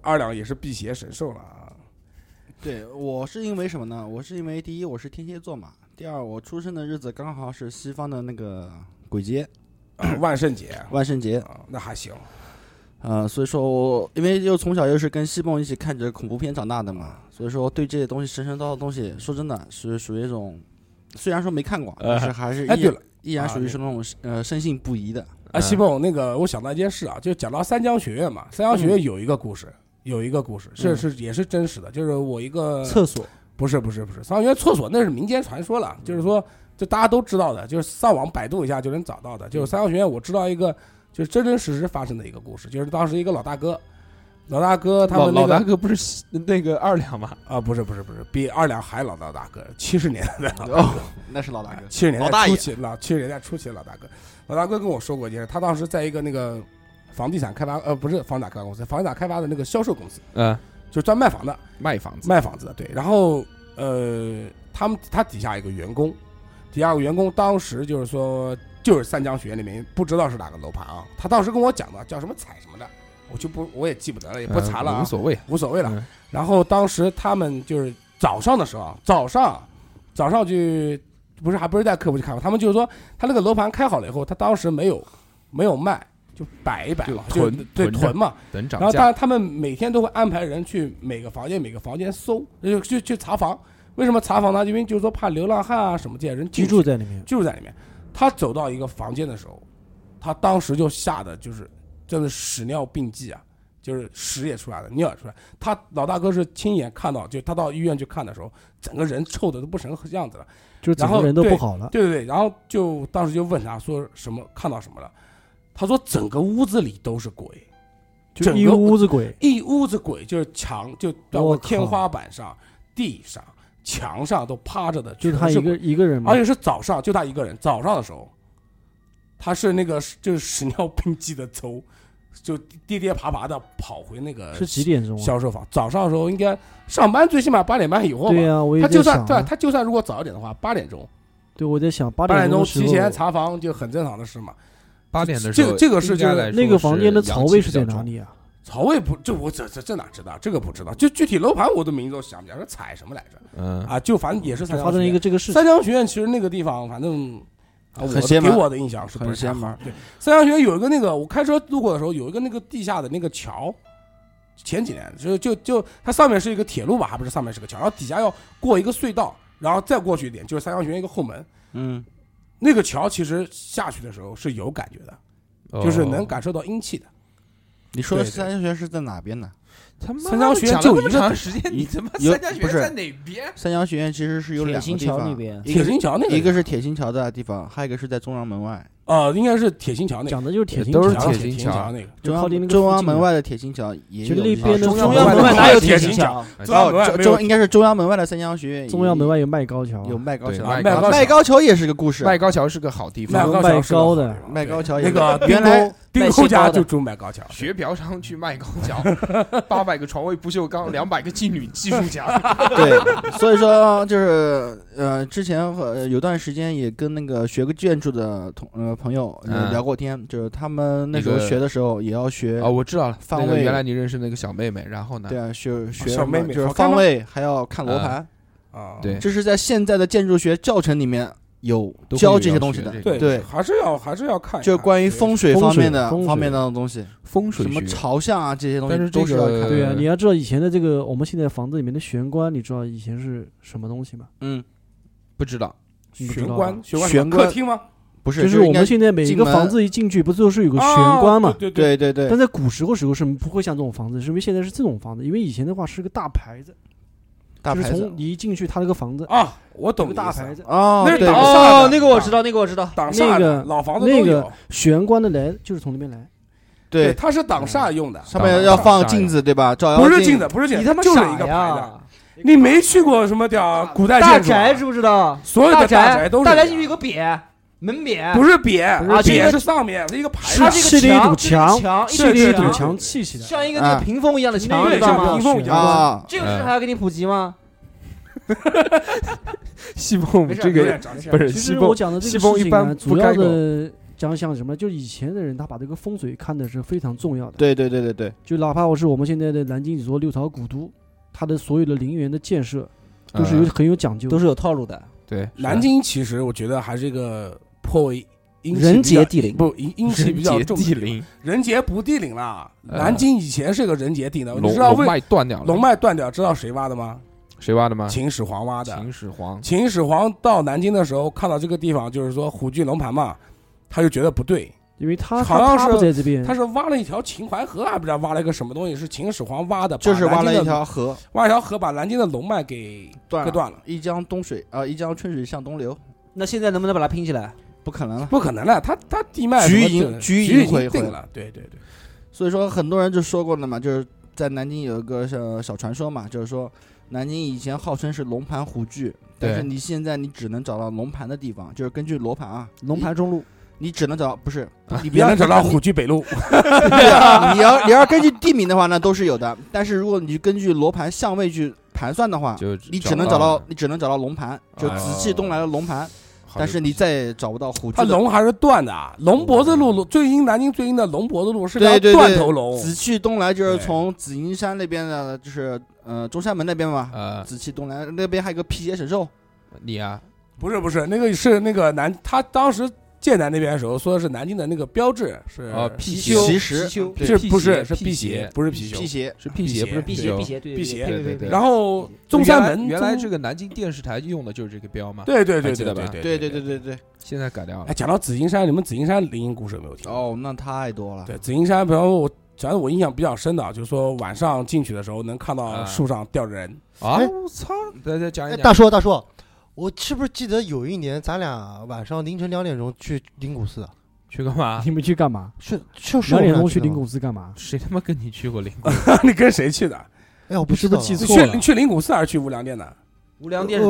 Speaker 7: 二两也是辟邪神兽了啊。
Speaker 4: 对我是因为什么呢？我是因为第一我是天蝎座嘛，第二我出生的日子刚好是西方的那个鬼节，
Speaker 7: 啊万圣节
Speaker 4: 万圣节，
Speaker 7: 啊，那还行。
Speaker 4: 呃，所以说我因为又从小又是跟西梦一起看着恐怖片长大的嘛，所以说对这些东西神神叨叨的东西，说真的是属于一种，虽然说没看过，但是还是依
Speaker 7: 哎，对
Speaker 4: 然、
Speaker 7: 了，
Speaker 1: 嗯
Speaker 4: 依然
Speaker 7: 啊
Speaker 4: 属于是那种、呃深信不疑的。
Speaker 7: 啊，西凤，那个我想到一件事啊，就讲到三江学院嘛，三江
Speaker 1: 嗯
Speaker 7: 学院有一个故事，有一个故事是
Speaker 4: 嗯
Speaker 7: 是也是真实的，就是我一个
Speaker 2: 厕所
Speaker 7: 不是不是不是，三江学院厕所那是民间传说
Speaker 4: 嗯
Speaker 7: 了，就是说就大家都知道的，就是上网百度一下就能找到的。
Speaker 4: 嗯
Speaker 7: 就是三江学院，我知道一个就是真真实实发生的一个故事，就是当时一个老大哥，老大哥他
Speaker 1: 老
Speaker 7: 们那
Speaker 1: 老大
Speaker 7: 个
Speaker 1: 哥不是西那个二两吗？
Speaker 7: 啊不是不是不是，比二两还老的大哥，七十年代的老大哥
Speaker 4: 哦，那是老大哥，
Speaker 7: 七十年
Speaker 4: 老大
Speaker 7: 代
Speaker 4: 爷
Speaker 7: 初期，老七十年代初期的老大哥，老大哥跟我说过一件事，他当时在一个那个房地产开发，呃，不是房地产开发公司，房地产开发的那个销售公司，
Speaker 1: 嗯，
Speaker 7: 就是专卖房的，
Speaker 1: 卖房子，
Speaker 7: 卖房子的，对。然后呃，他们他底下一个员工，底下有个员工当时就是说，就是三江学院里面不知道是哪个楼盘啊，他当时跟我讲的叫什么彩什么的，我就不我也记不得了，也不查了、啊
Speaker 1: 嗯无所谓。
Speaker 7: 无所谓了。
Speaker 1: 嗯
Speaker 7: 然后当时他们就是早上的时候啊，早上早上去不是还不是带客户去看房，他们就是说他那个楼盘开好了以后，他当时没有没有卖，就摆一摆嘛，
Speaker 1: 就
Speaker 7: 就
Speaker 1: 囤
Speaker 7: 对
Speaker 1: 囤着
Speaker 7: 囤嘛。
Speaker 1: 等涨
Speaker 7: 然后当
Speaker 1: 价，
Speaker 7: 然他们每天都会安排人去每个房间每个房间搜，就去去查房。为什么查房呢？因为就是说怕流浪汉啊什么这些人
Speaker 2: 居
Speaker 7: 进去
Speaker 2: 住在里面，
Speaker 7: 就是在里面。他走到一个房间的时候，他当时就吓得就是真的屎尿并济啊，就是屎也出来了，尿也出来。他老大哥是亲眼看到，就他到医院去看的时候，整个人臭的都不成样子了。
Speaker 6: 就是整
Speaker 7: 然
Speaker 6: 个
Speaker 7: 后
Speaker 6: 人都
Speaker 7: 对
Speaker 6: 不好了。
Speaker 7: 对对对，然后就当时就问他说什么看到什么了，他说整个屋子里都是鬼。
Speaker 6: 就
Speaker 7: 整
Speaker 6: 一
Speaker 7: 个
Speaker 6: 屋子鬼，
Speaker 7: 一屋子鬼，就是墙就包
Speaker 6: 我
Speaker 7: 括
Speaker 6: 靠
Speaker 7: 天花板上、地上、墙上都趴着的，
Speaker 6: 就
Speaker 7: 全
Speaker 6: 他
Speaker 7: 是
Speaker 6: 一个
Speaker 7: 鬼，
Speaker 6: 一个人嘛
Speaker 7: 而，且是早上，就他一个人。早上的时候，他是那个就是屎尿并济的走，就跌跌爬爬的跑回那个
Speaker 6: 是几点钟啊？
Speaker 7: 销售房。早上的时候应该上班，最起码八点半以后
Speaker 6: 对
Speaker 7: 吧。
Speaker 6: 呀，我也
Speaker 7: 他就
Speaker 6: 在
Speaker 7: 算
Speaker 6: 想
Speaker 7: 对
Speaker 6: 啊，
Speaker 7: 他就算如果早一点的话，八点钟，
Speaker 6: 对我在想八
Speaker 7: 八点
Speaker 6: 钟
Speaker 7: 钟
Speaker 6: 的时
Speaker 7: 提前
Speaker 6: 候，
Speaker 7: 查房就很正常的事嘛。
Speaker 1: 八点的时
Speaker 7: 这个
Speaker 1: 候，
Speaker 7: 这个是就是
Speaker 6: 那个房间的槽位是在哪？里啊？
Speaker 7: 曹魏不，这我这这这哪知道？这个不知道，就具体楼盘我都名字都想不起来，是踩什么来着？
Speaker 1: 嗯，
Speaker 7: 啊，就反正也是
Speaker 6: 就
Speaker 7: 三江
Speaker 6: 发生
Speaker 7: 学
Speaker 6: 了一
Speaker 7: 院
Speaker 6: 个这个事情
Speaker 7: 三，江学院，其实那个地方反正啊，我
Speaker 4: 很邪
Speaker 7: 给
Speaker 4: 门
Speaker 7: 我的印象是不
Speaker 4: 很
Speaker 7: 是太
Speaker 4: 邪
Speaker 7: 好
Speaker 4: 门
Speaker 7: 对，三江学院有一个那个，我开车路过的时候有一个那个地下的那个桥，前几年就就就它上面是一个铁路吧，还不是上面是个桥，然后底下要过一个隧道，然后再过去一点就是三江学院一个后门。
Speaker 4: 嗯，
Speaker 7: 那个桥其实下去的时候是有感觉的，
Speaker 1: 哦
Speaker 7: 就是能
Speaker 1: 改。
Speaker 7: 感受到阴气的。
Speaker 4: 你说的
Speaker 7: 对对
Speaker 4: 三江学院是在哪边呢？
Speaker 1: 他妈
Speaker 7: 三江学院
Speaker 1: 讲了那么
Speaker 7: 就一个
Speaker 1: 长时间，你他妈
Speaker 4: 有
Speaker 1: 三江学
Speaker 4: 不
Speaker 1: 院
Speaker 4: 是
Speaker 1: 在哪边？
Speaker 4: 三江学院其实是有
Speaker 2: 铁
Speaker 4: 两
Speaker 2: 心
Speaker 4: 个地
Speaker 2: 桥
Speaker 4: 方，
Speaker 2: 那边
Speaker 4: 一
Speaker 7: 铁
Speaker 4: 个是
Speaker 7: 心桥那个
Speaker 4: 一个是铁心桥的地方，还有一个是在中央门外，
Speaker 7: 呃，应该是铁心桥那个，
Speaker 6: 讲的就是铁心
Speaker 1: 都是
Speaker 6: 桥
Speaker 7: 好像
Speaker 1: 铁心
Speaker 7: 心
Speaker 1: 桥
Speaker 7: 那个。
Speaker 6: 就
Speaker 4: 中
Speaker 6: 靠
Speaker 4: 央
Speaker 6: 近那个
Speaker 4: 中
Speaker 6: 附
Speaker 4: 央
Speaker 6: 近
Speaker 4: 门
Speaker 6: 嘛
Speaker 4: 外的铁心桥也
Speaker 6: 就
Speaker 4: 有
Speaker 6: 那
Speaker 4: 一
Speaker 6: 边
Speaker 4: 些
Speaker 6: 的啊
Speaker 7: 中
Speaker 6: 中
Speaker 7: 央门外哪有
Speaker 2: 铁
Speaker 7: 心
Speaker 2: 桥？
Speaker 1: 哎
Speaker 7: 中央门外
Speaker 4: 哦，
Speaker 7: 没
Speaker 4: 中
Speaker 7: 有
Speaker 4: 中应该是中央门外的三江学院，
Speaker 6: 中央门外有迈高桥啊，
Speaker 4: 有迈高
Speaker 1: 对
Speaker 4: 桥，
Speaker 1: 迈
Speaker 7: 高桥
Speaker 4: 迈高桥也是个故事，啊
Speaker 1: 迈高桥是个好地
Speaker 7: 迈
Speaker 1: 方，
Speaker 7: 高桥是个好地方
Speaker 4: 迈高桥也
Speaker 7: 那
Speaker 4: 是
Speaker 7: 个
Speaker 4: 原来
Speaker 7: 丁
Speaker 2: 卖
Speaker 7: 扣
Speaker 2: 西
Speaker 7: 家
Speaker 2: 瓜的
Speaker 7: 就住迈高桥，
Speaker 1: 学嫖娼去迈高桥， 八百个床位不锈钢，两百个妓女技术家。
Speaker 4: 对，所以说就是呃，之前呃有段时间也跟那个学过建筑的同呃朋友呃
Speaker 1: 嗯
Speaker 4: 聊过天，就是他们那
Speaker 1: 一
Speaker 4: 时候
Speaker 1: 个
Speaker 4: 学的时候也要学，
Speaker 1: 哦，我知道了，
Speaker 4: 方
Speaker 1: 那个
Speaker 4: 位
Speaker 1: 原来你认识那个小妹妹，然后呢
Speaker 4: 对？啊，学学
Speaker 7: 小
Speaker 4: 什
Speaker 7: 妹
Speaker 4: 么
Speaker 7: 妹
Speaker 4: 就是
Speaker 7: 好看
Speaker 4: 方
Speaker 7: 吗
Speaker 4: 位，还要看楼
Speaker 1: 啊
Speaker 4: 盘，
Speaker 7: 啊，
Speaker 1: 对
Speaker 4: 这是在现在的建筑学教程里面有
Speaker 1: 都会
Speaker 4: 教
Speaker 1: 有
Speaker 4: 这些
Speaker 1: 要
Speaker 4: 东
Speaker 1: 学
Speaker 4: 西的
Speaker 1: 这，个
Speaker 7: 对
Speaker 4: 对
Speaker 7: 还是要还是要看一看，
Speaker 4: 就是关于风水
Speaker 6: 风
Speaker 4: 方面
Speaker 6: 水
Speaker 4: 的
Speaker 6: 风
Speaker 4: 方面
Speaker 6: 水
Speaker 4: 的东西，
Speaker 1: 风水
Speaker 4: 什么
Speaker 1: 学
Speaker 4: 朝向啊这些东
Speaker 1: 但
Speaker 4: 西
Speaker 1: 是这
Speaker 4: 都是要
Speaker 1: 个
Speaker 4: 看的，
Speaker 6: 对啊，
Speaker 1: 呃
Speaker 6: 你要知道以前的这个，我们现在房子里面的玄关，你知道以前是什么东西吗？
Speaker 4: 嗯，
Speaker 1: 不知道，
Speaker 6: 你不知
Speaker 7: 玄
Speaker 6: 道啊
Speaker 7: 关，玄关
Speaker 4: 玄
Speaker 7: 什么
Speaker 4: 关
Speaker 7: 客厅吗？
Speaker 4: 不是
Speaker 6: 就
Speaker 4: 就是
Speaker 6: 我
Speaker 4: 应该
Speaker 6: 们现在每一
Speaker 4: 进
Speaker 6: 个
Speaker 4: 门
Speaker 6: 房子一进去，不是都是有个
Speaker 7: 啊
Speaker 6: 玄关嘛？
Speaker 7: 对对
Speaker 4: 对对对
Speaker 6: 但，在古时候时候是不会像这种房子，是因为现在是这种房子，因为以前的话是个大牌子，
Speaker 4: 大
Speaker 6: 就是
Speaker 4: 牌子
Speaker 6: 从你一进去，它那个房子
Speaker 7: 对啊，我懂
Speaker 6: 有个
Speaker 7: 你的
Speaker 6: 大
Speaker 7: 意思
Speaker 6: 牌子，
Speaker 4: 哦，
Speaker 7: 那是
Speaker 4: 对
Speaker 7: 挡
Speaker 4: 对
Speaker 7: 煞的
Speaker 2: 那个我知道，那个我知道。
Speaker 7: 挡煞
Speaker 6: 那
Speaker 7: 的
Speaker 6: 个
Speaker 7: 老房子都
Speaker 6: 那个
Speaker 7: 有，
Speaker 6: 玄关的来就是从那边来。
Speaker 4: 对，
Speaker 7: 它是
Speaker 6: 嗯
Speaker 7: 挡煞用的，
Speaker 4: 上面要放镜子对吧？照妖
Speaker 7: 不是
Speaker 4: 镜啊
Speaker 7: 镜子，不是镜
Speaker 2: 你
Speaker 7: 子，
Speaker 2: 他妈
Speaker 7: 就是一
Speaker 2: 傻
Speaker 7: 个牌子。
Speaker 2: 呀！
Speaker 7: 你没去过什么屌古代
Speaker 2: 大
Speaker 7: 建筑啊
Speaker 2: 宅知不知道？
Speaker 7: 所有的
Speaker 2: 大宅
Speaker 7: 宅都是
Speaker 2: 大
Speaker 7: 这
Speaker 2: 宅
Speaker 7: 样
Speaker 2: 进去有个匾，门匾，
Speaker 7: 不是匾啊
Speaker 2: 不是
Speaker 7: 匾
Speaker 2: 匾
Speaker 7: 是上面是一个牌
Speaker 6: 是
Speaker 7: 子，
Speaker 2: 这个
Speaker 6: 是的一
Speaker 2: 墙这是
Speaker 6: 堵墙
Speaker 2: 墙
Speaker 7: 是
Speaker 2: 一堵
Speaker 6: 是一堵
Speaker 7: 啊
Speaker 6: 墙砌起来，
Speaker 2: 像一个那
Speaker 4: 啊
Speaker 3: 哎
Speaker 2: 个屏风一样的墙，
Speaker 6: 那
Speaker 2: 你
Speaker 7: 对，
Speaker 2: 知道
Speaker 7: 像
Speaker 2: 吗
Speaker 7: 屏？风一样。
Speaker 4: 啊，
Speaker 2: 这个事
Speaker 1: 嗯
Speaker 2: 还要给你普及吗？
Speaker 1: 西凤
Speaker 7: 没事
Speaker 1: 这
Speaker 7: 有
Speaker 1: 个
Speaker 7: 点长见
Speaker 1: 不是
Speaker 6: 其
Speaker 1: 西
Speaker 6: 实
Speaker 1: 凤
Speaker 6: 我讲的这
Speaker 1: 西
Speaker 6: 个
Speaker 1: 风
Speaker 6: 事
Speaker 1: 一
Speaker 6: 情
Speaker 1: 般
Speaker 6: 啊，
Speaker 1: 不
Speaker 6: 主
Speaker 1: 该
Speaker 6: 要
Speaker 1: 搞
Speaker 6: 的讲讲什么，就是以前的人他把这个风水看的是非常重要的。
Speaker 4: 对对对对对，
Speaker 6: 就哪怕我是我们现在的南京，你说六朝古都，它的所有的陵园的建设都是有
Speaker 1: 嗯
Speaker 6: 很有讲究的，
Speaker 2: 是有套路的。
Speaker 1: 对
Speaker 7: 南京其实我觉得还是一个颇为阴气
Speaker 2: 人
Speaker 7: 比
Speaker 2: 杰
Speaker 7: 较
Speaker 2: 地灵
Speaker 7: 不阴阴气比较
Speaker 1: 人杰
Speaker 7: 重，
Speaker 1: 地灵，
Speaker 7: 人杰不地灵啦。
Speaker 4: 哎
Speaker 1: 呃
Speaker 7: 南京以前是个人杰地灵，你
Speaker 1: 龙
Speaker 7: 知道
Speaker 1: 龙
Speaker 7: 为
Speaker 1: 脉断掉了，
Speaker 7: 龙脉断掉，知道谁挖的吗？
Speaker 1: 谁挖的
Speaker 4: 啊
Speaker 1: 吗？
Speaker 7: 秦始皇挖的。
Speaker 1: 秦始皇，
Speaker 7: 秦始皇到南京的时候，看到这个地方，就是说虎踞龙盘嘛，他就觉得不对，
Speaker 6: 因为他
Speaker 7: 好像
Speaker 6: 他他
Speaker 7: 是
Speaker 6: 不在这边，
Speaker 4: 嗯
Speaker 7: 他是挖了一条秦淮河，还不知道挖了一个什么东西，是秦始皇挖的，把
Speaker 4: 就是挖
Speaker 7: 啊南
Speaker 4: 了
Speaker 7: 京
Speaker 4: 一
Speaker 7: 的
Speaker 4: 条河，
Speaker 7: 挖一条河，把南京的龙脉给
Speaker 4: 断
Speaker 7: 割
Speaker 4: 了，
Speaker 7: 断了。
Speaker 4: 一江东水啊、一江春水向东流，
Speaker 2: 那现在能不能把它拼起来？
Speaker 4: 不可能了。
Speaker 7: 不可能了，他他地脉
Speaker 4: 局
Speaker 7: 什么
Speaker 4: 已经
Speaker 7: 定
Speaker 4: 局已
Speaker 7: 局已
Speaker 4: 经回
Speaker 7: 经定
Speaker 4: 回
Speaker 7: 了，对对对，
Speaker 4: 所以说，很多人就说过了嘛，就是在南京有一个小小传说嘛，就是说南京以前号称是龙盘虎踞，但是
Speaker 1: 对
Speaker 4: 你现在你只能找到龙盘的地方，就是根据罗盘啊，
Speaker 2: 龙盘中路，
Speaker 4: 你只能找到不是， 你不
Speaker 7: 也
Speaker 4: 要
Speaker 7: 能找到虎踞 北路。
Speaker 4: 你要 你要根据地名的话，那都是有的。但是如果你根据罗盘相位去盘算的话，
Speaker 1: 就
Speaker 4: 你只能找到你只能找到龙盘，就
Speaker 1: 哎
Speaker 4: 紫气东来的龙盘，
Speaker 1: 好
Speaker 4: 但是你再也找不到虎
Speaker 7: 它
Speaker 4: 踞的。
Speaker 7: 龙还是断的啊，龙脖子路最阴南京最阴的龙脖子路是条
Speaker 4: 对对
Speaker 7: 断
Speaker 4: 对
Speaker 7: 头龙，
Speaker 4: 紫气东来就是
Speaker 7: 对
Speaker 4: 从紫金山那边的，就是呃中山门那边嘛。
Speaker 1: 呃，
Speaker 4: 紫气东来那边还有个辟邪神兽，
Speaker 1: 你啊，
Speaker 7: 不是不是，那个是那个南，他当时建南那边的时候说的是南京的那个标志是
Speaker 1: 哦辟
Speaker 2: 貔
Speaker 1: 邪
Speaker 2: 貅
Speaker 4: 其实
Speaker 2: 貔貅
Speaker 4: 对
Speaker 7: 是
Speaker 1: 辟
Speaker 7: 不
Speaker 1: 邪
Speaker 7: 是是
Speaker 1: 辟
Speaker 7: 辟
Speaker 1: 邪
Speaker 7: 邪，不是貔
Speaker 4: 辟
Speaker 7: 貅。
Speaker 4: 邪
Speaker 1: 是辟邪，
Speaker 7: 辟邪
Speaker 1: 不是
Speaker 2: 辟
Speaker 1: 貅
Speaker 2: 邪，辟邪，对
Speaker 7: 辟
Speaker 2: 对
Speaker 7: 邪
Speaker 2: 对对
Speaker 1: 对对
Speaker 7: 然后中山门
Speaker 1: 原来原来
Speaker 7: 中
Speaker 1: 这个南京电视台用的就是这个标嘛，
Speaker 7: 对对对
Speaker 1: 还记
Speaker 7: 对
Speaker 1: 得吧
Speaker 7: 对
Speaker 4: 对
Speaker 7: 对
Speaker 4: 对对。对对。
Speaker 1: 现在改掉
Speaker 7: 哎，
Speaker 1: 了。
Speaker 7: 讲到紫金山，你们紫金山灵异故事有没有听？，
Speaker 4: 哦，那太多
Speaker 3: 呃
Speaker 4: 了。
Speaker 7: 对，紫金山，比方说我，反正我印象比较深的啊，就是说晚上进去的时候能看到
Speaker 1: 啊
Speaker 7: 树上吊着人，
Speaker 1: 啊，
Speaker 3: 哎
Speaker 1: 我操！再再讲
Speaker 3: 哎，
Speaker 1: 一
Speaker 3: 大
Speaker 1: 讲，
Speaker 3: 叔大叔，我是不是记得有一年咱俩晚上凌晨两点钟去灵谷寺啊？
Speaker 1: 去干嘛？
Speaker 6: 你们去干嘛？
Speaker 3: 是是是我
Speaker 6: 两
Speaker 3: 们
Speaker 6: 点
Speaker 3: 俩
Speaker 6: 钟去
Speaker 3: 的
Speaker 6: 灵
Speaker 3: 吗？
Speaker 6: 谷寺干嘛？
Speaker 1: 谁他妈跟你去过灵谷？
Speaker 7: 你跟谁去的？
Speaker 3: 哎呀，我不
Speaker 6: 你是
Speaker 3: 知
Speaker 6: 不
Speaker 3: 道
Speaker 6: 是
Speaker 3: 了
Speaker 6: 记错
Speaker 7: 去你
Speaker 6: 了？
Speaker 7: 去灵谷寺还是去无良殿的？
Speaker 2: 无良殿是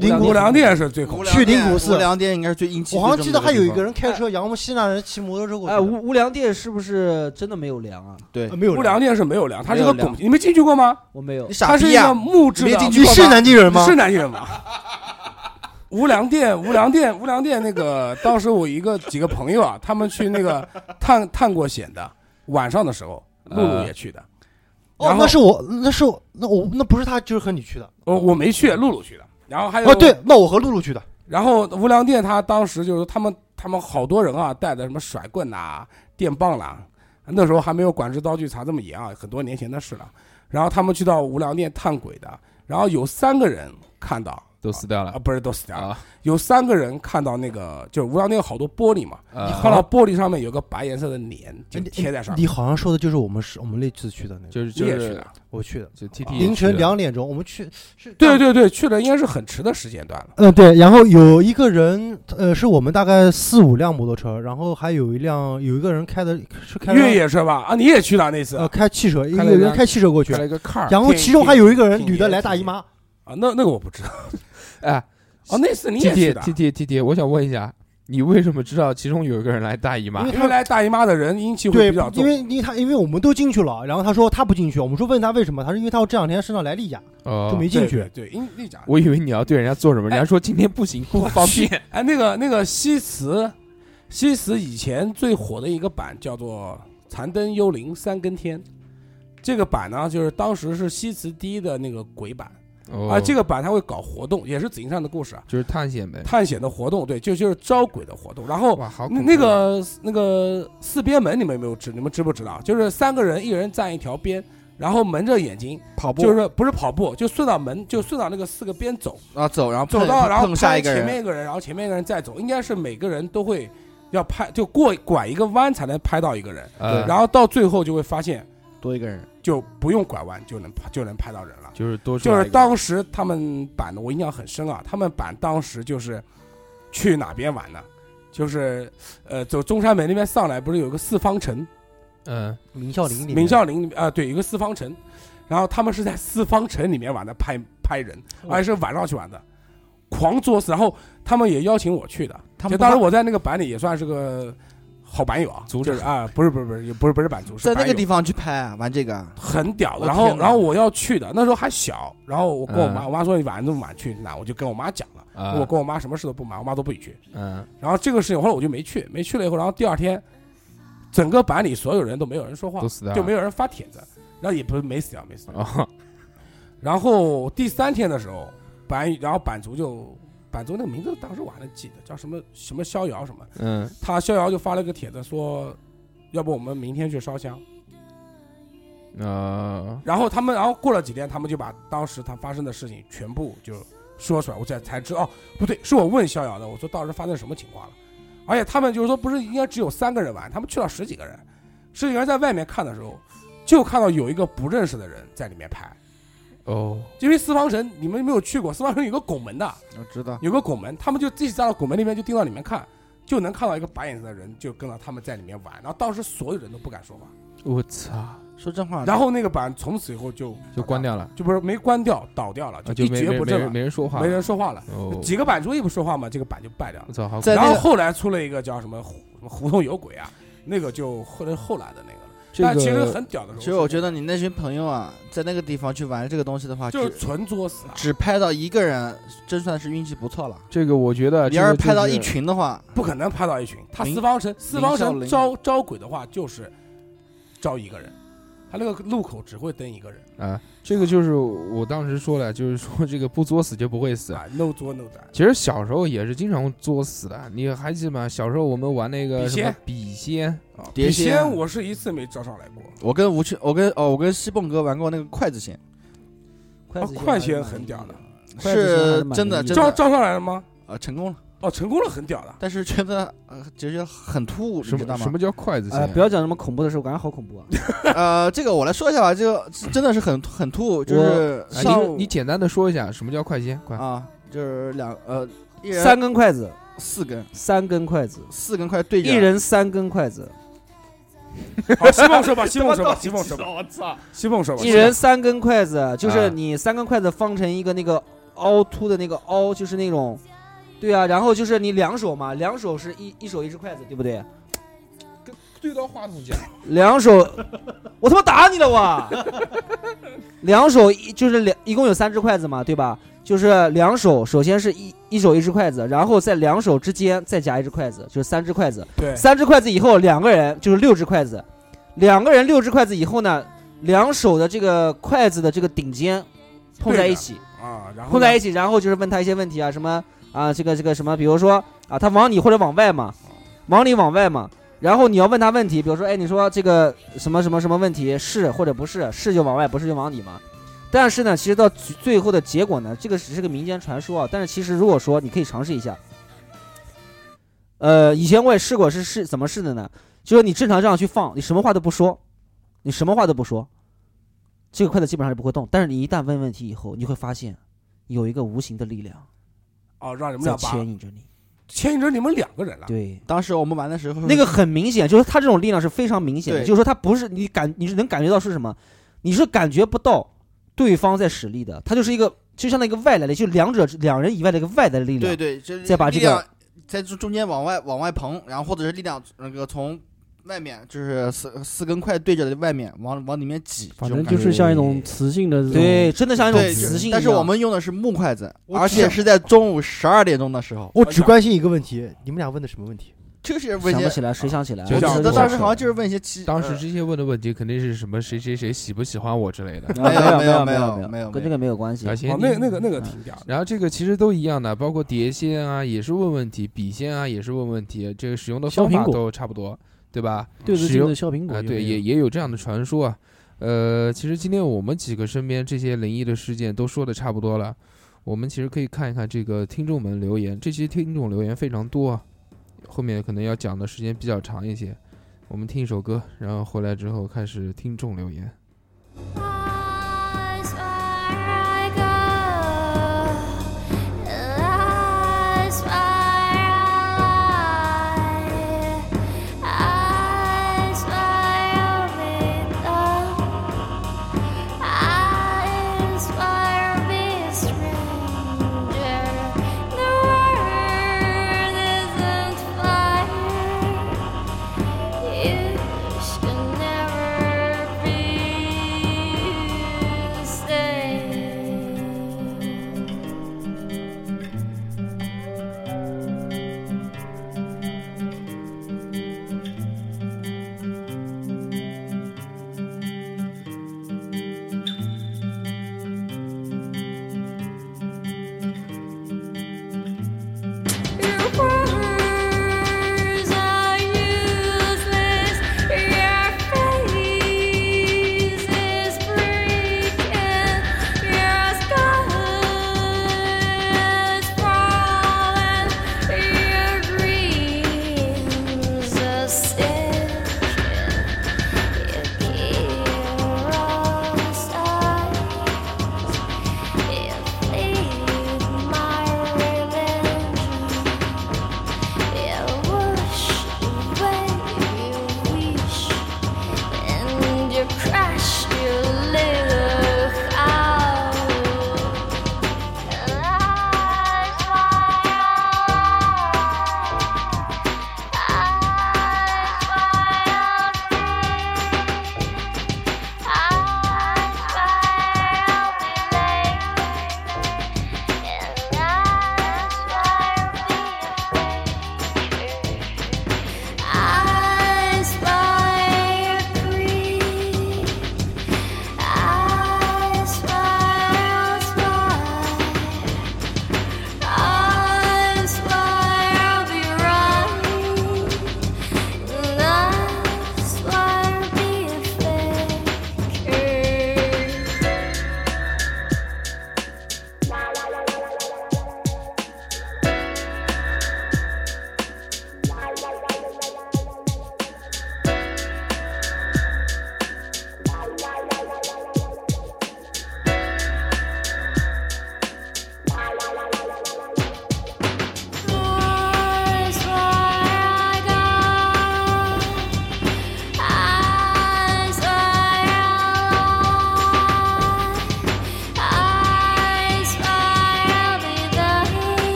Speaker 2: 挺
Speaker 3: 呃去灵
Speaker 2: 恐，怖的
Speaker 7: 无
Speaker 3: 谷
Speaker 7: 无良殿是最恐怖的。
Speaker 3: 去灵谷寺
Speaker 4: 无良殿应该是最阴气。
Speaker 3: 我好像记得还有一个
Speaker 4: 人，
Speaker 3: 人开车，然后西南人骑摩托车过去
Speaker 2: 哎，
Speaker 3: 的。
Speaker 2: 无无良殿是不是真的没有梁啊？
Speaker 4: 对
Speaker 3: 呃，没有
Speaker 7: 无良
Speaker 3: 人，
Speaker 7: 殿是没有梁，它是
Speaker 4: 没
Speaker 7: 个
Speaker 4: 有
Speaker 7: 拱，你没进去过吗？
Speaker 2: 我没有
Speaker 4: 你，
Speaker 7: 它
Speaker 4: 傻
Speaker 7: 是一
Speaker 4: 逼啊
Speaker 7: 个
Speaker 4: 呀！
Speaker 7: 木质
Speaker 4: 你
Speaker 7: 的啊
Speaker 4: 没进去
Speaker 3: 你
Speaker 4: 过
Speaker 3: 是
Speaker 4: 吗？
Speaker 3: 南京人
Speaker 7: 你
Speaker 3: 吗？
Speaker 7: 是南京人吗？无良店，无良店，无良店那个，当时我一个几个朋友啊， 他们去那个探探过险的，晚上的时候，露露也去的，
Speaker 3: 哦
Speaker 7: 然，后
Speaker 3: 那是我，那是我，那我那不是他，就是和你去的。
Speaker 7: 我我没去，露露去的。然后还有
Speaker 3: 哦，对，，那我和露露去的。
Speaker 7: 然后无良店他当时就是他们他们好多人啊，带的什么甩棍呐、电棒啦、那时候还没有管制刀具查这么严啊，很多年前的事了。然后他们去到无良店探鬼的，然后有三个人看到
Speaker 1: 都死掉
Speaker 7: 啊，
Speaker 1: 了
Speaker 7: 不是都死掉了。
Speaker 1: 啊！
Speaker 7: 有三个人看到那个，就是无聊那个好多玻璃嘛，
Speaker 1: 呃，
Speaker 7: 看到玻璃上面有个白颜色的脸，就
Speaker 3: 哎你
Speaker 7: 贴在上面。
Speaker 3: 你好像说的就是我们是我们那次去的那个，
Speaker 1: 就是
Speaker 7: 你
Speaker 1: 就
Speaker 7: 也去
Speaker 1: 是
Speaker 7: 了？
Speaker 3: 我去的
Speaker 1: 就 T T
Speaker 3: 凌晨两点钟，我们去是
Speaker 7: 对。对对，去了应该是很迟的时间段了。
Speaker 3: 嗯，对，然后有一个人，呃，是我们大概四五辆摩托车，然后还有一辆有一个人开的是开
Speaker 7: 越野车吧？啊，你也去了那次
Speaker 3: 呃
Speaker 7: 啊？
Speaker 3: 开汽车，有
Speaker 1: 开了
Speaker 3: 一
Speaker 1: 一
Speaker 3: 个人
Speaker 1: 辆
Speaker 3: 开汽车过去
Speaker 1: 开，了一个 car，
Speaker 3: 然后
Speaker 7: 挺
Speaker 3: 其中还有一个人
Speaker 7: 挺
Speaker 3: 女的
Speaker 7: 挺
Speaker 3: 来大姨
Speaker 7: 挺
Speaker 3: 妈，
Speaker 7: 啊那那个我不知道。
Speaker 1: 哎
Speaker 7: 哦，那次你
Speaker 1: ，T
Speaker 7: 也
Speaker 1: T
Speaker 7: 去的
Speaker 1: T。T T T，我想问一下，你为什么知道其中有一个人来大姨妈
Speaker 3: 因？
Speaker 7: 因为来大姨妈的人阴气会
Speaker 3: 对
Speaker 7: 比较，重
Speaker 3: 因，为因为他因为我们都进去了，然后他说他不进去，我们说问他为什么，他说因为他这两天身上来例假，就
Speaker 1: 哦，
Speaker 3: 没进去
Speaker 7: 对。对，对阴那家。
Speaker 1: 我以为你要对人家做什么，人家说今天不行，不方便。
Speaker 7: 哎，那个那个西祠，西祠以前最火的一个版叫做《残灯幽灵三更天》，这个版呢，就是当时是西祠第一的那个鬼版
Speaker 1: 哦
Speaker 7: 啊。这个版它会搞活动，也是紫金山的故事啊，
Speaker 1: 就是探险呗。
Speaker 7: 探险的活动，对，就就是招鬼的活动。然后
Speaker 1: 哇，好
Speaker 7: 那
Speaker 1: 恐
Speaker 7: 那
Speaker 1: 怖啊
Speaker 7: 个那个四边门，你们有没有知？你们知不知道？就是三个人，一人站一条边。然后蒙着眼睛，
Speaker 4: 跑步
Speaker 7: 就是不是跑步，就顺到门，就顺到那个四个边走，
Speaker 4: 啊，走，然后
Speaker 7: 走
Speaker 4: 碰
Speaker 7: 到然后
Speaker 4: 碰下一个
Speaker 7: 前
Speaker 4: 人，
Speaker 7: 面一个人，然后前面一个人再走，应该是每个人都会要拍，就过拐一个弯才能拍到一个人，
Speaker 1: 呃，
Speaker 7: 然后到最后就会发现
Speaker 4: 多一个人，
Speaker 7: 就不用拐弯就能拍就能拍到人了。
Speaker 1: 就是多出
Speaker 7: 就
Speaker 1: 来一
Speaker 7: 是
Speaker 1: 个
Speaker 7: 当时他们版的，我印象很深啊，他们版当时就是去哪边玩呢？就是呃，走中山门那边上来，不是有个四方城，
Speaker 1: 嗯
Speaker 3: 明孝陵里面
Speaker 7: 明孝陵啊、对，有个四方城，然后他们是在四方城里面玩的拍拍人，
Speaker 4: 哦
Speaker 3: 哇
Speaker 7: 而且是晚上去玩的，狂作死。然后他们也邀请我去的，
Speaker 4: 他
Speaker 7: 就
Speaker 4: 们
Speaker 7: 当时我在那个版里也算是个好版友啊，
Speaker 1: 组
Speaker 7: 就是啊，不是不是不是也不是不是版主，是
Speaker 4: 在那
Speaker 7: 版
Speaker 4: 个
Speaker 7: 友
Speaker 4: 地方去拍啊玩这个啊，
Speaker 7: 很屌的。
Speaker 4: 我
Speaker 7: 然后
Speaker 4: 天哪
Speaker 7: 然后我要去的，那时候还小，然后我跟我妈，
Speaker 1: 嗯
Speaker 7: 我妈说你晚上这么晚去哪？我就跟我妈讲了，
Speaker 1: 啊，
Speaker 4: 嗯
Speaker 7: 我跟我妈什么事都不瞒，我妈都不许去。
Speaker 1: 嗯
Speaker 7: 然后这个事情后来我就没去，没去了以后，然后第二天，整个版里所有人都没有人说话
Speaker 4: 嗯
Speaker 1: 都，死
Speaker 4: 啊
Speaker 1: 掉了
Speaker 7: 就没有人发帖子，然后也不是没死掉，没死掉。
Speaker 1: 哦
Speaker 7: 然后第三天的时候，版然后版主就板州那个名字当时我还能记得，叫什么什么逍遥什么。
Speaker 1: 嗯，
Speaker 7: 他逍遥就发了个帖子说，要不我们明天去烧香。
Speaker 1: 啊，
Speaker 7: 然后他们，然后过了几天，他们就把当时他发生的事情全部就说出来，我才才知道，哦，不对，是我问逍遥的，我说当时发生什么情况了。而且他们就是说，不是应该只有三个人玩，他们去了十几个人，十几个人在外面看的时候，就看到有一个不认识的人在里面拍。
Speaker 1: 哦，
Speaker 7: 因为四方城你们没有去过，四方城有个拱门
Speaker 1: 啊
Speaker 7: 的，
Speaker 4: 我知道，
Speaker 7: 有个拱门，他们就自己站到拱门那边就盯到里面看，就能看到一个白眼子的人就跟着他们在里面玩，然后当时所有人都不敢说话，
Speaker 1: 我操，
Speaker 4: 说真话，
Speaker 7: 然后那个板从此以后就
Speaker 1: 啊就关
Speaker 7: 掉，
Speaker 1: 掉了，
Speaker 7: 就不是没关掉，倒掉了，
Speaker 1: 啊，
Speaker 7: 一
Speaker 1: 就没
Speaker 7: 蹶
Speaker 1: 没
Speaker 7: 不
Speaker 1: 没
Speaker 7: 振了，
Speaker 1: 人没人说话，
Speaker 7: 没人说话了，
Speaker 1: 哦，
Speaker 7: 几个版主也不说话嘛，这个版就败掉了
Speaker 1: 我。操，好
Speaker 4: 在
Speaker 7: 然
Speaker 4: 那
Speaker 7: 后
Speaker 4: 个
Speaker 7: 后来出了一个叫什么胡什么胡同有鬼啊，那个就后来后来的那个了，
Speaker 1: 这
Speaker 7: 但其实
Speaker 1: 个
Speaker 7: 很屌的时候，
Speaker 4: 其实我觉得你那群朋友啊，在那个地方去玩这个东西的话，
Speaker 7: 就是
Speaker 4: 只
Speaker 7: 纯作死啊，
Speaker 4: 只拍到一个人，真算是运气不错了。
Speaker 1: 这个我觉得
Speaker 4: 你
Speaker 1: 这
Speaker 4: 要
Speaker 1: 个
Speaker 4: 是
Speaker 1: 就
Speaker 4: 拍到一
Speaker 1: 是
Speaker 4: 群的话，
Speaker 7: 不可能拍到一群。他
Speaker 4: 林
Speaker 7: 四方城四方
Speaker 4: 林
Speaker 7: 城
Speaker 4: 少
Speaker 7: 招招鬼的话，就是招一个人，他那个路口只会登一个人
Speaker 1: 啊，这个就是我当时说了，就是说这个不作死就不会死。
Speaker 7: 啊，no 作 no 胆。
Speaker 1: 其实小时候也是经常作死的，你还记得吗？小时候我们玩那个
Speaker 7: 笔
Speaker 1: 什么
Speaker 7: 仙
Speaker 1: 笔仙，
Speaker 7: 啊
Speaker 4: 碟
Speaker 7: 笔
Speaker 4: 仙
Speaker 7: 仙我是一次没招上来过，
Speaker 4: 我跟吴去，我跟哦，我跟西蹦哥玩过那个筷子仙，
Speaker 2: 筷子
Speaker 7: 啊
Speaker 2: 戏
Speaker 7: 快
Speaker 2: 还是
Speaker 7: 些
Speaker 2: 蛮
Speaker 7: 很
Speaker 2: 有
Speaker 7: 屌
Speaker 2: 意义
Speaker 7: 的
Speaker 2: 筷子戏还
Speaker 4: 是
Speaker 2: 是蛮
Speaker 4: 真
Speaker 2: 有
Speaker 4: 的
Speaker 2: 意义
Speaker 4: 真
Speaker 7: 招
Speaker 4: 的
Speaker 7: 招上来了吗？
Speaker 4: 呃成功了，
Speaker 7: 哦，成功了，很屌的。
Speaker 4: 但是觉得呃觉得很突兀，你
Speaker 1: 什
Speaker 4: 知道
Speaker 1: 么
Speaker 4: 吗
Speaker 1: 什？么叫筷子仙？啊
Speaker 2: 呃，不要讲那么恐怖的事，我感觉好恐怖啊！
Speaker 4: 呃，这个我来说一下吧，这个真的是很很突兀，
Speaker 2: 啊
Speaker 4: 就是
Speaker 1: 哎
Speaker 4: 上午
Speaker 1: 你你简单的说一下什么叫快仙？快
Speaker 4: 啊，就是两呃一人
Speaker 2: 三根筷子，
Speaker 4: 四根
Speaker 2: 三根筷子，
Speaker 4: 四根快对着，
Speaker 2: 一人三根筷子，
Speaker 7: 好，西凤说吧，西凤说吧，西凤说吧，我操，西凤说吧，
Speaker 2: 一人三根筷子，就是
Speaker 1: 啊
Speaker 2: 你三根筷子方成一个那个凹凸的那个凹，就是那种，对啊，然后就是你两手嘛，两手是一一手一只筷子，对不对？
Speaker 1: 对到话筒讲，
Speaker 2: 两手，我他妈打你了我！ 两手一就是两，一共有三只筷子嘛，对吧？就是两手，首先是一一手一只筷子，然后在两手之间再夹一只筷子，就是三只筷子。
Speaker 7: 对，啊
Speaker 2: 三只筷子以后，两个人就是六只筷子，两个人六只筷子以后呢，两手的这个筷子的这个顶尖碰在一起，
Speaker 7: 啊，然后
Speaker 2: 碰在一
Speaker 7: 起，
Speaker 2: 起，然后就是问他一些问题啊，什么啊，这个这个什么，比如说啊，他往里或者往外嘛，
Speaker 7: 嗯
Speaker 2: 往里往外嘛，然后你要问他问题，比如说，哎，你说这个什么什么什么问题是或者不是，是就往外，不是就往里嘛。但是呢，其实到最最后的结果呢，这个只是个民间传说啊。但是其实如果说你可以尝试一下，呃，以前我也试过是试怎么试的呢？就是你正常这样去放，你什么话都不说，你什么话都不说，这个筷子基本上是不会动。但是你一旦问问题以后，你会发现有一个无形的力量
Speaker 7: 哦，让你们
Speaker 2: 在
Speaker 7: 俩把
Speaker 2: 牵引着你。
Speaker 7: 牵引着你们两个人啊了，
Speaker 2: 对，
Speaker 4: 当时我们玩的时候是
Speaker 2: 那个很明显，就是它这种力量是非常明显的，
Speaker 4: 嗯对
Speaker 2: 就是说它不是你感，你是能感觉到是什么，你是感觉不到对方在使力的，它就是一个就像那个外来的，就两者两人以外的一个外来的力量。
Speaker 4: 对对，就是
Speaker 2: 再把
Speaker 4: 力
Speaker 2: 这个
Speaker 4: 量在中中间往外往外膨，然后或者是力量那个从外面就是四四根筷对着的外面往往里面挤，
Speaker 6: 反
Speaker 4: 这种
Speaker 6: 正
Speaker 4: 感
Speaker 6: 就
Speaker 4: 觉
Speaker 6: 是像一种磁性的这种
Speaker 2: 对，真的像一种
Speaker 4: 对
Speaker 2: 磁性一样。
Speaker 4: 但是我们用的是木筷子，
Speaker 3: 我
Speaker 4: 而且是在中午十二点钟的时候。
Speaker 3: 我只关心一个问题，你们俩问的什么问题？
Speaker 4: 这个是问
Speaker 2: 想
Speaker 4: 一
Speaker 2: 不
Speaker 4: 些，啊
Speaker 2: 起来，谁想起来？
Speaker 1: 就
Speaker 4: 我
Speaker 1: 像
Speaker 4: 记
Speaker 1: 我
Speaker 4: 得当
Speaker 1: 说
Speaker 4: 时好像就是问一些奇，
Speaker 1: 当时
Speaker 4: 呃
Speaker 1: 这些问的问题肯定是什么谁谁谁喜不喜欢我之类的。
Speaker 2: 啊没
Speaker 4: 没有
Speaker 2: 有
Speaker 4: 没有
Speaker 2: 有
Speaker 4: 没有没有
Speaker 2: 跟这个没有关系
Speaker 1: 啊，。行
Speaker 7: 哦，，那个那个那个挺屌的。
Speaker 1: 然后这个其实都一样的，包括碟仙啊也是问问题，笔仙啊也是问问题，这个使用的
Speaker 6: 削
Speaker 1: 方法
Speaker 6: 苹果
Speaker 1: 都差不多，对吧？
Speaker 6: 对着
Speaker 1: 使
Speaker 6: 镜
Speaker 1: 用
Speaker 6: 的削苹果
Speaker 1: 啊，
Speaker 6: 有没有，
Speaker 1: 对，也也有这样的传说啊。呃，其实今天我们几个身边这些灵异的事件都说的差不多了，我们其实可以看一看这个听众们留言，这些听众留言非常多啊，后面可能要讲的时间比较长一些。我们听一首歌，然后回来之后开始听众留言。
Speaker 8: Lies where I go, lies where I lie, eyes where we go, eyes where we stranger. The world isn't fire. You should never be stay.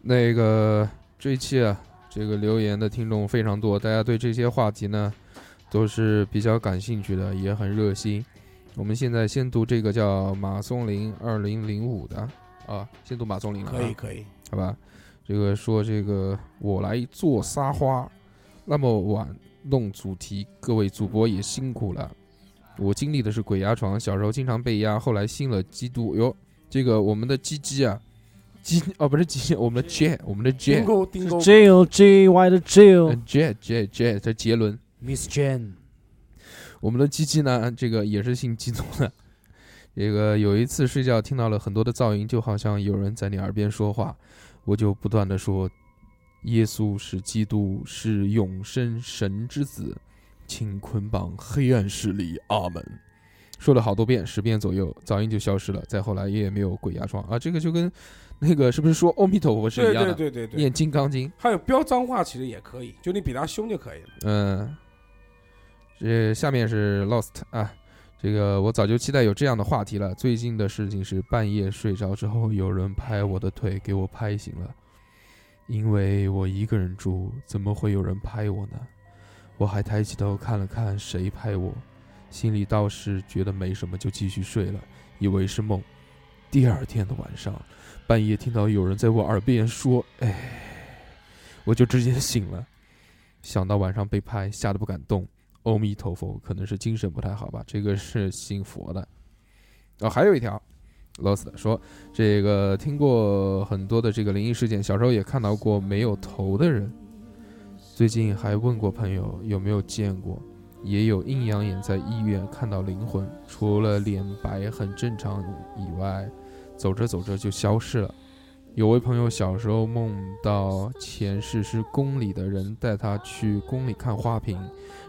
Speaker 1: 那个这一期啊，这个留言的听众非常多，大家对这些话题呢都是比较感兴趣的，也很热心。我们现在先读这个叫马松林二零零五的啊，先读马松林了、啊，
Speaker 7: 可以可以，
Speaker 1: 好吧？这个说这个我来做撒花，那么晚弄主题，各位主播也辛苦了。我经历的是鬼压床，小时候经常被压，后来信了基督。哟，这个我们的鸡鸡啊，鸡哦不是鸡，我们的 J，我们的 J，
Speaker 7: 丁沟丁沟，
Speaker 6: J O J Y 的 J
Speaker 7: 呃
Speaker 6: O，
Speaker 1: 嗯 J J J，这杰伦。
Speaker 2: Miss Jane，
Speaker 1: 我们的鸡鸡呢，这个也是姓激动的。 这个有一次睡觉听到了很多的噪音，就好像有人在你耳边说话，我就不断的说：“耶稣是基督，是永生神之子，请捆绑黑暗势力，阿门。”说了好多遍，十遍左右，噪音就消失了。再后来也没有鬼压床啊，这个就跟那个是不是说阿弥陀佛是
Speaker 7: 对
Speaker 1: 一样
Speaker 7: 对
Speaker 1: 的？
Speaker 7: 对对对，
Speaker 1: 念金刚经，
Speaker 7: 还有飙脏话其实也可以，就你比他凶就可以了。
Speaker 1: 嗯，这下面是 Lost 啊，这个我早就期待有这样的话题了。最近的事情是半夜睡着之后，有人拍我的腿，给我拍醒了。因为我一个人住，怎么会有人拍我呢？我还抬起头看了看谁拍我，心里倒是觉得没什么，就继续睡了，以为是梦。第二天的晚上，半夜听到有人在我耳边说：“哎。”我就直接醒了。想到晚上被拍，吓得不敢动。阿弥陀佛，可能是精神不太好吧。这个是信佛的。哦，还有一条，Lost 说这个听过很多的这个灵异事件，小时候也看到过没有头的人。最近还问过朋友有没有见过，也有阴阳眼在医院看到灵魂，除了脸白很正常以外，走着走着就消失了。有位朋友小时候梦到前世是宫里的人带他去宫里看花瓶，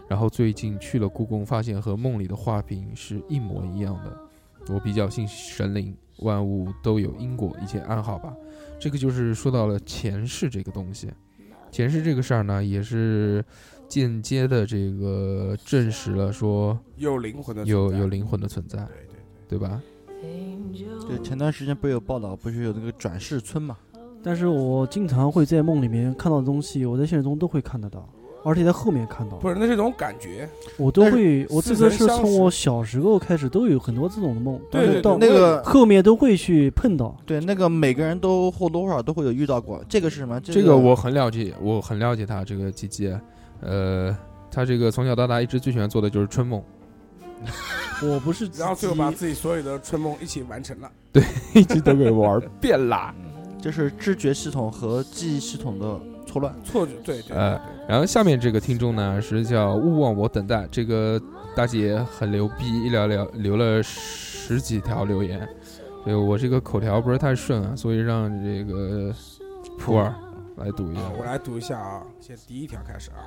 Speaker 1: 然后最近去了故宫，发现和梦里的花瓶是一模一样的。我比较信神灵，万物都有因果，一切安好吧。这个就是说到了前世这个东西，前世这个事儿呢，也是间接的这个证实了说
Speaker 7: 有灵魂的存
Speaker 1: 有
Speaker 7: 在
Speaker 1: 有灵魂的存在，
Speaker 7: 对对
Speaker 1: 对吧？
Speaker 4: 对，前段时间不是有报道，不是有那个转世村嘛？
Speaker 6: 但是我经常会在梦里面看到的东西，我在现实中都会看得到，而且在后面看到
Speaker 7: 对，，不是那是一种感觉，
Speaker 6: 我都会，我这
Speaker 7: 似曾
Speaker 6: 个是
Speaker 7: 相
Speaker 6: 从
Speaker 7: 识
Speaker 6: 我小时候开始都有很多这种的梦，但
Speaker 7: 对
Speaker 6: 是
Speaker 7: 对
Speaker 6: 到
Speaker 7: 对，
Speaker 4: 那个
Speaker 6: 后面都会去碰到。
Speaker 4: 对，那个每个人都或多或少都会有遇到过。这个是什么？
Speaker 1: 这个我很了解，我很了解他这个吉吉，呃，他这个从小到大一直最喜欢做的就是春梦，
Speaker 6: 我不是，
Speaker 7: 然后最后把自己所有的春梦一起完成了。
Speaker 1: 一直都给玩遍 啦。
Speaker 4: 这是知觉系统和记忆系统的错乱。
Speaker 7: 错觉，对对对
Speaker 1: 呃
Speaker 7: 对
Speaker 1: 然后下面这个听众呢是叫勿忘我等待，这个大姐很牛逼，一聊聊留了十几条留言。这个我这个口条不是太顺啊，所以让这个普洱来读一下
Speaker 7: 啊，。我来读一下啊，先第一条开始啊。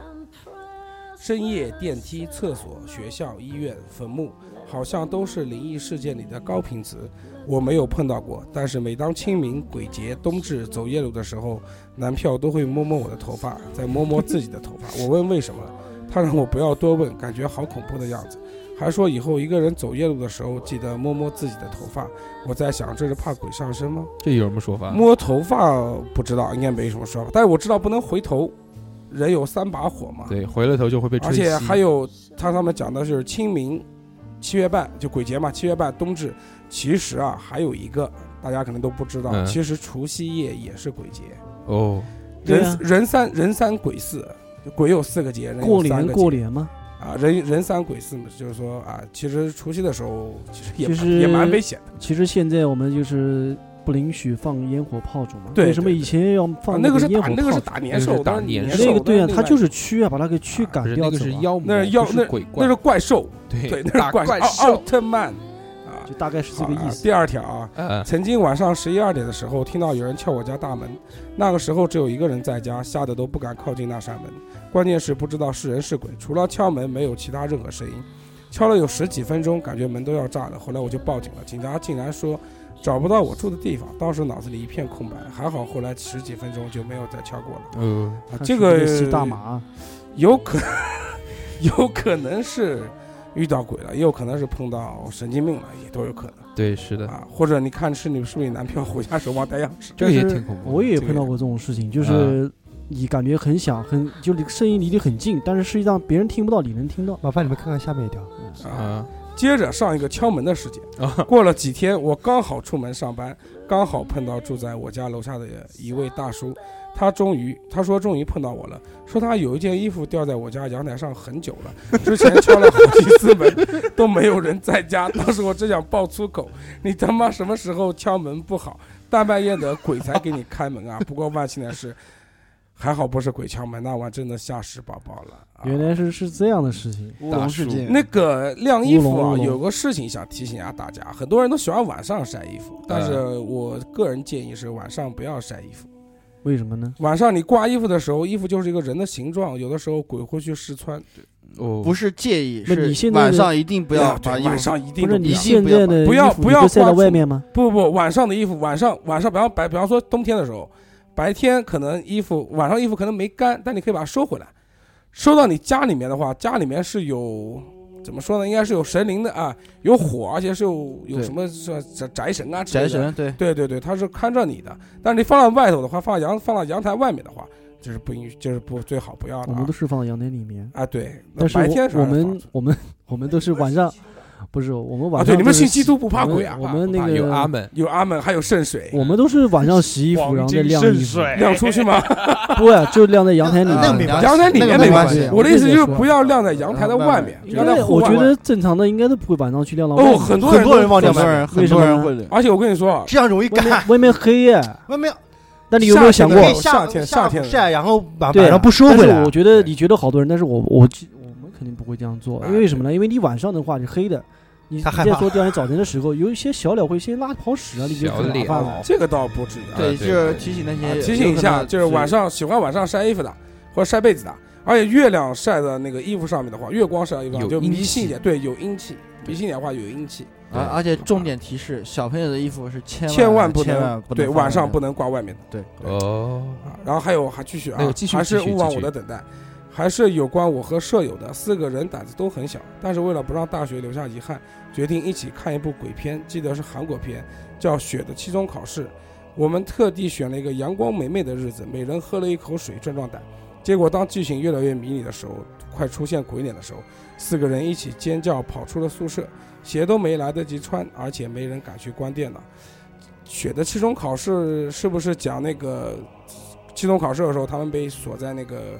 Speaker 7: 深夜电梯、厕所、学校、医院、坟墓，好像都是灵异事件里的高频词。我没有碰到过，但是每当清明、鬼节、冬至走夜路的时候，男票都会摸摸我的头发，再摸摸自己的头发。我问为什么，他让我不要多问，感觉好恐怖的样子，还说以后一个人走夜路的时候记得摸摸自己的头发。我在想，这是怕鬼上身吗？
Speaker 1: 这有什么说法？
Speaker 7: 摸头发不知道，应该没什么说法，但是我知道不能回头，人有三把火嘛。
Speaker 1: 对，回了头就会被吹
Speaker 7: 而
Speaker 1: 熄。
Speaker 7: 且还有他上面讲的就是清明、七月半就鬼节嘛，七月半冬至。其实啊，还有一个大家可能都不知道，
Speaker 1: 嗯
Speaker 7: 其实除夕夜也是鬼节，
Speaker 1: 哦，
Speaker 6: 对
Speaker 7: 人、
Speaker 6: 啊
Speaker 7: 人三人三鬼四，鬼有四个节，人有
Speaker 6: 过
Speaker 7: 三
Speaker 6: 年
Speaker 7: 个
Speaker 6: 过
Speaker 7: 节
Speaker 6: 年嘛，
Speaker 7: 啊，人人三鬼四嘛，就是说啊，其实除夕的时候其实也蛮
Speaker 6: 其实
Speaker 7: 也蛮危险的，
Speaker 6: 其实现在我们就是不允许放烟火炮竹嘛。
Speaker 7: 对
Speaker 6: 为什么
Speaker 7: 对
Speaker 6: 以前要
Speaker 7: 啊
Speaker 6: 放
Speaker 7: 那个是
Speaker 6: 烟
Speaker 7: 打
Speaker 6: 火
Speaker 7: 那个是
Speaker 6: 炮竹？
Speaker 7: 打年
Speaker 1: 那个是
Speaker 7: 兽，
Speaker 1: 打
Speaker 7: 那是
Speaker 1: 年
Speaker 7: 年
Speaker 1: 兽
Speaker 6: 那个对啊，
Speaker 7: 那
Speaker 6: 它
Speaker 7: 另外
Speaker 6: 就是驱啊，把它给驱
Speaker 1: 不
Speaker 6: 赶
Speaker 1: 是
Speaker 6: 掉
Speaker 1: 那
Speaker 6: 走
Speaker 1: 个是
Speaker 6: 啊。
Speaker 1: 妖魔，
Speaker 7: 那是妖
Speaker 1: 不是鬼怪，
Speaker 7: 那是怪兽，
Speaker 1: 对
Speaker 7: 对，那是怪哦
Speaker 1: 怪
Speaker 7: 奥奥特曼啊，
Speaker 6: 就大概是这个
Speaker 7: 好
Speaker 6: 意
Speaker 7: 啊
Speaker 6: 思。
Speaker 7: 第二条啊，
Speaker 1: 嗯，
Speaker 7: 曾经晚上十一二点的时候，听到有人敲我家大门，那个时候只有一个人在家，吓得都不敢靠近那扇门。关键是不知道是人是鬼，除了敲门没有其他任何声音。敲了有十几分钟，感觉门都要炸了，后来我就报警了。警察竟然说找不到我住的地方，当时脑子里一片空白。还好后来十几分钟就没有再敲过了。
Speaker 1: 呃，
Speaker 7: 啊
Speaker 6: 看
Speaker 7: 这
Speaker 6: 是不
Speaker 7: 个
Speaker 6: 是吸大麻啊，
Speaker 7: 有可有可能是遇到鬼了，也有可能是碰到神经病了，也都有可能
Speaker 1: 对，是的，
Speaker 7: 啊。或者你看是你是不是你男朋友回家手忘带钥匙？
Speaker 1: 这个也挺恐怖的。
Speaker 6: 我也
Speaker 7: 这个
Speaker 6: 碰到
Speaker 7: 也
Speaker 6: 过这种事情，就
Speaker 1: 啊
Speaker 6: 是你感觉很响，很就离声音离得很近，但是实际上别人听不到，你能听到。
Speaker 3: 麻烦你们看看下面一条，
Speaker 7: 啊。
Speaker 1: 啊
Speaker 7: 接着上一个敲门的事件，
Speaker 1: 啊
Speaker 7: 过了几天，我刚好出门上班，刚好碰到住在我家楼下的一位大叔，他终于他说终于碰到我了，说他有一件衣服掉在我家阳台上很久了，之前敲了好几次门 都没有人在家，当时我真想爆粗口，你他妈什么时候敲门不好？大半夜的鬼才给你开门啊！不过万幸的是，还好不是鬼敲门，那晚真的吓死宝宝了。啊
Speaker 6: 原来是是这样的事情，
Speaker 4: 乌龙事件，
Speaker 7: 那个晾衣服
Speaker 6: 乌龙乌
Speaker 7: 啊，
Speaker 6: 龙
Speaker 7: 有个事情想提醒一下大家，很多人都喜欢晚上晒衣服，但是
Speaker 4: 嗯
Speaker 7: 我个人建议是晚上不要晒衣服。
Speaker 6: 为什么呢？
Speaker 7: 晚上你挂衣服的时候，衣服就是一个人的形状，有的时候鬼会去试穿。
Speaker 1: 哦，
Speaker 4: 不是介意，
Speaker 6: 那你
Speaker 4: 是
Speaker 6: 现在
Speaker 4: 晚上一定不要
Speaker 7: 哎对
Speaker 4: 把衣
Speaker 7: 晚
Speaker 4: 服
Speaker 7: 上一定都
Speaker 6: 不是
Speaker 7: 不
Speaker 6: 你
Speaker 7: 要
Speaker 6: 现在的
Speaker 7: 不要
Speaker 6: 衣服
Speaker 7: 不要
Speaker 6: 你晒到
Speaker 7: 挂
Speaker 6: 外
Speaker 7: 出
Speaker 6: 面吗？
Speaker 7: 不不不，晚上的衣服，晚上晚上，比方白，比方说冬天的时候，白天可能衣服晚上衣服可能没干，但你可以把它收回来。收到你家里面的话，家里面是有怎么说呢？应该是有神灵的啊，有火，而且是有有
Speaker 4: 对
Speaker 7: 什么是宅宅神啊之类
Speaker 4: 宅
Speaker 7: 的。
Speaker 4: 神，对，
Speaker 7: 对对对，它是看着你的。但是你放到外头的话，放阳放到阳台外面的话，就是不允许，就是不最好不要的
Speaker 6: 我
Speaker 7: 啊
Speaker 6: 们都是放阳台里面，
Speaker 7: 啊。对，那
Speaker 6: 但是
Speaker 7: 白天是
Speaker 6: 我我
Speaker 7: 还是放
Speaker 6: 们我们我们都是晚上，不是我们晚
Speaker 7: 啊，
Speaker 6: 上
Speaker 7: 对，你们
Speaker 6: 都是
Speaker 7: 信基督不怕鬼啊？
Speaker 6: 我
Speaker 7: 啊
Speaker 6: 们我们那
Speaker 1: 怕
Speaker 6: 个
Speaker 1: 有阿门，
Speaker 7: 有阿门，还有圣水，
Speaker 6: 我们都是晚上洗衣服，然后再晾衣服，
Speaker 7: 晾出去吗？
Speaker 6: 不呀，就晾在阳 台里
Speaker 4: 那
Speaker 6: 面
Speaker 4: 没。
Speaker 7: 阳台里
Speaker 4: 那
Speaker 7: 面
Speaker 4: 个没
Speaker 7: 关
Speaker 4: 关系
Speaker 7: 我的意思就是
Speaker 6: 那个
Speaker 7: 不要晾在阳台的外面，
Speaker 6: 因
Speaker 7: 晾在
Speaker 6: 为
Speaker 7: 户
Speaker 6: 我
Speaker 7: 外
Speaker 6: 觉得正常的应该都不会晚上去晾到外面。
Speaker 7: 哦，很多
Speaker 3: 很多人
Speaker 7: 都
Speaker 3: 忘掉
Speaker 4: 很
Speaker 3: 门
Speaker 4: 多
Speaker 3: 了，
Speaker 4: 人很
Speaker 6: 为什
Speaker 4: 多
Speaker 6: 么呢
Speaker 4: 人会的，
Speaker 7: 而且我跟你说啊，
Speaker 3: 这样容易
Speaker 6: 外
Speaker 3: 干。
Speaker 6: 面外面黑夜，
Speaker 3: 外面
Speaker 6: 那你有没有想过
Speaker 7: 夏
Speaker 3: 可
Speaker 7: 天
Speaker 3: 以夏
Speaker 7: 的夏天夏
Speaker 3: 夏天
Speaker 7: 天的
Speaker 3: 晒，然后晚
Speaker 6: 对
Speaker 3: 晚上不收回
Speaker 6: 但
Speaker 3: 来
Speaker 6: 是我。觉得你觉得好多人，但是我我我们肯定不会这样做，
Speaker 7: 哎
Speaker 6: 因为什么呢？因为你晚上的话是黑的，你
Speaker 3: 他害
Speaker 6: 再
Speaker 3: 怕
Speaker 6: 说第二天早晨的时候，有一些小鸟会先拉泡屎啊，你就
Speaker 1: 小
Speaker 6: 很麻
Speaker 1: 鸟
Speaker 6: 烦了。
Speaker 7: 这个倒不至于啊。
Speaker 1: 对
Speaker 4: 对，就是提醒那
Speaker 7: 啊
Speaker 4: 些
Speaker 7: 提醒一下，就是晚上喜欢晚上晒衣服的，或者晒被子的，而且月亮晒在那个衣服上面的话，月光晒在衣服上
Speaker 1: 有
Speaker 7: 就
Speaker 1: 阴
Speaker 7: 迷信一
Speaker 1: 气
Speaker 7: 点，对，有阴气，迷信一点的话有阴气，
Speaker 1: 对
Speaker 4: 啊，而且重点提示，小朋友的衣服是千
Speaker 7: 千
Speaker 4: 万
Speaker 7: 万不
Speaker 4: 千
Speaker 7: 能
Speaker 4: 万不能
Speaker 7: 对
Speaker 4: 放
Speaker 7: 晚上
Speaker 4: 外
Speaker 7: 不
Speaker 4: 面
Speaker 7: 能挂外面的。
Speaker 4: 对，
Speaker 1: 哦，
Speaker 7: 啊，然后还有还继续啊
Speaker 1: 那个继，续
Speaker 7: 还是
Speaker 1: 继续
Speaker 7: 勿忘
Speaker 1: 继
Speaker 7: 我
Speaker 1: 续
Speaker 7: 的等待，还是有关我和舍友的四个人胆子都很小，但是为了不让大学留下遗憾，决定一起看一部鬼片，记得是韩国片，叫《雪的期中考试》。我们特地选了一个阳光明媚的日子，每人喝了一口水壮壮胆。结果当剧情越来越迷离的时候，快出现鬼脸的时候，四个人一起尖叫跑出了宿舍，鞋都没来得及穿，而且没人敢去关电脑。雪的期中考试是不是讲那个期中考试的时候，他们被锁在那个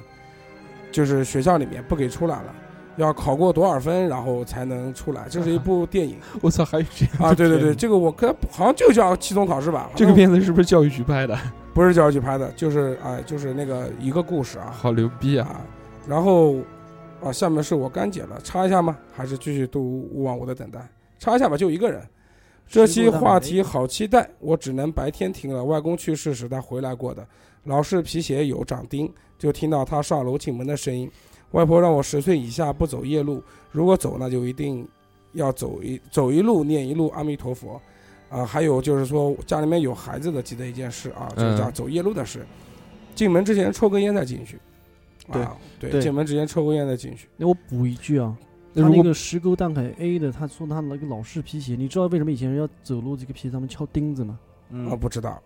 Speaker 7: 就是学校里面不给出来了，要考过多少分然后才能出来？这是一部电影
Speaker 1: 我操，还有这样
Speaker 7: 啊！
Speaker 1: 的
Speaker 7: 对对
Speaker 1: 片
Speaker 7: 对，
Speaker 1: 子，
Speaker 7: 这个我跟好像就叫期中考试吧。
Speaker 1: 这个片子是不是教育局拍的？
Speaker 7: 不是教育局拍的，就是啊、就是那个一个故事啊
Speaker 1: 好牛逼啊！
Speaker 7: 啊。然后啊，下面是我干姐了，插一下吗？还是继续读勿忘我的等待？插一下吧，就一个人。这期话题好期待，我只能白天听了。外公去世时他回来过的，老是皮鞋有长钉，就听到他上楼进门的声音。外婆让我十岁以下不走夜路，如果走那就一定要走一走一路念一路阿弥陀佛。啊，还有就是说家里面有孩子的，记得一件事啊，就是叫
Speaker 1: 嗯
Speaker 7: 走夜路的事。进门之前抽根烟再进去。
Speaker 4: 对
Speaker 7: 啊、对，
Speaker 4: 对
Speaker 7: 进门之前抽根烟再进去。
Speaker 6: 那我补一句啊，他
Speaker 1: 那如
Speaker 6: 那
Speaker 1: 果
Speaker 6: 个石沟蛋海 A 的，他说他那个老式皮鞋，你知道为什么以前人要走路这个皮鞋他们敲钉子吗？
Speaker 7: 啊，
Speaker 4: 嗯，
Speaker 7: 不知道。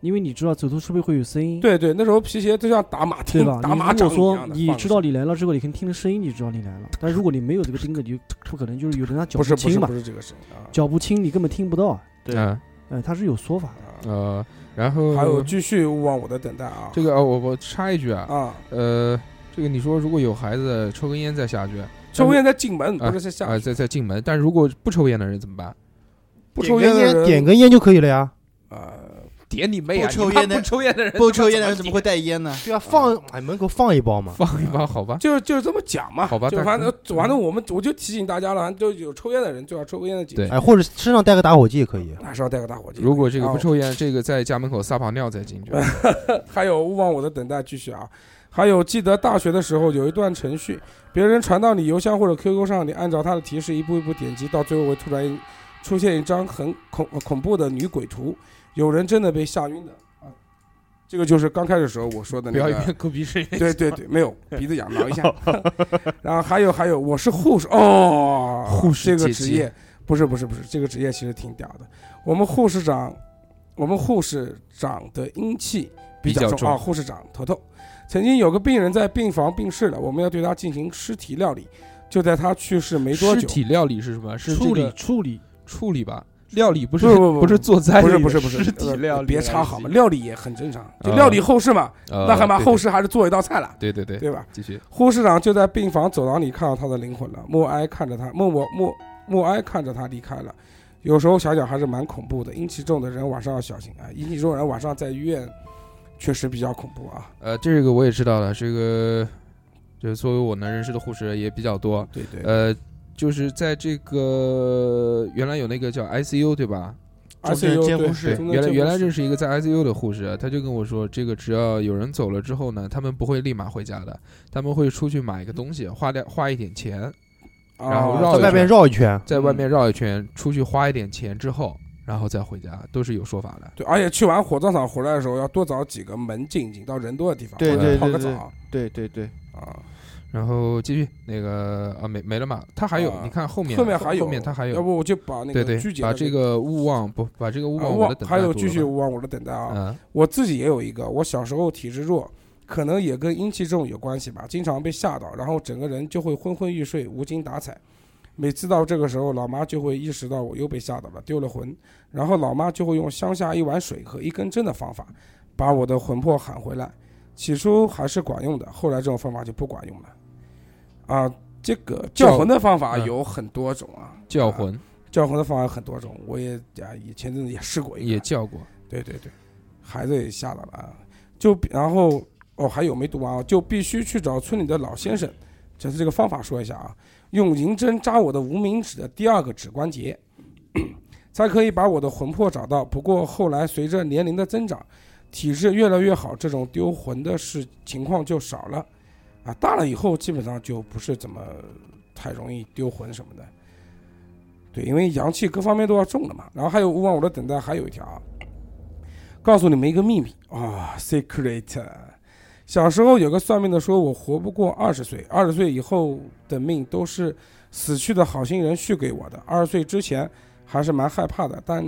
Speaker 6: 因为你知道走路是不是会有声音？。
Speaker 7: 对对，那时候皮鞋都像打马
Speaker 6: 对
Speaker 7: 钉
Speaker 6: 吧？、
Speaker 7: 打马
Speaker 6: 你如
Speaker 7: 掌
Speaker 6: 果
Speaker 7: 一
Speaker 6: 说
Speaker 7: 样的。
Speaker 6: 你
Speaker 7: 放
Speaker 6: 知
Speaker 7: 着
Speaker 6: 道你来了之后，你可以听着声音，你知道 你来了。但如果你没有这个钉子，你就不可能就是有的人他脚
Speaker 7: 不是不
Speaker 6: 轻
Speaker 7: 是
Speaker 6: 嘛
Speaker 7: 不，是这个声音啊
Speaker 6: 脚不轻你根本听不到。啊
Speaker 4: 对
Speaker 1: 嗯
Speaker 6: 哎，他是有说法的。
Speaker 7: 啊。
Speaker 1: 呃，然后
Speaker 7: 还有继续勿忘我的等待啊。
Speaker 1: 这个啊，我我插一句啊，
Speaker 7: 啊，
Speaker 1: 呃，这个你说如果有孩子抽根烟再下去，
Speaker 7: 抽根烟再进门，不是在
Speaker 1: 啊，
Speaker 7: 下。
Speaker 1: 再再进门，但如果不抽烟的人怎么办？
Speaker 7: 不
Speaker 3: 点
Speaker 7: 抽
Speaker 3: 根
Speaker 7: 烟的人
Speaker 3: 点根烟就可以了呀。
Speaker 7: 呃，
Speaker 1: 点你妹啊！
Speaker 4: 不抽
Speaker 1: 你妈
Speaker 4: 烟的
Speaker 1: 不抽烟的人，
Speaker 4: 不抽烟的人怎么会带烟呢？
Speaker 3: 对啊，放哎门口放一包嘛。
Speaker 1: 放一包？好吧，
Speaker 7: 就是就是这么讲嘛。
Speaker 1: 好吧
Speaker 7: 就
Speaker 1: 但
Speaker 7: 反正
Speaker 1: 嗯
Speaker 7: 反正我们我就提醒大家了，就有抽烟的人就要抽根烟的进
Speaker 1: 对
Speaker 7: 去，
Speaker 3: 哎，或者身上带个打火机也可以。
Speaker 7: 还是要带个打火机。啊
Speaker 1: 如果这个
Speaker 7: 然后
Speaker 1: 不抽烟，这个在家门口撒泡尿再进去。
Speaker 7: 还有勿忘我的等待，继续啊。还有记得大学的时候有一段程序，别人传到你邮箱或者 QQ 上，你按照他的提示一步一步点击，到最后会突然出呃现一张很恐恐怖的女鬼图，有人真的被吓晕的啊，这个就是刚开始时候我说的
Speaker 1: 不
Speaker 7: 那
Speaker 1: 要一
Speaker 7: 个
Speaker 1: 边，抠鼻屎一 边
Speaker 7: 对对对，没有鼻子痒挠一下。 然后还有还有，我是护士哦，
Speaker 1: 护士
Speaker 7: 这个
Speaker 1: 姐
Speaker 7: 职
Speaker 1: 姐
Speaker 7: 业不是不是不是，这个职业其实挺屌的。我们护士长，我们护士长的阴气比较
Speaker 1: 比较
Speaker 7: 重
Speaker 1: 重
Speaker 7: 啊，护士长头头。曾经有个病人在病房病逝了，我们要对他进行尸体料理。就在他去世没多
Speaker 1: 尸
Speaker 7: 久，
Speaker 1: 体料理是什么？是
Speaker 6: 处
Speaker 1: 这
Speaker 6: 理
Speaker 1: 个
Speaker 6: 处理，
Speaker 1: 处理吧？料 理不是
Speaker 7: 不不不
Speaker 1: 是做菜的
Speaker 7: 不
Speaker 1: 意
Speaker 7: 是
Speaker 1: 思，
Speaker 7: 不是不是
Speaker 1: 尸体
Speaker 7: 呃
Speaker 1: 料理，啊
Speaker 7: 别插好嘛，料理也很正常，就料理后事嘛，
Speaker 1: 呃，
Speaker 7: 那还嘛
Speaker 1: 对
Speaker 7: 后事还是做一道菜了，
Speaker 1: 对对对，
Speaker 7: 对吧？
Speaker 1: 继续
Speaker 7: 护士长就在病房走廊里看到他的灵魂了，默哀看着他，默默默默哀看着他离开了。有时候想想还是蛮恐怖的，阴气重的人晚上要小心啊！阴气重的人晚上在医院确实比较恐怖啊。
Speaker 1: 呃，这个我也知道了，这个就是作为我能认识的护士也比较多，
Speaker 7: 对对，
Speaker 1: 呃，就是在这个原来有那个叫 ICU 对吧？
Speaker 7: 而且
Speaker 4: 中
Speaker 7: 又
Speaker 4: 间监
Speaker 7: 对
Speaker 4: 护室
Speaker 7: 中间
Speaker 1: 原来
Speaker 7: 监护
Speaker 1: 原来
Speaker 7: 室
Speaker 1: 认识一个在 ICU 的护士，他就跟我说，这个只要有人走了之后呢，他们不会立马回家的，他们会出去买一个东西，
Speaker 7: 嗯
Speaker 1: 花点花一点钱，
Speaker 7: 啊
Speaker 1: 然后绕
Speaker 3: 在
Speaker 1: 一
Speaker 3: 外
Speaker 1: 圈
Speaker 3: 面绕一圈，
Speaker 7: 嗯
Speaker 1: 在外面绕一圈，出去花一点钱之后，然后再回家，都是有说法的。
Speaker 7: 对，而且去完火葬场回来的时候要多找几个门进进到人多的地方，
Speaker 4: 对
Speaker 7: 或者
Speaker 1: 对
Speaker 7: 泡个
Speaker 4: 对
Speaker 7: 澡
Speaker 4: 对对对，
Speaker 7: 啊。
Speaker 1: 然后继续那个啊，没没了嘛？他还有，
Speaker 7: 啊
Speaker 1: 你看后面
Speaker 7: 后面还有，
Speaker 1: 后面他还
Speaker 7: 要
Speaker 1: 有，
Speaker 7: 不我就把那
Speaker 1: 对
Speaker 7: 个
Speaker 1: 对
Speaker 7: 拘，谨
Speaker 1: 把
Speaker 7: 的
Speaker 1: 这
Speaker 7: 那
Speaker 1: 个勿忘不把这个勿
Speaker 7: 啊
Speaker 1: 忘我的等待
Speaker 7: 还有
Speaker 1: 读
Speaker 7: 继
Speaker 1: 了
Speaker 7: 续
Speaker 1: 吧
Speaker 7: 勿忘我的等待啊。
Speaker 1: 嗯，
Speaker 7: 我自己也有一个，我小时候体质弱，可能也跟阴气重有关系吧，经常被吓到，然后整个人就会昏昏欲睡、无精打采。每次到这个时候，老妈就会意识到我又被吓到了，丢了魂，然后老妈就会用乡下一碗水和一根针的方法，把我的魂魄喊回来。起初还是管用的，后来这种方法就不管用了。啊，这个叫魂的方法
Speaker 1: 嗯
Speaker 7: 有很多种啊，
Speaker 1: 叫
Speaker 7: 啊
Speaker 1: 魂
Speaker 7: 叫魂的方法有很多种，我也啊，也前阵子也试过一个，
Speaker 1: 也叫 过，
Speaker 7: 对对对，孩子也吓到了啊。就比然后哦，还有没读完啊？就必须去找村里的老先生，就是这个方法说一下啊，用银针扎我的无名指的第二个指关节， 才可以把我的魂魄找到。不过后来随着年龄的增长，体质越来越好，这种丢魂的事情况就少了啊。大了以后基本上就不是怎么太容易丢魂什么的。对，因为阳气各方面都要重了嘛。然后还有勿忘我的等待，还有一条啊，告诉你们一个秘密啊、s e c r e t 小时候有个算命的说我活不过二十岁，二十岁以后的命都是死去的好心人续给我的。二十岁之前还是蛮害怕的，但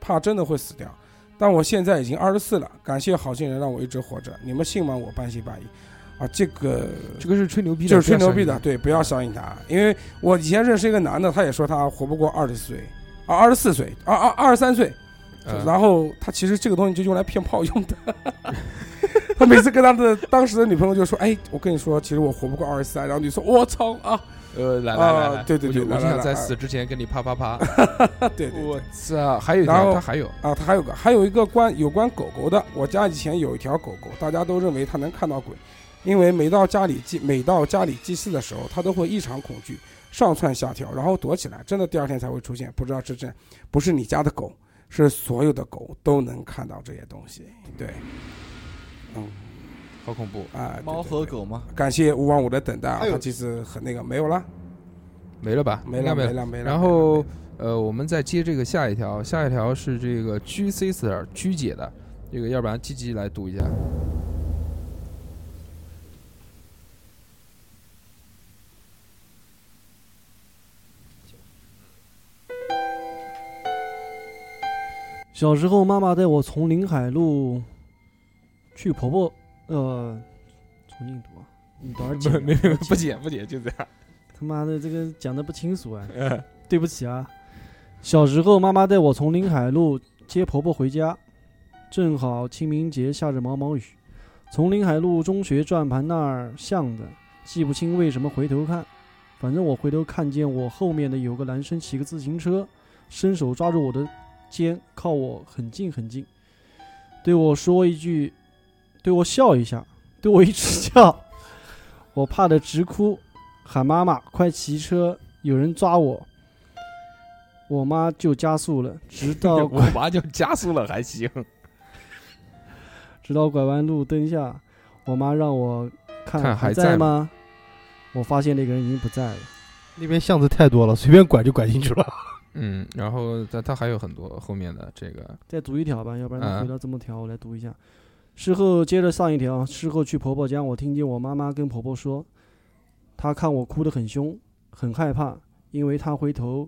Speaker 7: 怕真的会死掉。但我现在已经二十四了，感谢好心人让我一直活着。你们信吗？我半信半疑。啊，这个
Speaker 1: 这个是吹牛逼的，
Speaker 7: 就是吹
Speaker 1: 不要
Speaker 7: 牛逼
Speaker 1: 相
Speaker 7: 的，
Speaker 1: 信，
Speaker 7: 对，不要相信他，因为我以前认识一个男的，他也说他活不过二十岁，啊，二十四岁，二二二十三岁，
Speaker 1: 嗯
Speaker 7: 然后他其实这个东西就用来骗炮用的。 他每次跟他的当时的女朋友就说：“哎，我跟你说，其实我活不过二十三。”然后你说：“我操啊
Speaker 1: 呃，来来来
Speaker 7: 啊
Speaker 1: 来，
Speaker 7: 对对
Speaker 1: 我就
Speaker 7: 对
Speaker 1: 我就
Speaker 7: 来来
Speaker 1: 想在
Speaker 7: 来
Speaker 1: 死之前跟你啪啪啪。！”
Speaker 7: 对对对
Speaker 1: 我操，还有一
Speaker 7: 然后
Speaker 1: 条，他还有，
Speaker 7: 啊，他还有个还有一个关有关狗狗的，我家以前有一条狗狗，大家都认为它能看到鬼，因为每到家里祭每到家里祭祀的时候，它都会异常恐惧，上蹿下跳，然后躲起来，真的第二天才会出现。不知道是真不是你家的狗，是所有的狗都能看到这些东西。对，嗯
Speaker 1: 好恐怖，
Speaker 7: 啊，对
Speaker 4: 猫
Speaker 7: 对
Speaker 4: 和
Speaker 7: 对
Speaker 4: 狗吗？
Speaker 7: 感谢勿忘我的等待啊！
Speaker 4: 还有
Speaker 7: 他其实很那个，没有了，
Speaker 1: 没了吧？
Speaker 7: 没
Speaker 1: 应该
Speaker 7: 了，
Speaker 1: 没
Speaker 7: 没了，没了。
Speaker 1: 然后呃，我们再接这个下一条，下一条是这个 G C Sir 居姐的，这个要不然积极来读一下。
Speaker 6: 小时候，妈妈带我从临海路去婆婆，呃，重新读啊，你多少姐？
Speaker 1: 没没不剪不剪，就这样。
Speaker 6: 他妈的，这个讲的不清 楚哎，对不起啊。小时候，妈妈带我从临海路接婆婆回家，正好清明节下着毛毛雨，从临海路中学转盘那儿巷子，记不清为什么回头看，反正我回头看见我后面的有个男生骑个自行车，伸手抓住我的肩，靠我很近很近，对我说一句，对我笑一下，对我一直笑， 我怕得直哭，喊妈妈快骑车，有人抓我。我妈就加速了，直 到拐
Speaker 1: 娃就加速了，还行。
Speaker 6: 直到拐弯路灯下，我妈让我看
Speaker 1: 看还
Speaker 6: 还
Speaker 1: 在
Speaker 6: 吗？我发现那个人已经不在了。
Speaker 3: 那边巷子太多了，随便拐就拐进去了。
Speaker 1: 嗯，然后他他还有很多后面的这个，
Speaker 6: 再读一条吧，要不然
Speaker 1: 啊
Speaker 6: 回到这么条，我来读一下。事后接着上一条，事后去婆婆家，我听见我妈妈跟婆婆说，她看我哭得很凶，很害怕，因为她回头，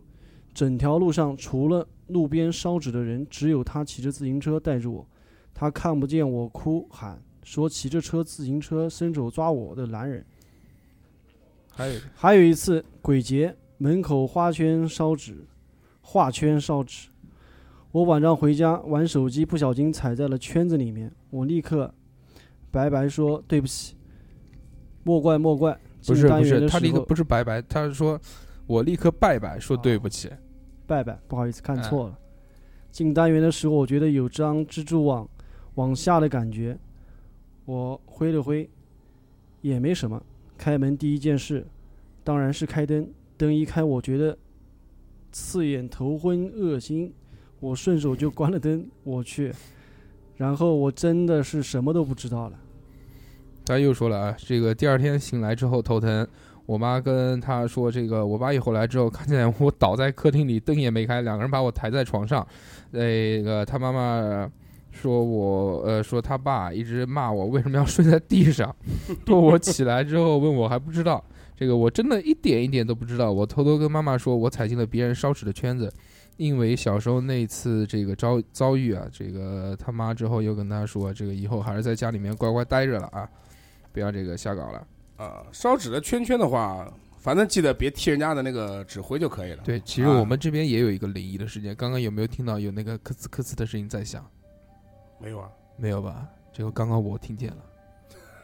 Speaker 6: 整条路上除了路边烧纸的人，只有她骑着自行车带着我，她看不见我哭喊，说骑着车自行车伸手抓我的男人。
Speaker 1: 还有
Speaker 6: 还有一次鬼节，门口花圈烧纸，画圈烧纸。我晚上回家玩手机，不小心踩在了圈子里面，我立刻白白说对不起，莫怪莫怪。
Speaker 1: 不
Speaker 6: 进
Speaker 1: 是
Speaker 6: 单
Speaker 1: 不
Speaker 6: 元
Speaker 1: 是，
Speaker 6: 的
Speaker 1: 他
Speaker 6: 时
Speaker 1: 立刻
Speaker 6: 候哦
Speaker 1: 不是拜拜，他是说我立刻拜拜，说对不起。
Speaker 6: 拜拜，不好意思看错了。进单元的时候，我觉得有张蜘蛛网往下的感觉，我挥了挥，也没什么。开门第一件事，当然是开灯。灯一开，我觉得刺眼、头昏、恶心，我顺手就关了灯。我去，然后我真的是什么都不知道了。
Speaker 1: 他又说了啊，这个第二天醒来之后头疼，我妈跟他说，这个我爸一回来之后，看见我倒在客厅里，灯也没开，两个人把我抬在床上。哎那个他妈妈说我，呃，说他爸一直骂我为什么要睡在地上， 说我起来之后问我还不知道，这个我真的一点一点都不知道。我偷偷跟妈妈说，我踩进了别人烧纸的圈子。因为小时候那次这个遭遭遇啊，这个他妈之后又跟他说，这个以后还是在家里面乖乖待着了啊，不要这个瞎搞了。
Speaker 7: 啊，烧纸的圈圈的话，反正记得别踢人家的那个纸灰就可以了。
Speaker 1: 对，其实我们这边也有一个灵异的事件，刚刚有没有听到有那个咯吱咯吱的声音在响？
Speaker 7: 没有啊？
Speaker 1: 没有吧？这个刚刚我听见了。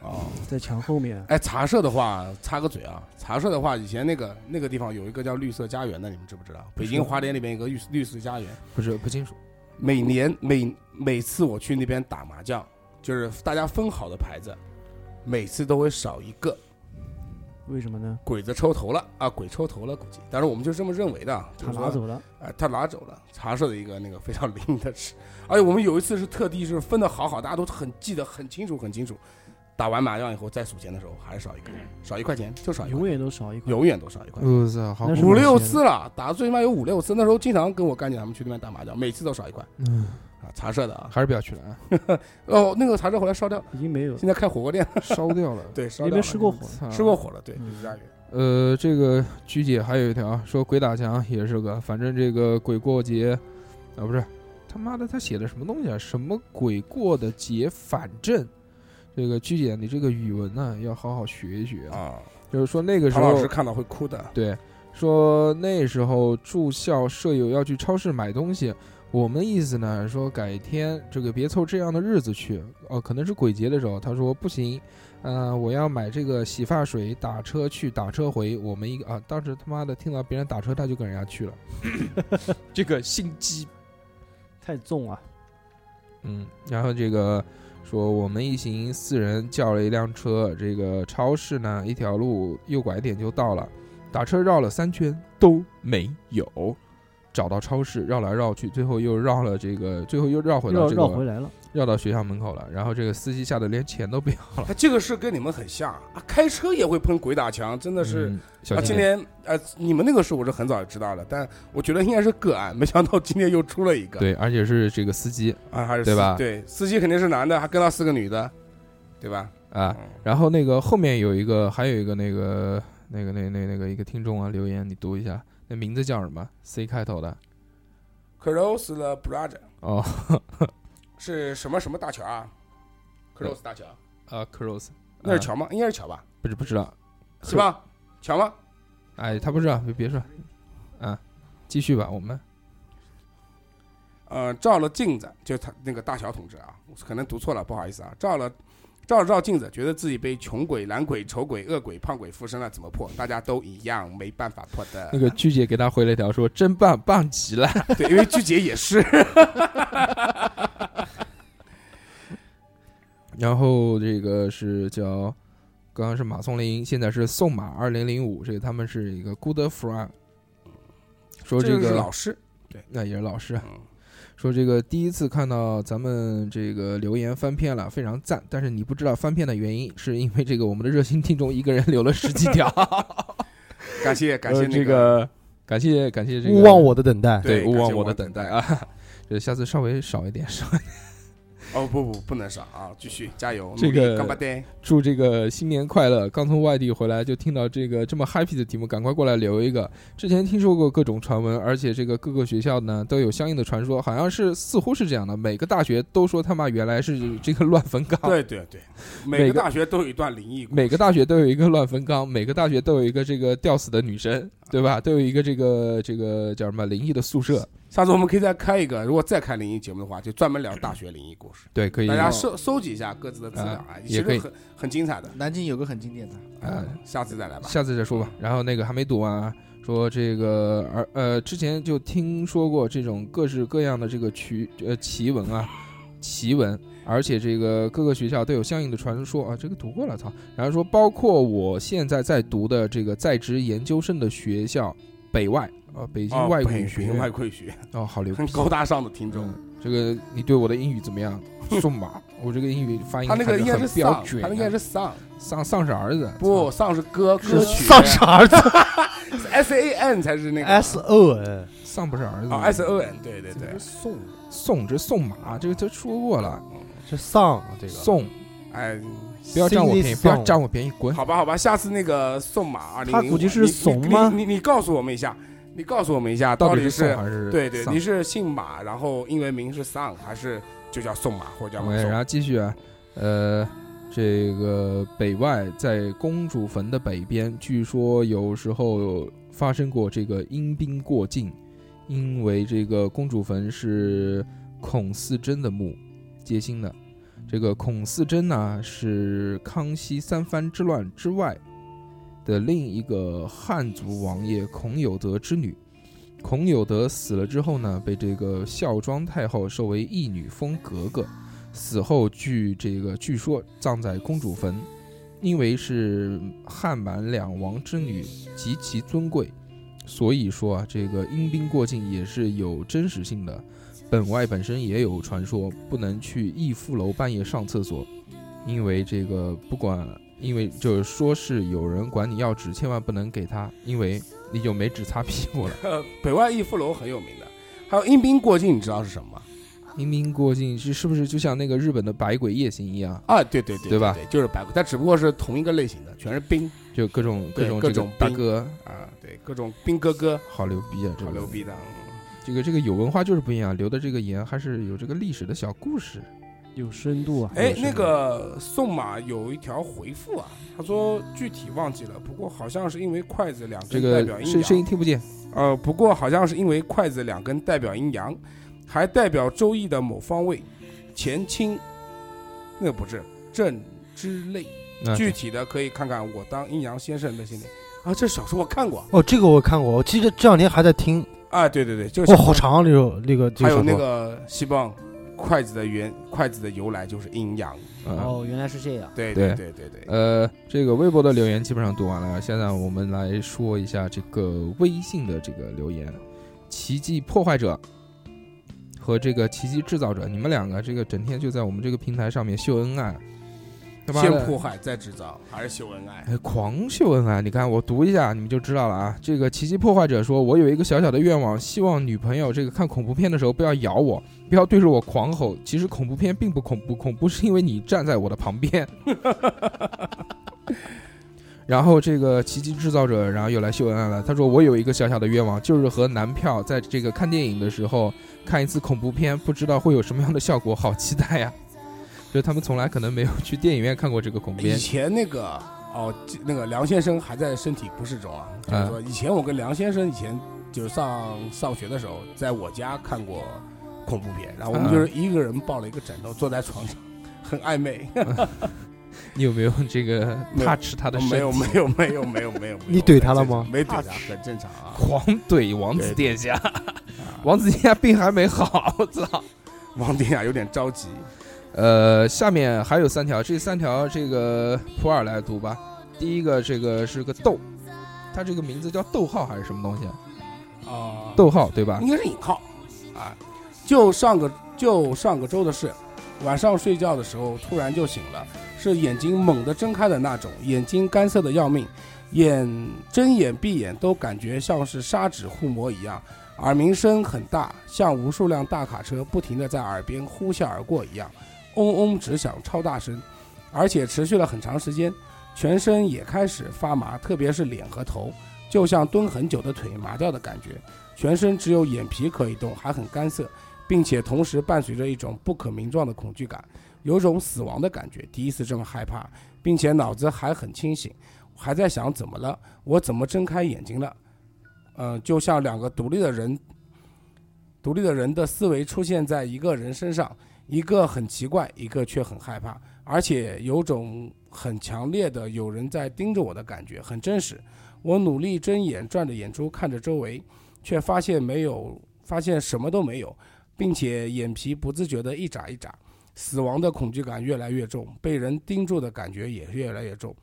Speaker 7: 哦，
Speaker 6: 在墙后面，
Speaker 7: 哎，茶社的话，插个嘴啊，茶社的话，以前那个那个地方有一个叫绿色家园的，你们知不知道？北京华联那边有个绿绿色家园，
Speaker 1: 不是不清楚，
Speaker 7: 每年每每次我去那边打麻将，就是大家分好的牌子，每次都会少一个。
Speaker 6: 为什么呢？
Speaker 7: 鬼子抽头了啊，鬼抽头了，估计，但是我们就这么认为的啊。就
Speaker 6: 他
Speaker 7: 是说
Speaker 6: 拿走了，
Speaker 7: 哎，他拿走了茶社的一个那个非常灵异的事，而且我们有一次是特地是分的好好，大家都很记得很清楚很清楚。打完麻将以后再数钱的时候，还是少一个，少一块钱就少一块，
Speaker 6: 永远都少一块。
Speaker 7: 永远都少一块，
Speaker 1: 我操，呃啊好
Speaker 6: 那是
Speaker 7: 五
Speaker 6: 我
Speaker 7: 六
Speaker 6: 先
Speaker 7: 次了，打最起码有五六次。那时候经常跟我干姐他们去那边打麻将，每次都少一块
Speaker 1: 嗯，
Speaker 7: 啊，茶社的啊。
Speaker 1: 还是不要去了啊，
Speaker 7: 哦，那个茶社后来烧掉了，
Speaker 6: 已经没有了，
Speaker 7: 现在开火锅店了。。
Speaker 1: 烧掉 了
Speaker 7: 对，烧
Speaker 6: 那
Speaker 7: 掉了。
Speaker 6: 边失过火了。
Speaker 1: 操
Speaker 7: 失过火了，对，
Speaker 6: 嗯
Speaker 7: 就是家园。
Speaker 1: 呃，这个鞠姐还有一条说鬼打墙也是个，反正这个鬼过节啊，不是他妈的他写的什么东西啊？什么鬼过的节？反正这个鞠姐，你这个语文呢、要好好学一学啊。
Speaker 7: 啊，
Speaker 1: 就是说那个时
Speaker 7: 唐
Speaker 1: 候
Speaker 7: 老师看到会哭的。
Speaker 1: 对，说那时候住校舍友要去超市买东西，我们意思呢说改天这个别凑这样的日子去哦，可能是鬼节的时候，他说不行，呃，我要买这个洗发水，打车去，打车回。我们一个啊，当时他妈的听到别人打车，他就跟人家去了，这个心机，
Speaker 6: 太重啊！
Speaker 1: 嗯，然后这个。说我们一行四人叫了一辆车，这个超市呢，一条路右拐点就到了。打车绕了三圈都没有找到超市，绕来绕去，最后又绕了这个，最后又绕回到
Speaker 6: 绕
Speaker 1: 这
Speaker 6: 绕回
Speaker 1: 个，
Speaker 6: 来了，
Speaker 1: 绕到学校门口了。然后这个司机吓得连钱都不要了，
Speaker 7: 他这个是跟你们很像啊，开车也会碰鬼打墙，真的是。
Speaker 1: 嗯小
Speaker 7: 啊，
Speaker 1: 心
Speaker 7: 今
Speaker 1: 点。
Speaker 7: 天呃，你们那个事我是很早就知道了，但我觉得应该是个案，没想到今天又出了一个。
Speaker 1: 对，而且是这个司机
Speaker 7: 啊，还是
Speaker 1: 对
Speaker 7: 司
Speaker 1: 吧
Speaker 7: 对，司机肯定是男的，还跟到四个女的，对吧？
Speaker 1: 啊。
Speaker 7: 嗯
Speaker 1: 然后那个后面有一个，还有一个那个那个那那那个一个听众啊留言，你读一下，那名字叫什么？C 开头的
Speaker 7: Cross 了 Brother
Speaker 1: 哦，
Speaker 7: 是什么什么大桥啊？Cross 大桥，
Speaker 1: 啊 Cross，
Speaker 7: 那是
Speaker 1: 啊
Speaker 7: 桥吗？应该是桥吧？
Speaker 1: 不是不知道，
Speaker 7: 是吧？桥吗？
Speaker 1: 哎，他不知道，别别说，啊，继续吧，我们
Speaker 7: 呃，照了镜子，就是他那个大乔同志啊，我可能读错了，不好意思啊。照了，照了照镜子，觉得自己被穷鬼、懒鬼、丑鬼、恶鬼、胖鬼附身了，怎么破？大家都一样，没办法破的。
Speaker 1: 那个鞠姐给他回了一条说：“真棒，棒极了。
Speaker 7: 对，因为鞠姐也是。”
Speaker 1: 然后这个是叫，刚刚是马松林，现在是宋马二零零五，这个他们是一个 Good friend，说
Speaker 7: 这个是
Speaker 1: 个
Speaker 7: 老师，
Speaker 1: 那也是老师啊，
Speaker 7: 嗯，
Speaker 1: 说这个第一次看到咱们这个留言翻篇了，非常赞。但是你不知道翻篇的原因，是因为这个我们的热心听众一个人留了十几条，
Speaker 7: 感谢感谢
Speaker 1: 呃这
Speaker 7: 那个，
Speaker 1: 感谢感谢这个
Speaker 3: 勿忘我的等待。
Speaker 1: 对
Speaker 7: 对
Speaker 1: 勿
Speaker 7: 感
Speaker 1: 忘
Speaker 7: 谢
Speaker 1: 我的
Speaker 7: 我的
Speaker 1: 等
Speaker 7: 等
Speaker 1: 待啊，这下次稍微少一点，少一点。
Speaker 7: 哦不不不能上啊，继续加油，
Speaker 1: 这个
Speaker 7: 努力干巴呆，
Speaker 1: 祝这个新年快乐！刚从外地回来就听到这个这么 happy 的题目，赶快过来留一个。之前听说过各种传闻，而且这个各个学校呢都有相应的传说，好像是似乎是这样的，每个大学都说他妈原来是这个乱坟岗，
Speaker 7: 对对对，每
Speaker 1: 每
Speaker 7: 个
Speaker 1: 个
Speaker 7: 大学都有一段灵异故事，
Speaker 1: 每个大学都有一个乱坟岗，每个大学都有一个这个吊死的女生，对吧？都有一个这个这个叫什么灵异的宿舍，
Speaker 7: 下次我们可以再开一个，如果再开灵异节目的话，就专门聊大学灵异故事，
Speaker 1: 对，可以
Speaker 7: 大家收收集一下各自的资料啊，其
Speaker 1: 也可
Speaker 7: 实
Speaker 1: 以
Speaker 7: 很很精彩的，
Speaker 4: 南京有个很经典的，
Speaker 1: 啊。
Speaker 7: 下次再来吧。
Speaker 1: 下次再说
Speaker 7: 嗯
Speaker 1: 吧。然后那个还没读完啊，说这个而呃之前就听说过这种各式各样的这个奇呃奇闻 啊，奇闻，而且这个各个学校都有相应的传说啊，这个读过了操。然后说包括我现在在读的这个在职研究生的学校北外啊、呃北京
Speaker 7: 哦
Speaker 1: 外
Speaker 7: 北
Speaker 1: 语学
Speaker 7: 平
Speaker 1: 院
Speaker 7: 外国语学，
Speaker 1: 哦好牛逼
Speaker 7: 很高大上的听众
Speaker 1: 嗯，这个你对我的英语怎么样？送马，我这个英语发音
Speaker 7: 他那个
Speaker 1: 还
Speaker 7: 应该
Speaker 1: 很
Speaker 7: 是
Speaker 1: 标
Speaker 7: 丧，
Speaker 1: 准
Speaker 7: 他
Speaker 1: 啊，
Speaker 7: 那应该是丧，
Speaker 1: 丧丧是儿子，操
Speaker 7: 不丧是歌
Speaker 3: 是
Speaker 7: 歌曲，
Speaker 3: 丧啥子
Speaker 7: S A N 才是那个
Speaker 3: ？S 哎 O N，
Speaker 1: 丧不是儿子啊
Speaker 7: 哦 S O N，对对对
Speaker 3: 送
Speaker 1: 送这送马，这个都说过了，
Speaker 3: 是丧啊这个
Speaker 1: 送
Speaker 7: 哎，
Speaker 1: 不要占我便宜，
Speaker 3: Silly
Speaker 1: 不要
Speaker 3: song
Speaker 1: 占我便宜，滚！
Speaker 7: 好吧好吧，下次那个送马二零
Speaker 6: 他估计是怂吗
Speaker 7: 你你你告诉我们一下，你告诉我们一下，
Speaker 1: 到
Speaker 7: 底
Speaker 1: 是送还是
Speaker 7: 对对，
Speaker 1: 丧
Speaker 7: 你是姓马，然后英文名是丧，还是就叫宋马或者叫马
Speaker 1: OK，然
Speaker 7: 宋？
Speaker 1: 后继续啊，呃，这个北外在公主坟的北边，据说有时候发生过这个阴兵过境，因为这个公主坟是孔四贞的墓接心的。这个孔四贞呢，是康熙三藩之乱之外的另一个汉族王爷孔有德之女。孔有德死了之后呢，被这个孝庄太后授为义女，封格格。死后据这个据说葬在公主坟，因为是汉满两王之女，极其尊贵，所以说啊，这个阴兵过境也是有真实性的。本外本身也有传说，不能去逸夫楼半夜上厕所，因为这个不管，因为就是说是有人管你要纸，千万不能给他，因为你就没纸擦屁股了。
Speaker 7: 呃，北外逸夫楼很有名的，还有阴兵过境，你知道是什么吗？
Speaker 1: 阴兵过境是是不是就像那个日本的百鬼夜行一样，
Speaker 7: 啊，对对对，
Speaker 1: 对吧
Speaker 7: 对，就是白骨，它只不过是同一个类型的，全是兵
Speaker 1: 就各种各
Speaker 7: 对
Speaker 1: 种
Speaker 7: 各
Speaker 1: 这个
Speaker 7: 种
Speaker 1: 大
Speaker 7: 兵
Speaker 1: 哥
Speaker 7: 啊，对，各种兵哥哥，
Speaker 1: 好牛逼啊！这
Speaker 7: 好
Speaker 1: 个
Speaker 7: 牛逼的。嗯
Speaker 1: 这个这个有文化就是不一样，留的这个言还是有这个历史的小故事。
Speaker 6: 有深度啊！
Speaker 1: 有，
Speaker 7: 哎
Speaker 1: 时候
Speaker 7: 那个宋马有一条回复啊，他说具体忘记了，不过好像是因为筷子两
Speaker 1: 这
Speaker 7: 根代表
Speaker 1: 个
Speaker 7: 阴
Speaker 1: 声声音
Speaker 7: 阳，
Speaker 1: 听不见，
Speaker 7: 呃，不过好像是因为筷子两根代表阴阳，还代表周易的某方位，前倾，那不是正之类，
Speaker 1: 嗯
Speaker 7: 具体的可以看看我当阴阳先生那些年啊，这小说我看过
Speaker 3: 哦，这个我看过，我其实这两天还在听，
Speaker 7: 啊，对对对，就是
Speaker 3: 哇，好长啊那首那个这
Speaker 7: 还有
Speaker 3: 首
Speaker 7: 那
Speaker 3: 歌，
Speaker 7: 个西方筷子的原筷子的由来就是阴阳，
Speaker 1: 啊。
Speaker 2: 哦，原来是这样。
Speaker 7: 对
Speaker 1: 对
Speaker 7: 对对对，
Speaker 1: 呃，这个微博的留言基本上读完了，现在我们来说一下这个微信的这个留言，奇迹破坏者和这个奇迹制造者，你们两个这个整天就在我们这个平台上面秀恩爱，他妈
Speaker 7: 先
Speaker 1: 的
Speaker 7: 迫害再制造，还是秀恩爱。
Speaker 1: 哎，狂秀恩爱，你看我读一下你们就知道了啊。这个奇迹破坏者说，我有一个小小的愿望，希望女朋友这个看恐怖片的时候不要咬我，不要对着我狂吼。其实恐怖片并不恐怖，恐怖是因为你站在我的旁边。 然后这个奇迹制造者，然后又来秀恩爱了。他说：“我有一个小小的愿望，就是和男票在这个看电影的时候看一次恐怖片，不知道会有什么样的效果，好期待呀！” 就是他们从来可能没有去电影院看过这个恐怖片
Speaker 7: 以。前那个哦，记那个梁先生还在身体不适中啊，就是
Speaker 1: 嗯
Speaker 7: 说以前我跟梁先生以前就是上上学的时候，在我家看过恐怖片，然后我们
Speaker 1: 嗯
Speaker 7: 就是一个人抱了一个枕头坐在床上，很暧昧。
Speaker 1: 你有没有这个
Speaker 7: 没有
Speaker 1: touch 他的身体？
Speaker 7: 没有没有没有没有没有没有，
Speaker 3: 你怼他了吗
Speaker 7: 没怼他，很正常啊。
Speaker 1: 狂怼王子殿下，
Speaker 7: 啊
Speaker 1: 王子殿下病还没好，我操！
Speaker 7: 王丁啊有点着急，
Speaker 1: 呃，下面还有三条，这三条这个普洱来读吧。第一个这个是个逗，他这个名字叫逗号还是什么东西啊？
Speaker 7: 啊，
Speaker 1: 逗号对吧
Speaker 7: 应？该是引号啊。就上个就上个周的事，晚上睡觉的时候突然就醒了，是眼睛猛地睁开的那种，眼睛干涩的要命，眼睁眼闭眼都感觉像是砂纸互磨一样，耳鸣声很大，像无数辆大卡车不停的在耳边呼啸而过一样。嗡嗡直响，超大声，而且持续了很长时间，全身也开始发麻，特别是脸和头，就像蹲很久的腿麻掉的感觉，全身只有眼皮可以动，还很干涩，并且同时伴随着一种不可名状的恐惧感，有种死亡的感觉。第一次这么害怕，并且脑子还很清醒，还在想怎么了，我怎么睁开眼睛了？嗯、就像两个独立的人，独立的人的思维出现在一个人身上，一个很奇怪，一个却很害怕，而且有种很强烈的有人在盯着我的感觉，很真实。我努力睁眼，转着眼珠看着周围，却发现没有，发现什么都没有，并且眼皮不自觉的一眨一眨。死亡的恐惧感越来越重，被人盯住的感觉也越来越重，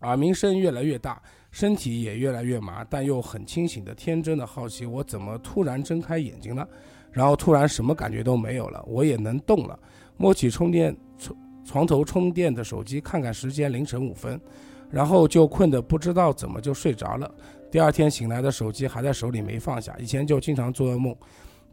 Speaker 7: 耳鸣声越来越大，身体也越来越麻，但又很清醒的、天真的好奇，我怎么突然睁开眼睛了？然后突然什么感觉都没有了，我也能动了。摸起充电床床头充电的手机，看看时间，凌晨五分，然后就困得不知道怎么就睡着了。第二天醒来的手机还在手里没放下，以前就经常做噩梦，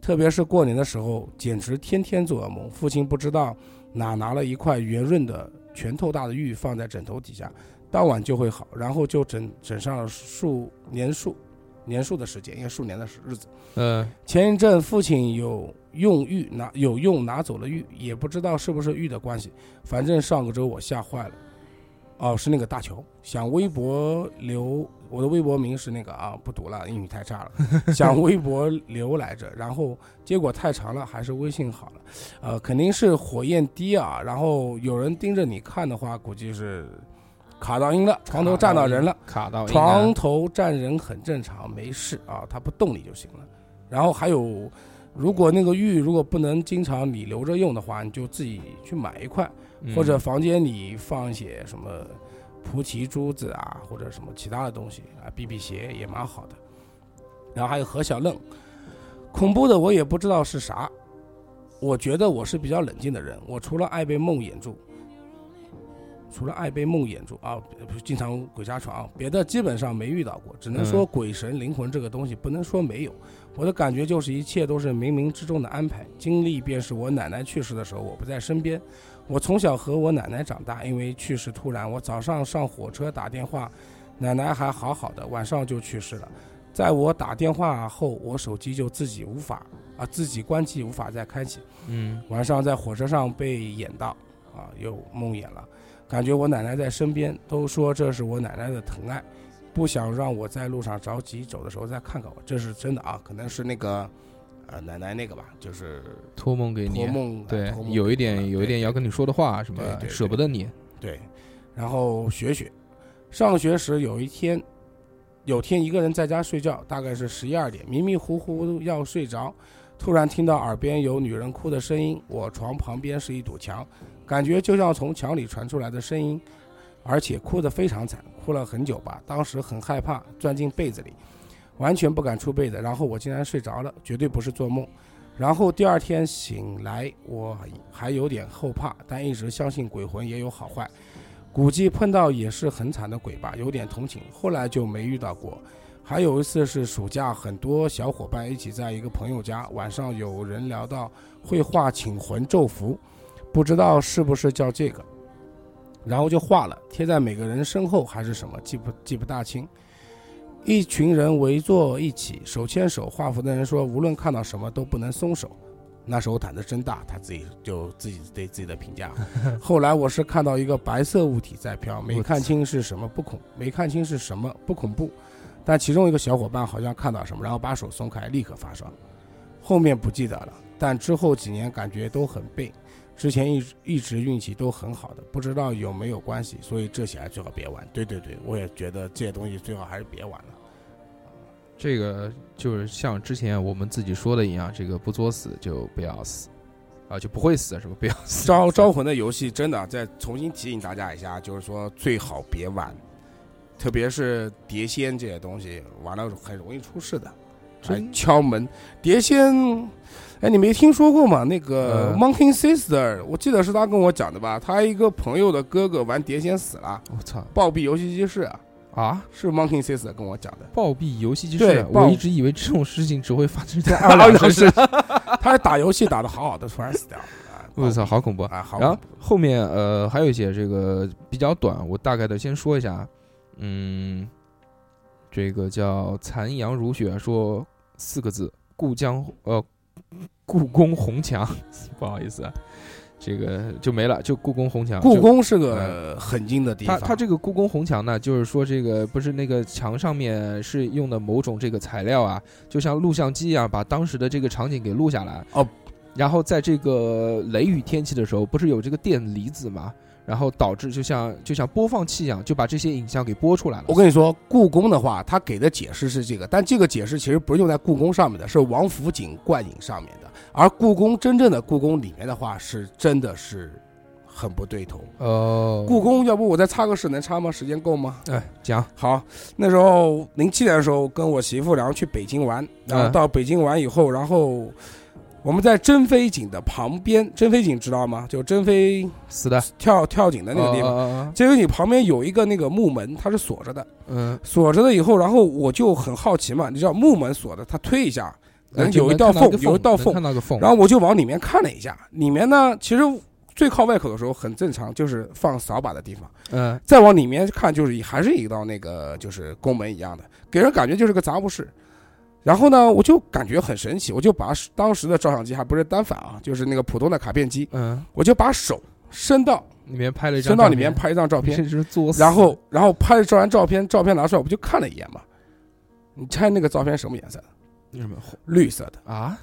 Speaker 7: 特别是过年的时候，简直天天做噩梦。父亲不知道哪拿了一块圆润的拳头大的玉放在枕头底下，当晚就会好，然后就枕枕上了数年数年数的时间，因为数年的日子。
Speaker 1: 呃，
Speaker 7: 前一阵父亲有用玉拿有用拿走了玉，也不知道是不是玉的关系，反正上个周我吓坏了。哦，是那个大球，想微博留我的微博名是那个啊，不读了，英语太差 了，想微博留来着，然后结果太长了，还是微信好了。呃，肯定是火焰低啊，然后有人盯着你看的话，估计是卡到音了，床头站到人了。
Speaker 1: 卡到阴暗
Speaker 7: 床头站人很正常，没事啊，他不动你就行了。然后还有，如果那个玉如果不能经常你留着用的话，你就自己去买一块，
Speaker 1: 嗯
Speaker 7: 或者房间里放一些什么菩提珠子啊，或者什么其他的东西啊，避避邪也蛮好的。然后还有何小愣，恐怖的我也不知道是啥。我觉得我是比较冷静的人，我除了爱被梦魇住，除了爱被梦魇住啊，不是经常鬼压床，别的基本上没遇到过，只能说
Speaker 1: 嗯
Speaker 7: 鬼神灵魂这个东西不能说没有。我的感觉就是一切都是冥冥之中的安排。经历便是我奶奶去世的时候，我不在身边。我从小和我奶奶长大，因为去世突然，我早上上火车打电话，奶奶还好好的，晚上就去世了。在我打电话后，我手机就自己无法啊自己关机，无法再开启。
Speaker 1: 嗯
Speaker 7: 晚上在火车上被演到，啊，又梦魇了，感觉我奶奶在身边，都说这是我奶奶的疼爱，不想让我在路上着急，走的时候再看看我，这是真的啊，可能是那个，呃，奶奶那个吧，就是
Speaker 1: 托梦给
Speaker 7: 托
Speaker 1: 你，啊
Speaker 7: 梦，啊
Speaker 1: 对
Speaker 7: 托，梦
Speaker 1: 有一
Speaker 7: 给
Speaker 1: 点
Speaker 7: 我
Speaker 1: 有一点要跟你说的话，什
Speaker 7: 对对
Speaker 1: 么
Speaker 7: 对
Speaker 1: 舍不得你，
Speaker 7: 对，然后学学。上学时有一天，有天一个人在家睡觉，大概是十一二点，迷迷糊糊要睡着，突然听到耳边有女人哭的声音。我床旁边是一堵墙，感觉就像从墙里传出来的声音，而且哭得非常惨，哭了很久吧。当时很害怕，钻进被子里，完全不敢出被子。然后我竟然睡着了，绝对不是做梦。然后第二天醒来，我还有点后怕，但一直相信鬼魂也有好坏，估计碰到也是很惨的鬼吧，有点同情。后来就没遇到过。还有一次是暑假，很多小伙伴一起在一个朋友家，晚上有人聊到会画请魂咒符，不知道是不是叫这个，然后就画了，贴在每个人身后还是什么，记不记不大清。一群人围坐一起，手牵手画符的人说，无论看到什么都不能松手。那时候胆子真大，他自己就自己对自己的评价。啊后来我是看到一个白色物体在飘，没看清是什么，不恐，没看清是什么，不恐怖。但其中一个小伙伴好像看到什么，然后把手松开，立刻发烧。后面不记得了，但之后几年感觉都很背，之前一直一直运气都很好的，不知道有没有关系，所以这些还最好别玩。对对对，我也觉得这些东西最好还是别玩了。
Speaker 1: 这个就是像之前我们自己说的一样，这个不作死就不要死，啊，就不会死，什么不要死。
Speaker 7: 招招魂的游戏真的再重新提醒大家一下，就是说最好别玩，特别是碟仙这些东西，玩了很容易出事的。还敲门，碟仙，哎，你没听说过吗？那个
Speaker 1: 呃
Speaker 7: Monkey Sister，我记得是他跟我讲的吧？他一个朋友的哥哥玩碟仙死了，
Speaker 1: 我操
Speaker 7: 暴毙游戏机室，
Speaker 1: 啊！
Speaker 7: 是 Monkey Sister 跟我讲的。
Speaker 1: 暴毙游戏机
Speaker 7: 对
Speaker 1: 室，
Speaker 7: 暴
Speaker 1: 我一直以为 这种事情只会发生在二两身上。
Speaker 7: 他是打游戏打的好好的，突然死掉了。啊
Speaker 1: 我操，好恐怖！
Speaker 7: 啊！好，
Speaker 1: 然后后面呃还有一些这个比较短，我大概的先说一下，嗯，这个叫残阳如雪，说四个字，故江呃故宫红墙， 不好意思，啊，这个就没了，就故宫红墙，
Speaker 7: 故
Speaker 1: 就
Speaker 7: 宫是个很近的地
Speaker 1: 它
Speaker 7: 方，
Speaker 1: 它这个故宫红墙呢，就是说这个不是那个墙上面是用的某种这个材料啊，就像录像机一样，把当时的这个场景给录下来。
Speaker 7: 哦，
Speaker 1: 然后在这个雷雨天气的时候，不是有这个电离子嘛，然后导致就像就像播放器一样，就把这些影像给播出来了。
Speaker 7: 我跟你说，故宫的话，它给的解释是这个，但这个解释其实不是用在故宫上面的，是王府井观影上面的。而故宫真正的故宫里面的话，是真的是很不对头。
Speaker 1: 呃，
Speaker 7: 故宫，要不我再插个事，能插吗？时间够吗？
Speaker 1: 哎讲
Speaker 7: 好，那时候零七年的时候，跟我媳妇然后去北京玩，然后
Speaker 1: 嗯
Speaker 7: 到北京玩以后，然后我们在珍妃井的旁边，珍妃井知道吗？就珍妃
Speaker 1: 死的呃
Speaker 7: 跳跳井的那个地方。
Speaker 1: 方，
Speaker 7: 珍妃井旁边有一个那个木门，它是锁着的。
Speaker 1: 嗯，
Speaker 7: 锁着了以后，然后我就很好奇嘛，你知道木门锁的，它推一下，
Speaker 1: 呃能
Speaker 7: 哎有一道
Speaker 1: 看到
Speaker 7: 缝有一道
Speaker 1: 能
Speaker 7: 缝
Speaker 1: 看到个缝，
Speaker 7: 然后我就往里面看了一下，里面呢其实最靠外口的时候很正常，就是放扫把的地方。
Speaker 1: 嗯，
Speaker 7: 再往里面看，就是还是一道那个就是宫门一样的，给人感觉就是个杂物室。然后呢，我就感觉很神奇，我就把当时的照相机还不是单反啊，就是那个普通的卡片机，
Speaker 1: 嗯，
Speaker 7: 我就把手伸到
Speaker 1: 里面拍了一张
Speaker 7: 伸
Speaker 1: 照片，
Speaker 7: 到里面拍一张照 片，
Speaker 1: 这是作死。
Speaker 7: 然后然后拍了这张照片，照片拿出来，我不就看了一眼嘛？你猜那个照片什么颜色的？
Speaker 1: 什么
Speaker 7: 绿色的。
Speaker 1: 啊？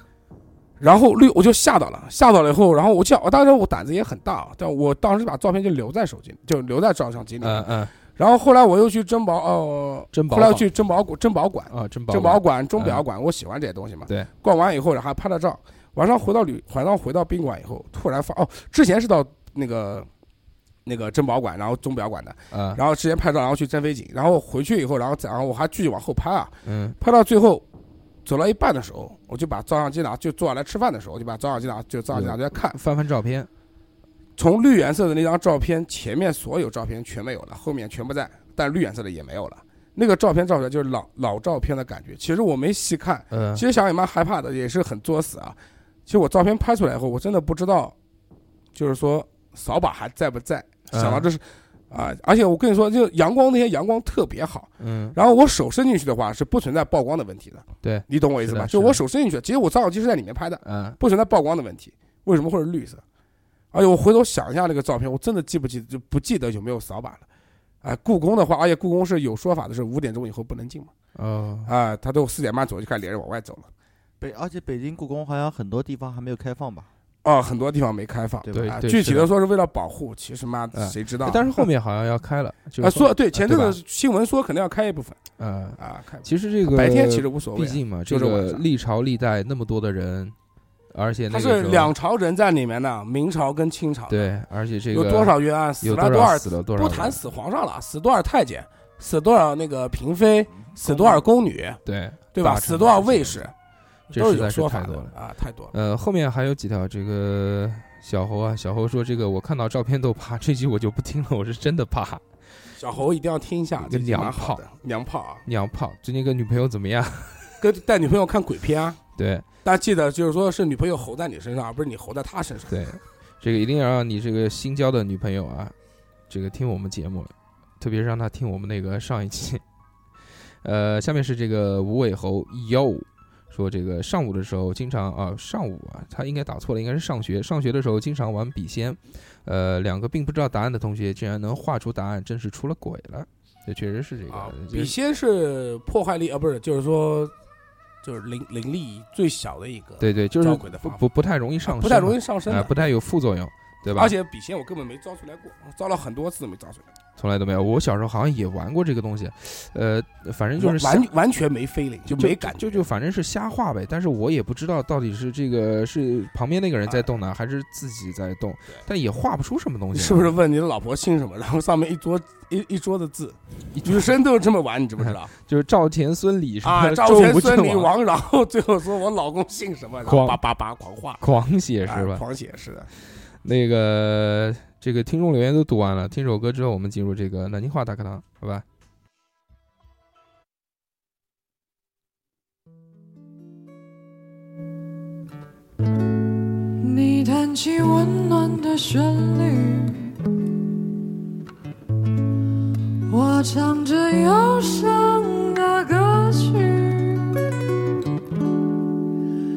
Speaker 7: 然后绿我就吓到了，吓到了以后，然后我就我当时我胆子也很大啊，但我当时把照片就留在手机，就留在照相机里。
Speaker 1: 嗯嗯，
Speaker 7: 然后后来我又去珍宝，哦、
Speaker 1: 珍宝
Speaker 7: 后来
Speaker 1: 坊
Speaker 7: 又去珍宝馆，珍宝馆，
Speaker 1: 啊，珍宝馆嗯
Speaker 7: 珍宝馆、钟表馆，我喜欢这些东西嘛。
Speaker 1: 对，
Speaker 7: 逛完以后，然后还拍了照。晚上回到旅，晚上回到宾馆以后，突然发哦，之前是到那个那个珍宝馆，然后钟表馆的，
Speaker 1: 啊，
Speaker 7: 然后之前拍照，然后去珍妃井，然后回去以后，然后再然后我还继续往后拍啊，
Speaker 1: 嗯
Speaker 7: 拍到最后走到一半的时候，我就把照相机拿，就坐下来吃饭的时候，我就把照相机拿，就照相机拿出来看，
Speaker 1: 翻翻照片，
Speaker 7: 嗯从绿颜色的那张照片前面所有照片全没有了，后面全不在，但绿颜色的也没有了。那个照片照出来就是老老照片的感觉，其实我没细看，
Speaker 1: 嗯
Speaker 7: 其实想也蛮害怕的，也是很作死啊。其实我照片拍出来以后，我真的不知道，就是说扫把还在不在。
Speaker 1: 嗯
Speaker 7: 想到这是啊、而且我跟你说，就阳光那天阳光特别好，
Speaker 1: 嗯
Speaker 7: 然后我手伸进去的话是不存在曝光的问题的。
Speaker 1: 对，
Speaker 7: 你懂我意思
Speaker 1: 是
Speaker 7: 吧？
Speaker 1: 的
Speaker 7: 就是
Speaker 1: 的
Speaker 7: 我手伸进去，其实我照相机是在里面拍的，
Speaker 1: 嗯
Speaker 7: 不存在曝光的问题。为什么会是绿色？而且我回头想一下那个照片，我真的记不记就不记得有没有扫把了。哎，故宫的话，而且故宫是有说法的，是五点钟以后不能进嘛。
Speaker 1: 哦，
Speaker 7: 啊、他都四点半左右就开始连着往外走了。
Speaker 4: 北而且北京故宫好像很多地方还没有开放吧？
Speaker 7: 哦，很多地方没开放。
Speaker 4: 对
Speaker 1: 对
Speaker 7: 啊，
Speaker 1: 对，
Speaker 7: 具体
Speaker 1: 是
Speaker 7: 的说是为了保护，其实妈
Speaker 1: 嗯
Speaker 7: 谁知道？
Speaker 1: 但是后面好像要开了，就
Speaker 7: 啊，
Speaker 1: 是
Speaker 7: 说对前阵
Speaker 1: 对
Speaker 7: 子
Speaker 1: 吧
Speaker 7: 新闻说可能要开一部分
Speaker 1: 嗯，
Speaker 7: 啊，开
Speaker 1: 其实这个
Speaker 7: 白天其实无所谓
Speaker 1: 毕
Speaker 7: 啊，
Speaker 1: 竟嘛，
Speaker 7: 就
Speaker 1: 这
Speaker 7: 是晚
Speaker 1: 个
Speaker 7: 上
Speaker 1: 历朝历代那么多的人，而且那
Speaker 7: 它
Speaker 1: 个
Speaker 7: 是
Speaker 1: 时候
Speaker 7: 两朝人在里面呢，明朝跟清朝
Speaker 1: 对，而且这个
Speaker 7: 有多少冤案，死
Speaker 1: 有
Speaker 7: 了
Speaker 1: 多
Speaker 7: 多少
Speaker 1: 死了多少
Speaker 7: 不
Speaker 1: 人，
Speaker 7: 谈死皇上了，死多少太监，死多少那个嫔妃，死多少宫女，
Speaker 1: 对
Speaker 7: 对吧？
Speaker 1: 嗯大臣
Speaker 7: 死多少卫士，
Speaker 1: 这
Speaker 7: 都
Speaker 1: 实
Speaker 7: 有
Speaker 1: 在是
Speaker 7: 说
Speaker 1: 太
Speaker 7: 法
Speaker 1: 多
Speaker 7: 的
Speaker 1: 了。
Speaker 7: 啊，太多了。
Speaker 1: 呃，后面还有几条，这个小猴啊，小猴说这个我看到照片都怕，这集我就不听了，我是真的怕。
Speaker 7: 小侯一定要听一下，
Speaker 1: 嗯一个
Speaker 7: 这集蛮
Speaker 1: 娘
Speaker 7: 好的娘炮啊，
Speaker 1: 娘炮，最近跟女朋友怎么样？
Speaker 7: 跟带女朋友看鬼片啊，
Speaker 1: 对
Speaker 7: 但记得就是说是女朋友吼在你身上，而不是你吼在她身上。
Speaker 1: 对，这个一定要让你这个新交的女朋友啊，这个听我们节目，特别让她听我们那个上一期。 呃，下面是这个无尾猴哟，说这个上午的时候经常啊，上午啊，他应该打错了，应该是上学。上学的时候经常玩笔仙，呃，两个并不知道答案的同学竟然能画出答案，真是出了轨了。这确实是这个，
Speaker 7: 啊，
Speaker 1: 就
Speaker 7: 笔
Speaker 1: 是
Speaker 7: 仙是破坏力啊，不是，就是说就是灵灵力最小的一个，
Speaker 1: 对对，就是
Speaker 7: 招鬼的
Speaker 1: 不
Speaker 7: 方法啊
Speaker 1: 不不太容易上升，
Speaker 7: 不太容易上升
Speaker 1: 哎、
Speaker 7: 的，
Speaker 1: 不太有副作用，对吧？
Speaker 7: 而且笔仙我根本没招出来过，我招了很多次都没招出来，
Speaker 1: 从来都没有。我小时候好像也玩过这个东西，呃，反正就是瞎
Speaker 7: 完完全没 feeling，就没感觉，
Speaker 1: 就就反正是瞎画呗。但是我也不知道到底是这个是旁边那个人在动呢，还是自己在动，但也画不出什么东
Speaker 7: 你
Speaker 1: 西来。
Speaker 7: 是不是问你的老婆姓什么？ 然后上面一桌一一桌的字，女生都是这么玩，你知不知道？
Speaker 1: 就是赵钱孙李什么
Speaker 7: 啊，
Speaker 1: 的
Speaker 7: 赵
Speaker 1: 周
Speaker 7: 钱
Speaker 1: 吴
Speaker 7: 孙
Speaker 1: 郑
Speaker 7: 李
Speaker 1: 王
Speaker 7: 王，然后最后说我老公姓什么，然后
Speaker 1: 狂
Speaker 7: 叭叭叭狂画，
Speaker 1: 狂写
Speaker 7: 哎
Speaker 1: 是吧？
Speaker 7: 狂写是的，
Speaker 1: 那个这个听众留言都读完了，听首歌之后，我们进入这个南京话大课堂，好吧？
Speaker 9: 你弹响起温暖的旋律，我唱着忧伤的歌曲，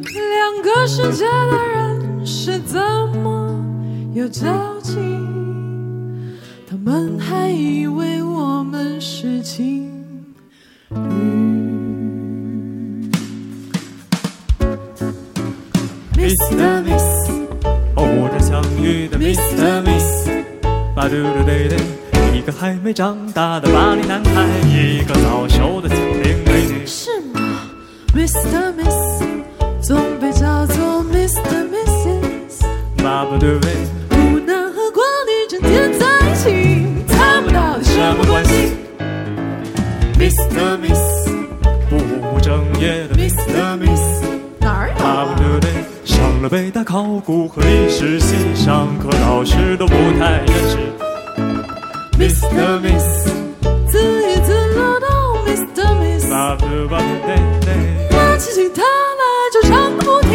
Speaker 9: 两个世界的人是怎么有交集？他们还以为我们是情侣。Mr. Miss，
Speaker 10: 哦，我的相遇的 Mr. Miss，巴嘟嘟对对，一个还没长大的巴黎男孩，一个早熟的九零美女。
Speaker 9: 是吗？Mr. Miss，总被叫做 Mr. Mrs，
Speaker 10: 巴不对对，
Speaker 9: 不能和光女整天在一起，他们到底什么关系？Mr. Miss，
Speaker 10: 不务正业的 Mr. Miss，
Speaker 9: 哪儿有
Speaker 10: 巴不
Speaker 9: 啊？
Speaker 10: 对对，上了北大考古和历史系，上课老师都不太认识。Mr. Miss，
Speaker 9: 自娱自乐的 Mr. Miss，
Speaker 10: 巴不巴不对对，
Speaker 9: 拉起吉他来就唱个不停，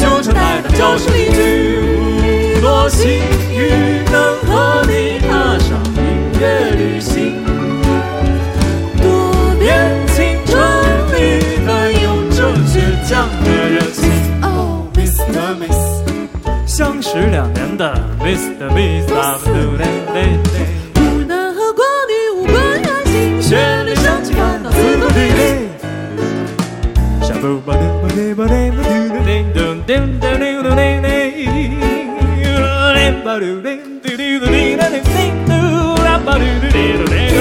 Speaker 10: 纠缠在大教室里去，多幸运能和你踏上音乐旅行。
Speaker 9: 多
Speaker 10: 年青春里的有着倔强的热情。
Speaker 9: 哦，Mr. Miss，
Speaker 10: 相识两年的 Mr. Miss，啊不对对对，
Speaker 9: 不能和光女无关爱情，
Speaker 10: 旋律响起，烦恼自不必力。下不吧嘟吧嘟吧嘟嘟叮咚叮咚叮咚叮叮，吧嘟叮嘟嘟嘟叮咚叮叮咚，啦吧嘟嘟叮咚叮咚。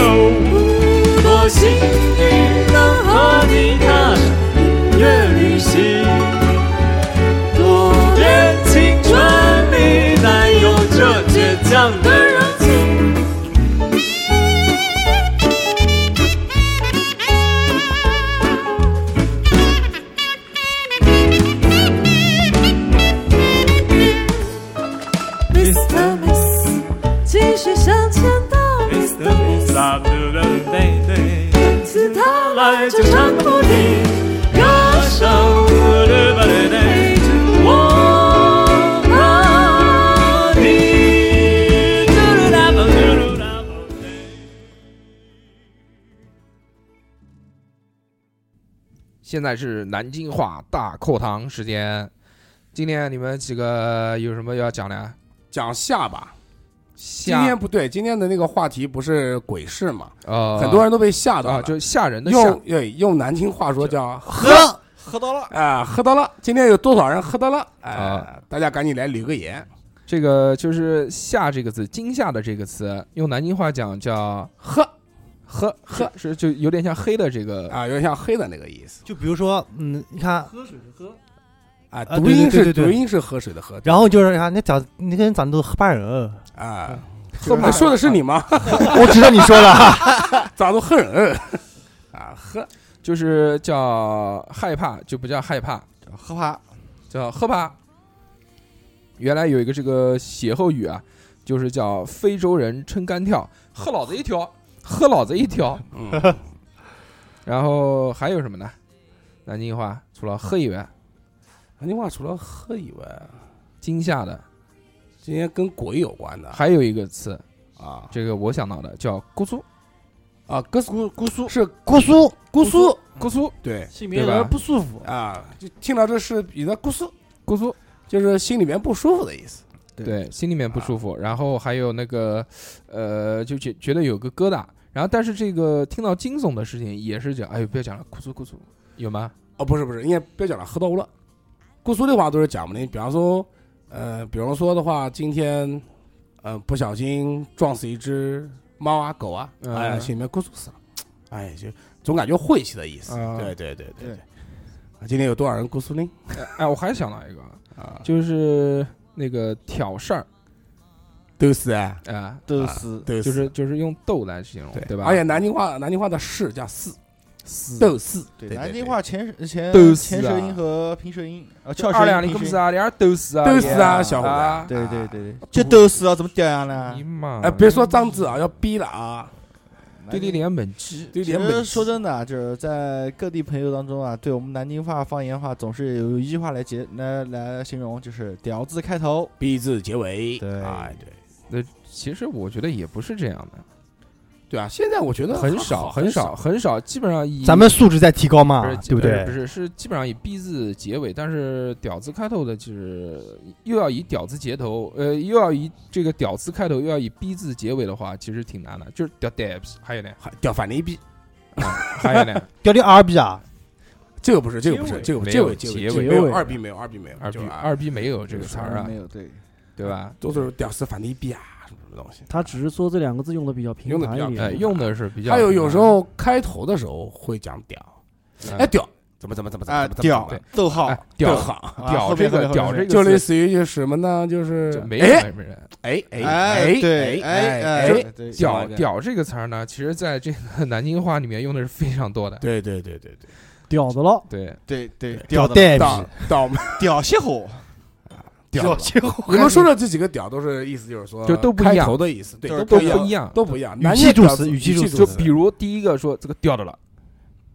Speaker 10: 多幸运能和你踏上音乐旅行。
Speaker 9: 多
Speaker 10: 年青春里带有着倔强的热情。
Speaker 9: Mr. Miss，继续向前的 Mr. Miss，吉他来就唱不停，歌声陪着我和你。
Speaker 1: 现在是南京话大课堂时间，今天你们几个有什么要讲的？啊
Speaker 7: 讲下巴，今
Speaker 1: 吓
Speaker 7: 天不对，今天的那个话题不是鬼市嘛，
Speaker 1: 呃，
Speaker 7: 很多人都被吓到
Speaker 1: 啊，
Speaker 7: 了。
Speaker 1: 就是吓人的吓
Speaker 7: 用，对用南京话说叫
Speaker 4: 喝喝到了，
Speaker 7: 啊，喝到了。今天有多少人喝到了？哎
Speaker 1: 啊，
Speaker 7: 大家赶紧来留个言。
Speaker 1: 这个就是“吓”这个字，惊吓的这个词，用南京话讲叫
Speaker 7: 喝
Speaker 1: “呵呵”，是就有点像黑的这个
Speaker 7: 啊，有点像黑的那个意思
Speaker 3: 就比如说，嗯，你看，
Speaker 6: 喝水是喝，
Speaker 7: 啊。
Speaker 3: 啊对
Speaker 7: 读
Speaker 3: 对
Speaker 7: 音
Speaker 3: 对
Speaker 7: 是
Speaker 3: 对对
Speaker 7: 读音是喝水的喝
Speaker 3: 然后就是你看，那长那个人长得都怕人，
Speaker 7: 啊。
Speaker 1: 喝
Speaker 7: 哎说的
Speaker 1: 啊
Speaker 7: 是你吗？
Speaker 5: 我知道你说的，
Speaker 7: 咋都喝人啊？喝
Speaker 1: 就是叫害怕，就不叫害怕，
Speaker 4: 喝怕
Speaker 1: 叫喝怕。原来有一个这个歇后语啊，就是叫非洲人撑杆跳，喝老子一条，喝老子一条。
Speaker 7: 嗯，
Speaker 1: 然后还有什么呢？南京话除了喝以外，
Speaker 7: 南京话除了喝以外，
Speaker 1: 惊吓的
Speaker 7: 今天跟鬼有关的
Speaker 1: 还有一个词，
Speaker 7: 啊
Speaker 1: 这个我想到的叫姑苏，
Speaker 7: 啊，姑苏姑苏是
Speaker 3: 姑苏，
Speaker 7: 姑苏
Speaker 1: 姑苏，
Speaker 7: 对
Speaker 6: 心里面
Speaker 1: 对
Speaker 6: 有
Speaker 1: 吧
Speaker 6: 点不舒服。
Speaker 7: 啊，就听到这是比的姑苏，
Speaker 1: 姑苏，
Speaker 7: 就是心里面不舒服的意思。
Speaker 1: 对，心里面不舒服，然后还有那个，呃，就觉觉得有个疙瘩，然后但是这个听到惊悚的事情也是讲，哎呦，不要讲了，哭诉哭诉，有吗？
Speaker 7: 哦，不是不是，应该不要讲了，喝到了。姑苏的话都是讲嘛，你比方说，呃，比方说的话，今天，呃，不小心撞死一只猫啊狗啊，
Speaker 1: 嗯
Speaker 7: 哎呀，心里面姑苏死了，哎，就总感觉晦气的意思。
Speaker 1: 啊
Speaker 7: 对对对对对。啊今天有多少人姑苏呢？
Speaker 1: 哎，我还想到一个，
Speaker 7: 啊，
Speaker 1: 就是那个挑事儿
Speaker 7: 都是啊，
Speaker 1: 啊，
Speaker 4: 都是
Speaker 7: 都
Speaker 1: 就是就是用逗来形容，
Speaker 7: 对哎
Speaker 1: 对吧？
Speaker 7: 而且南京话，南京话的“是”叫“是”，
Speaker 1: 死
Speaker 7: 斗士，
Speaker 4: 对
Speaker 7: 对
Speaker 4: 南
Speaker 7: 对
Speaker 4: 京话前前
Speaker 1: 都是
Speaker 4: 前
Speaker 1: 啊
Speaker 4: 舌音和平舌音，啊，翘
Speaker 1: 二
Speaker 4: 舌
Speaker 1: 两
Speaker 4: 音
Speaker 1: 零公
Speaker 4: 平
Speaker 1: 司
Speaker 4: 舌音，
Speaker 1: 啊，俩人斗死啊，
Speaker 7: 斗士啊，哎小伙
Speaker 1: 啊
Speaker 7: 子，
Speaker 4: 对对对对，就都是啊，怎么屌样呢
Speaker 1: 你？妈，
Speaker 7: 哎，别说脏字啊，要逼了啊！
Speaker 1: 对立联本基，
Speaker 7: 对
Speaker 4: 其实说真的啊，就是在各地朋友当中啊，对我们南京话、方言话总是有一句话来结来来形容，就是“屌字开头，
Speaker 7: 逼字结尾”。
Speaker 4: 对，
Speaker 7: 哎，对
Speaker 1: 那其实我觉得也不是这样的，
Speaker 7: 对啊，现在我觉得
Speaker 1: 很
Speaker 7: 还
Speaker 1: 少
Speaker 7: 好
Speaker 1: 很少很少，基本上以
Speaker 3: 咱们素质在提高嘛
Speaker 1: 不是，
Speaker 3: 啊对不对？
Speaker 1: 不是是基本上以 B 字结尾，但是屌字开头的，就是又要以屌字结头，呃，又要以这个屌字开头，又要以 B 字结尾的话，其实挺难的，就是屌 d e b s 还有呢，
Speaker 7: 还屌反了一逼，
Speaker 1: 还有呢，
Speaker 3: 屌屌二逼啊！
Speaker 7: 这个不是，这个不是，这个不是
Speaker 1: 结
Speaker 7: 这
Speaker 1: 尾
Speaker 7: 个结
Speaker 1: 结
Speaker 7: 尾
Speaker 1: 尾
Speaker 7: 没有二逼没有二逼没有
Speaker 1: 二
Speaker 7: 就
Speaker 1: 逼
Speaker 7: 是啊
Speaker 1: 二逼没有这个词儿啊
Speaker 4: 没，有对，
Speaker 1: 对吧？
Speaker 7: 都是屌丝反了一逼啊什么什么东西。
Speaker 6: 他只是说这两个字用的比较频
Speaker 7: 用得
Speaker 6: 繁
Speaker 7: 比较
Speaker 6: 一
Speaker 1: 哎，
Speaker 6: 点。
Speaker 1: 用的是比较，
Speaker 7: 还有有时候开头的时候会讲屌，
Speaker 1: 嗯
Speaker 7: 哎屌怎么怎么怎么怎
Speaker 4: 啊
Speaker 7: 么，怎么
Speaker 4: 屌
Speaker 7: 怎么
Speaker 4: 逗号
Speaker 1: 哎，屌
Speaker 7: 好，
Speaker 4: 啊
Speaker 1: 屌
Speaker 4: 后
Speaker 1: 这
Speaker 4: 面
Speaker 1: 个
Speaker 4: 后面
Speaker 1: 屌
Speaker 4: 后
Speaker 1: 这
Speaker 4: 面
Speaker 1: 个
Speaker 7: 就类
Speaker 1: 是
Speaker 7: 似于就是什么呢？就是
Speaker 1: 没
Speaker 7: 哎
Speaker 1: 人没人。
Speaker 7: 哎哎
Speaker 4: 哎，对，
Speaker 7: 哎
Speaker 4: 哎，
Speaker 7: 哎，
Speaker 4: 对
Speaker 1: 屌，屌这个词儿呢，其实在这个 南京话里面用的是非常多的。
Speaker 7: 对对对对对，
Speaker 6: 屌的了，
Speaker 1: 对，
Speaker 4: 对对，屌
Speaker 3: 屌
Speaker 4: 的
Speaker 3: 带逼，
Speaker 7: 倒倒霉
Speaker 4: 屌歇火，
Speaker 7: 屌。
Speaker 3: 结果
Speaker 7: 我们说的这几个屌都是意思就是说
Speaker 1: 就都不一
Speaker 7: 开
Speaker 1: 样
Speaker 7: 头的意思，对，
Speaker 4: 就
Speaker 7: 都
Speaker 4: 是
Speaker 1: 都
Speaker 7: 一
Speaker 1: 不一
Speaker 7: 样，
Speaker 1: 样。
Speaker 7: 都不一样。
Speaker 3: 语
Speaker 7: 南
Speaker 3: 气
Speaker 7: 京
Speaker 3: 助
Speaker 7: 屌
Speaker 3: 词
Speaker 7: 丝
Speaker 3: 语气助词
Speaker 1: 就比如第一个说这个屌的了，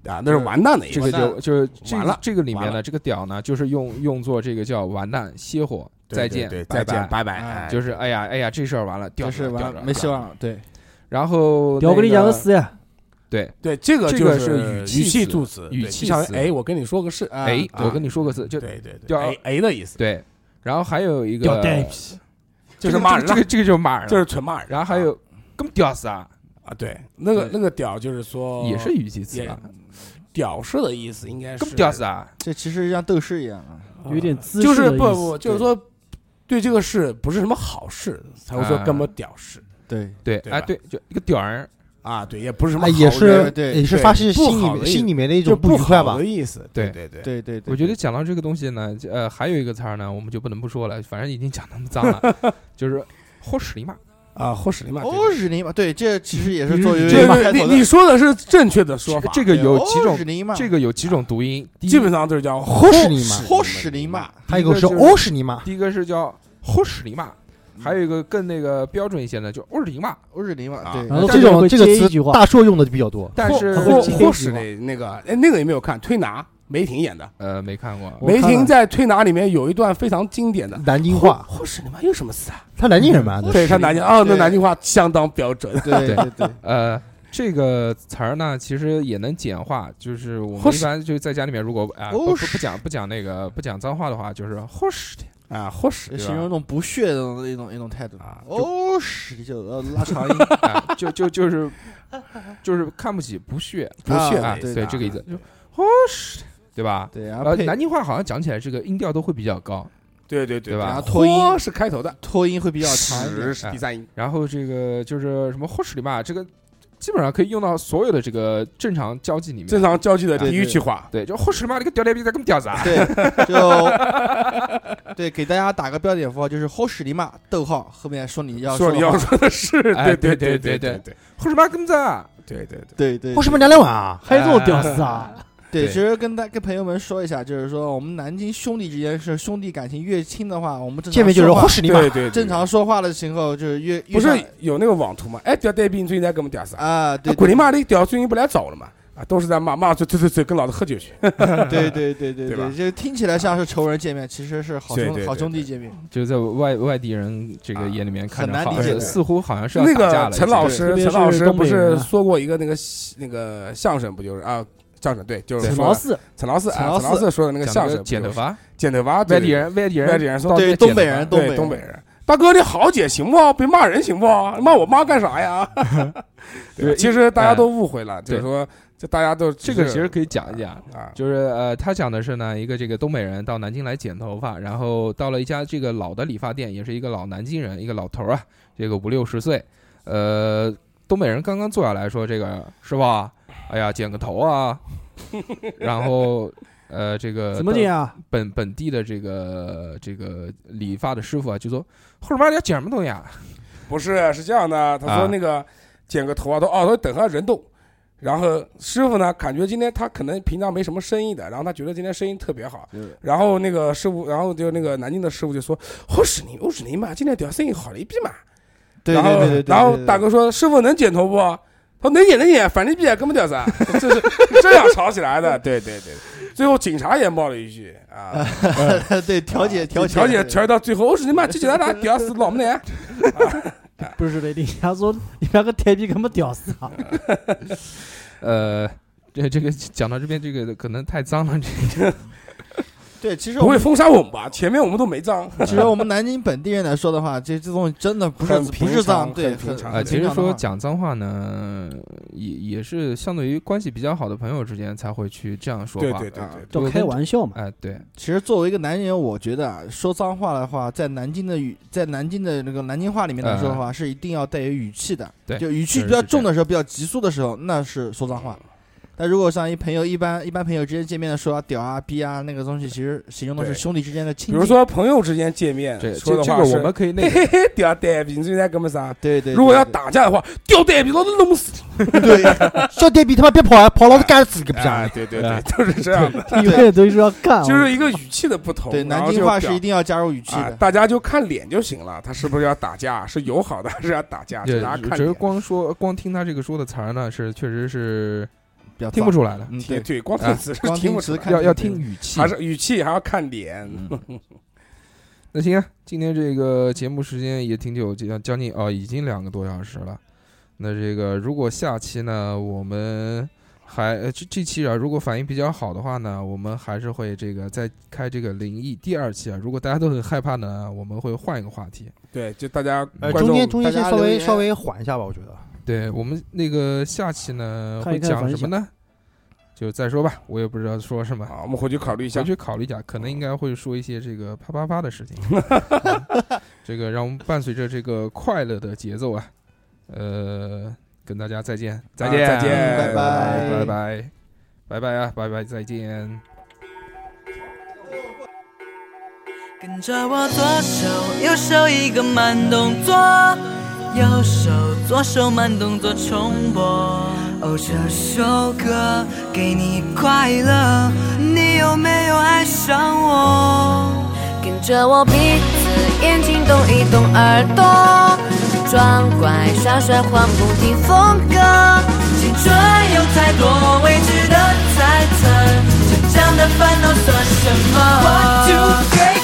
Speaker 7: 啊，那是完蛋的意
Speaker 1: 这
Speaker 7: 思。
Speaker 1: 个就就是这
Speaker 7: 完
Speaker 1: 个
Speaker 7: 了
Speaker 1: 这个里面
Speaker 7: 完
Speaker 1: 呢，
Speaker 7: 了
Speaker 1: 这个屌呢，就是用用作这个叫完蛋、歇火、
Speaker 7: 对
Speaker 1: 再
Speaker 7: 对
Speaker 1: 见
Speaker 7: 对、
Speaker 1: 拜
Speaker 7: 再见，
Speaker 1: 拜，
Speaker 7: 拜拜。
Speaker 4: 哎
Speaker 7: 哎
Speaker 1: 就是哎呀哎呀，这事儿完了，屌
Speaker 4: 就
Speaker 1: 着
Speaker 4: 是
Speaker 1: 了
Speaker 4: 完
Speaker 1: 屌着
Speaker 4: 了
Speaker 1: 了
Speaker 4: 没希望了，对，
Speaker 1: 然后
Speaker 6: 屌给
Speaker 1: 那
Speaker 6: 你讲
Speaker 1: 个
Speaker 6: 个死呀！
Speaker 1: 对，
Speaker 7: 对，这个
Speaker 1: 这
Speaker 7: 就
Speaker 1: 个
Speaker 7: 是
Speaker 1: 是语气
Speaker 7: 语气
Speaker 1: 词
Speaker 7: 助词，
Speaker 1: 语
Speaker 7: 对
Speaker 1: 气
Speaker 7: 就像
Speaker 1: 词
Speaker 7: 哎，我跟你说个事，
Speaker 4: 啊
Speaker 1: 哎，
Speaker 7: 啊
Speaker 1: 我跟你说个字，就
Speaker 7: 对对对，
Speaker 1: 屌
Speaker 7: 哎哎的意思，
Speaker 1: 对。然后还有一个
Speaker 3: 屌带
Speaker 1: 这个
Speaker 7: 就是骂人
Speaker 1: 这
Speaker 7: 了
Speaker 1: 个，这个就是骂人了，
Speaker 7: 就是纯骂人。
Speaker 1: 然后还有根本屌丝啊，
Speaker 7: 啊，对，那个
Speaker 1: 对
Speaker 7: 那个屌就是说
Speaker 1: 也是语气词
Speaker 7: 哦也
Speaker 1: 吧，
Speaker 7: 屌丝的意思，应该
Speaker 1: 根
Speaker 7: 是
Speaker 1: 本屌丝啊，
Speaker 4: 这其实像斗士一样啊，
Speaker 7: 啊
Speaker 6: 有点姿势
Speaker 7: 就是
Speaker 6: 的意
Speaker 7: 不
Speaker 6: 思
Speaker 7: 不就是说对这个事不是什么好事，才会说
Speaker 1: 啊
Speaker 7: 根本屌丝
Speaker 4: 对，
Speaker 1: 对，
Speaker 7: 对
Speaker 1: 哎，
Speaker 7: 吧
Speaker 1: 对，就一个屌人，
Speaker 7: 啊，对，也不是什么
Speaker 3: 那
Speaker 7: 好
Speaker 3: 也是
Speaker 7: 人
Speaker 4: 对
Speaker 3: 也是
Speaker 7: 对
Speaker 3: 发泄心
Speaker 7: 不好的
Speaker 3: 里
Speaker 7: 意思
Speaker 3: 心里面的一
Speaker 7: 就
Speaker 3: 种
Speaker 7: 不
Speaker 3: 愉快
Speaker 7: 好
Speaker 3: 吧
Speaker 7: 的？意思，
Speaker 1: 对
Speaker 7: 对对。
Speaker 4: 对对对，
Speaker 1: 我觉得讲到这个东西呢，呃，还有一个词儿呢，我们就不能不说了，反正已经讲那么脏 了，就是豁屎尼玛，
Speaker 7: 啊，霍史尼玛，
Speaker 4: 哦日尼玛，对，这其实也是作为
Speaker 7: 这
Speaker 4: 开
Speaker 7: 个
Speaker 4: 头
Speaker 7: 你你
Speaker 4: 的
Speaker 7: 说的是正确的说法，
Speaker 1: 这个有几种
Speaker 4: 哦日，尼玛，
Speaker 1: 这个有几种读音，第一
Speaker 7: 基本上就是叫
Speaker 3: 霍史尼玛
Speaker 4: 霍史尼玛，
Speaker 3: 还有一个是
Speaker 1: 第一个就是
Speaker 3: 哦是你妈，
Speaker 1: 第一个是叫豁屎尼玛，还有一个更那个标准一些呢，就哦屎尼玛，
Speaker 4: 欧日尼玛，
Speaker 7: 啊
Speaker 4: 对，
Speaker 6: 然后
Speaker 3: 这
Speaker 6: 后面
Speaker 3: 种
Speaker 6: 会
Speaker 3: 这个
Speaker 6: 接一
Speaker 3: 词
Speaker 6: 句话
Speaker 3: 大硕用的比较 多。
Speaker 1: 但是
Speaker 7: 霍
Speaker 6: 今天
Speaker 7: 霍
Speaker 6: 喜
Speaker 7: 史
Speaker 6: 欢
Speaker 7: 那那个哎，那个有没有看推拿？梅婷演的，
Speaker 1: 呃没看过，
Speaker 6: 我
Speaker 7: 梅
Speaker 6: 看
Speaker 7: 婷
Speaker 6: 了
Speaker 7: 在推拿里面有一段非常经典的
Speaker 3: 南京话，
Speaker 7: 霍史尼玛有什么事啊？
Speaker 3: 哦他南京人嘛，
Speaker 7: 对，看南京啊，那
Speaker 4: 对
Speaker 7: 南京话相当标准。
Speaker 4: 对对对，
Speaker 1: 呃。这个词儿呢，其实也能简化，就是我
Speaker 7: 豁
Speaker 1: 们一
Speaker 7: 屎
Speaker 1: 般就在家里面，如果啊、
Speaker 4: 哦
Speaker 1: 不不
Speaker 4: 屎
Speaker 1: 不讲不讲那个不讲脏话的话，就是豁屎的，
Speaker 7: 啊，霍史
Speaker 4: 就形容一种不屑的一种一种态度。
Speaker 7: 啊，就
Speaker 4: 欧史就呃拉长音，
Speaker 1: 啊就就就是就是看不起不屑，
Speaker 7: 不屑
Speaker 1: 啊
Speaker 7: 的意思
Speaker 1: 对
Speaker 7: 啊，
Speaker 1: 这个意思，哦是，对吧？
Speaker 4: 对，然后
Speaker 1: 呃，
Speaker 4: 配
Speaker 1: 南京话好像讲起来这个音调都会比较高，
Speaker 7: 对对对
Speaker 1: 对吧
Speaker 7: 然后
Speaker 4: 脱音
Speaker 7: 霍是开头的，
Speaker 4: 拖音会比较长 一
Speaker 7: 史
Speaker 4: 点。
Speaker 7: 是第三音。
Speaker 1: 然后这个就是什么霍什里嘛，这个基本上可以用到所有的这个正常交际里
Speaker 7: 正
Speaker 1: 面。
Speaker 7: 常交际的
Speaker 4: 对
Speaker 7: 第一句话，
Speaker 1: 对，就霍什里嘛，你个屌蛋逼在跟屌子啊！
Speaker 4: 对，就对，给大家打个标点符号，就是霍史尼玛，逗号后面说你要
Speaker 7: 说你
Speaker 4: 的
Speaker 7: 要
Speaker 4: 话，
Speaker 7: 说的是，
Speaker 1: 哎
Speaker 7: 对
Speaker 1: 对
Speaker 7: 对
Speaker 1: 对
Speaker 7: 对
Speaker 1: 对
Speaker 7: 对
Speaker 1: 霍什里嘛跟着，
Speaker 7: 对对
Speaker 4: 对
Speaker 7: 对，
Speaker 4: 对
Speaker 3: 霍什么娘两碗啊？
Speaker 6: 还有这种屌丝啊！
Speaker 4: 对，
Speaker 1: 对
Speaker 4: 其实跟大跟朋友们说一下，就是说我们南京兄弟之间是兄弟感情越亲的话，我们正常
Speaker 3: 见面就是
Speaker 4: 说话
Speaker 3: 霍什你妈
Speaker 7: 对，对
Speaker 4: 正常说话的时候就是越
Speaker 7: 不是
Speaker 4: 越像
Speaker 7: 有那个网图吗？哎，屌带兵最近在跟我们屌啥？
Speaker 4: 啊，对，
Speaker 7: 滚你妈的屌！最近不来找我了吗？啊，都是在骂骂，走走走走，跟老子喝酒去。
Speaker 4: 对对对对
Speaker 7: 对吧
Speaker 4: 对，就听起来像是仇人见面，其实是好
Speaker 7: 对对
Speaker 4: 兄
Speaker 7: 对
Speaker 4: 好兄弟见面。
Speaker 1: 就在外外地人这个眼里面看着，
Speaker 4: 很难
Speaker 1: 好
Speaker 4: 理
Speaker 7: 解
Speaker 1: 像
Speaker 7: 的
Speaker 1: 似乎好像是要
Speaker 7: 那
Speaker 1: 打架了。
Speaker 7: 个陈老师，
Speaker 6: 特别
Speaker 7: 陈老
Speaker 6: 是
Speaker 7: 师
Speaker 6: 东
Speaker 7: 不
Speaker 6: 北人
Speaker 7: 是
Speaker 6: 啊
Speaker 7: 说过一个那个那个相声，不就是啊？相声对，就是
Speaker 6: 沈
Speaker 7: 说
Speaker 6: 老
Speaker 7: 的
Speaker 6: 四，
Speaker 7: 陈老四，
Speaker 4: 陈
Speaker 7: 啊
Speaker 4: 老
Speaker 7: 陈老
Speaker 4: 四
Speaker 7: 四说的那个
Speaker 1: 讲
Speaker 7: 相
Speaker 1: 这
Speaker 7: 声
Speaker 1: 个
Speaker 7: 不
Speaker 1: 剪头
Speaker 7: 就是
Speaker 1: 发，
Speaker 7: 剪头发，对
Speaker 1: 外地人外地人
Speaker 7: 外地人说
Speaker 1: 到
Speaker 4: 对
Speaker 1: 那剪
Speaker 4: 东北
Speaker 1: 头发
Speaker 4: 人
Speaker 7: 对
Speaker 4: 东
Speaker 7: 东
Speaker 4: 北
Speaker 7: 北人。大哥，你好姐行不？别骂人行不？骂我妈干 啥呀？对
Speaker 1: 对哎
Speaker 7: 吧，其实大家都误会了，就是说，这大家都
Speaker 1: 这
Speaker 7: 这
Speaker 1: 个其实可以讲一讲。
Speaker 7: 啊，
Speaker 1: 就是呃，他讲的是呢，一个这个东北人到南京来剪头发，然后到了一家这个老的理发店，也是一个老南京人，一个老头儿啊，这个五六十岁，呃，东北人刚刚坐下来说这个师傅啊，哎呀，剪个头啊，然后呃，这个
Speaker 6: 怎么剪啊？
Speaker 1: 本本地的这个这个理发的师傅啊，就说后妈你要剪什么东西啊？
Speaker 7: 不是是这样的，他
Speaker 1: 啊
Speaker 7: 说那个剪个头啊，都哦，都等下人动。然后师傅呢，感觉今天他可能平常没什么生意的，然后他觉得今天生意特别好。
Speaker 4: 嗯
Speaker 7: 然后那个师傅，然后就那个南京的师傅就说：“我是你，我是你嘛，今天屌生意好了一逼嘛。”
Speaker 4: 对
Speaker 7: 然
Speaker 4: 对
Speaker 7: 后
Speaker 4: 对对对。
Speaker 7: 然后
Speaker 4: 对
Speaker 7: 大，哥说：“师傅能剪头不？”他说能演能演，反正逼也跟不掉 噻，啊这是这样吵起来的，对对对。最后警察也冒了一句啊，
Speaker 4: 对，调解 调解
Speaker 7: 调解调解到最后，我日你妈这警察咋屌死老母 男？呃
Speaker 6: 不是的，人家说你那个呆逼根本屌丝啊！
Speaker 1: 呃，这这个讲到这边，这个可能太脏了，这
Speaker 4: 对，其实
Speaker 7: 不
Speaker 4: 我
Speaker 7: 会
Speaker 4: 们
Speaker 7: 封杀我们吧？前面我们都没脏，
Speaker 4: 其实我们南京本地人来说的话，这这东西真的不是
Speaker 7: 很
Speaker 4: 不
Speaker 7: 平
Speaker 4: 是脏，
Speaker 7: 常
Speaker 4: 对，
Speaker 7: 很平
Speaker 4: 很
Speaker 7: 常呃
Speaker 1: 啊、
Speaker 4: 很
Speaker 1: 其
Speaker 4: 平
Speaker 1: 实
Speaker 4: 常的
Speaker 1: 说
Speaker 4: 话
Speaker 1: 讲脏话呢，也也是相对于关系比较好的朋友之间才会去这样说
Speaker 7: 对
Speaker 1: 话。
Speaker 7: 对对对，
Speaker 6: 叫开玩笑嘛，
Speaker 1: 哎、对，
Speaker 4: 其实作为一个男人，我觉得啊，说脏话的话，在南京的语，在南京的那个南京话里面来说的
Speaker 7: 嗯
Speaker 4: 话，是一定要带有语气的。
Speaker 1: 对
Speaker 4: 就语气
Speaker 1: 是
Speaker 4: 比
Speaker 1: 是
Speaker 4: 较重的时候，比较急速的时候，那是说脏话。但如果像一朋友一般一般朋友之间见面的说啊屌啊逼啊那个东西，其实形容的是
Speaker 7: 对
Speaker 4: 兄弟之间的
Speaker 7: 比
Speaker 4: 亲近。
Speaker 7: 如说朋友之间见面
Speaker 1: 这
Speaker 7: 呃说
Speaker 1: 这
Speaker 7: 的
Speaker 1: 这
Speaker 7: 话
Speaker 1: 个我
Speaker 7: 是
Speaker 1: 们可以那
Speaker 7: 嘿
Speaker 1: 个
Speaker 7: 嘿嘿，屌呆逼，你现在根本啥？
Speaker 4: 对，对对，
Speaker 7: 啊如果要
Speaker 4: 对
Speaker 7: 打架的话，屌呆逼，老子弄死
Speaker 4: 对，
Speaker 3: 小呆逼他妈别跑啊，跑老子干死个
Speaker 7: 你！
Speaker 3: 逼啊！
Speaker 7: 哎，对对对，就是这样的，
Speaker 6: 永远都是要干啊，
Speaker 7: 就是一个语气的不同。
Speaker 4: 对
Speaker 7: 然后
Speaker 4: 南京
Speaker 7: 就
Speaker 4: 话
Speaker 7: 表
Speaker 4: 是一定要加入语气
Speaker 7: 啊，
Speaker 4: 的。
Speaker 7: 大家就看脸就行了，他是不是要打架？是友好的还是要打架？就
Speaker 1: 对
Speaker 7: 大家，看
Speaker 1: 只是
Speaker 7: 脸。
Speaker 1: 光说光听他这个说的词儿呢，是确实是
Speaker 4: 比
Speaker 7: 呃
Speaker 4: 较
Speaker 1: 听不出来的，
Speaker 4: 嗯，
Speaker 7: 对
Speaker 4: 对，
Speaker 7: 对，光
Speaker 1: 啊
Speaker 7: 听词是
Speaker 4: 光
Speaker 7: 听
Speaker 4: 听
Speaker 7: 不出
Speaker 4: 词
Speaker 7: 来，
Speaker 4: 看
Speaker 1: 要要
Speaker 4: 对
Speaker 1: 听语气
Speaker 7: 还。是语气还要看脸。
Speaker 4: 嗯
Speaker 1: 那行啊，今天这个节目时间也挺久，将将近哦，已经两个多小时了。那这个如果下期呢，我们还呃这这期啊，如果反应比较好的话呢，我们还是会这个再开这个灵异第二期啊。如果大家都很害怕呢，我们会换一个话题。
Speaker 7: 对，就大家
Speaker 3: 呃，
Speaker 7: 观
Speaker 3: 中
Speaker 7: 众
Speaker 3: 间中间先
Speaker 4: 大家
Speaker 3: 稍
Speaker 4: 留
Speaker 3: 微
Speaker 4: 言
Speaker 3: 稍微缓一下吧，我觉得。
Speaker 1: 对我们那个下期呢
Speaker 6: 看一
Speaker 1: 会
Speaker 6: 看
Speaker 1: 讲
Speaker 6: 反
Speaker 1: 什么呢？就再说吧，我也不知道说什么。
Speaker 7: 啊，我们回去考虑一下
Speaker 1: 回。去考虑一下，可能应该会说一些这个啪啪啪的事 情。嗯这个让我们伴随着这个快乐的节奏啊，呃，跟大家再见，啊再见，
Speaker 7: 再见拜
Speaker 4: 拜
Speaker 1: 拜拜，拜拜啊，拜拜，再见。
Speaker 9: 跟着我，左手右手一个慢动作，右手左手慢动作重播。哦，这首歌给你快乐，你有没有爱上我？
Speaker 11: 跟着我鼻子、眼睛动一动，耳朵装乖耍帅，换不停风格。
Speaker 9: 青春有太多未知的猜测，成长的烦恼算什么？One two three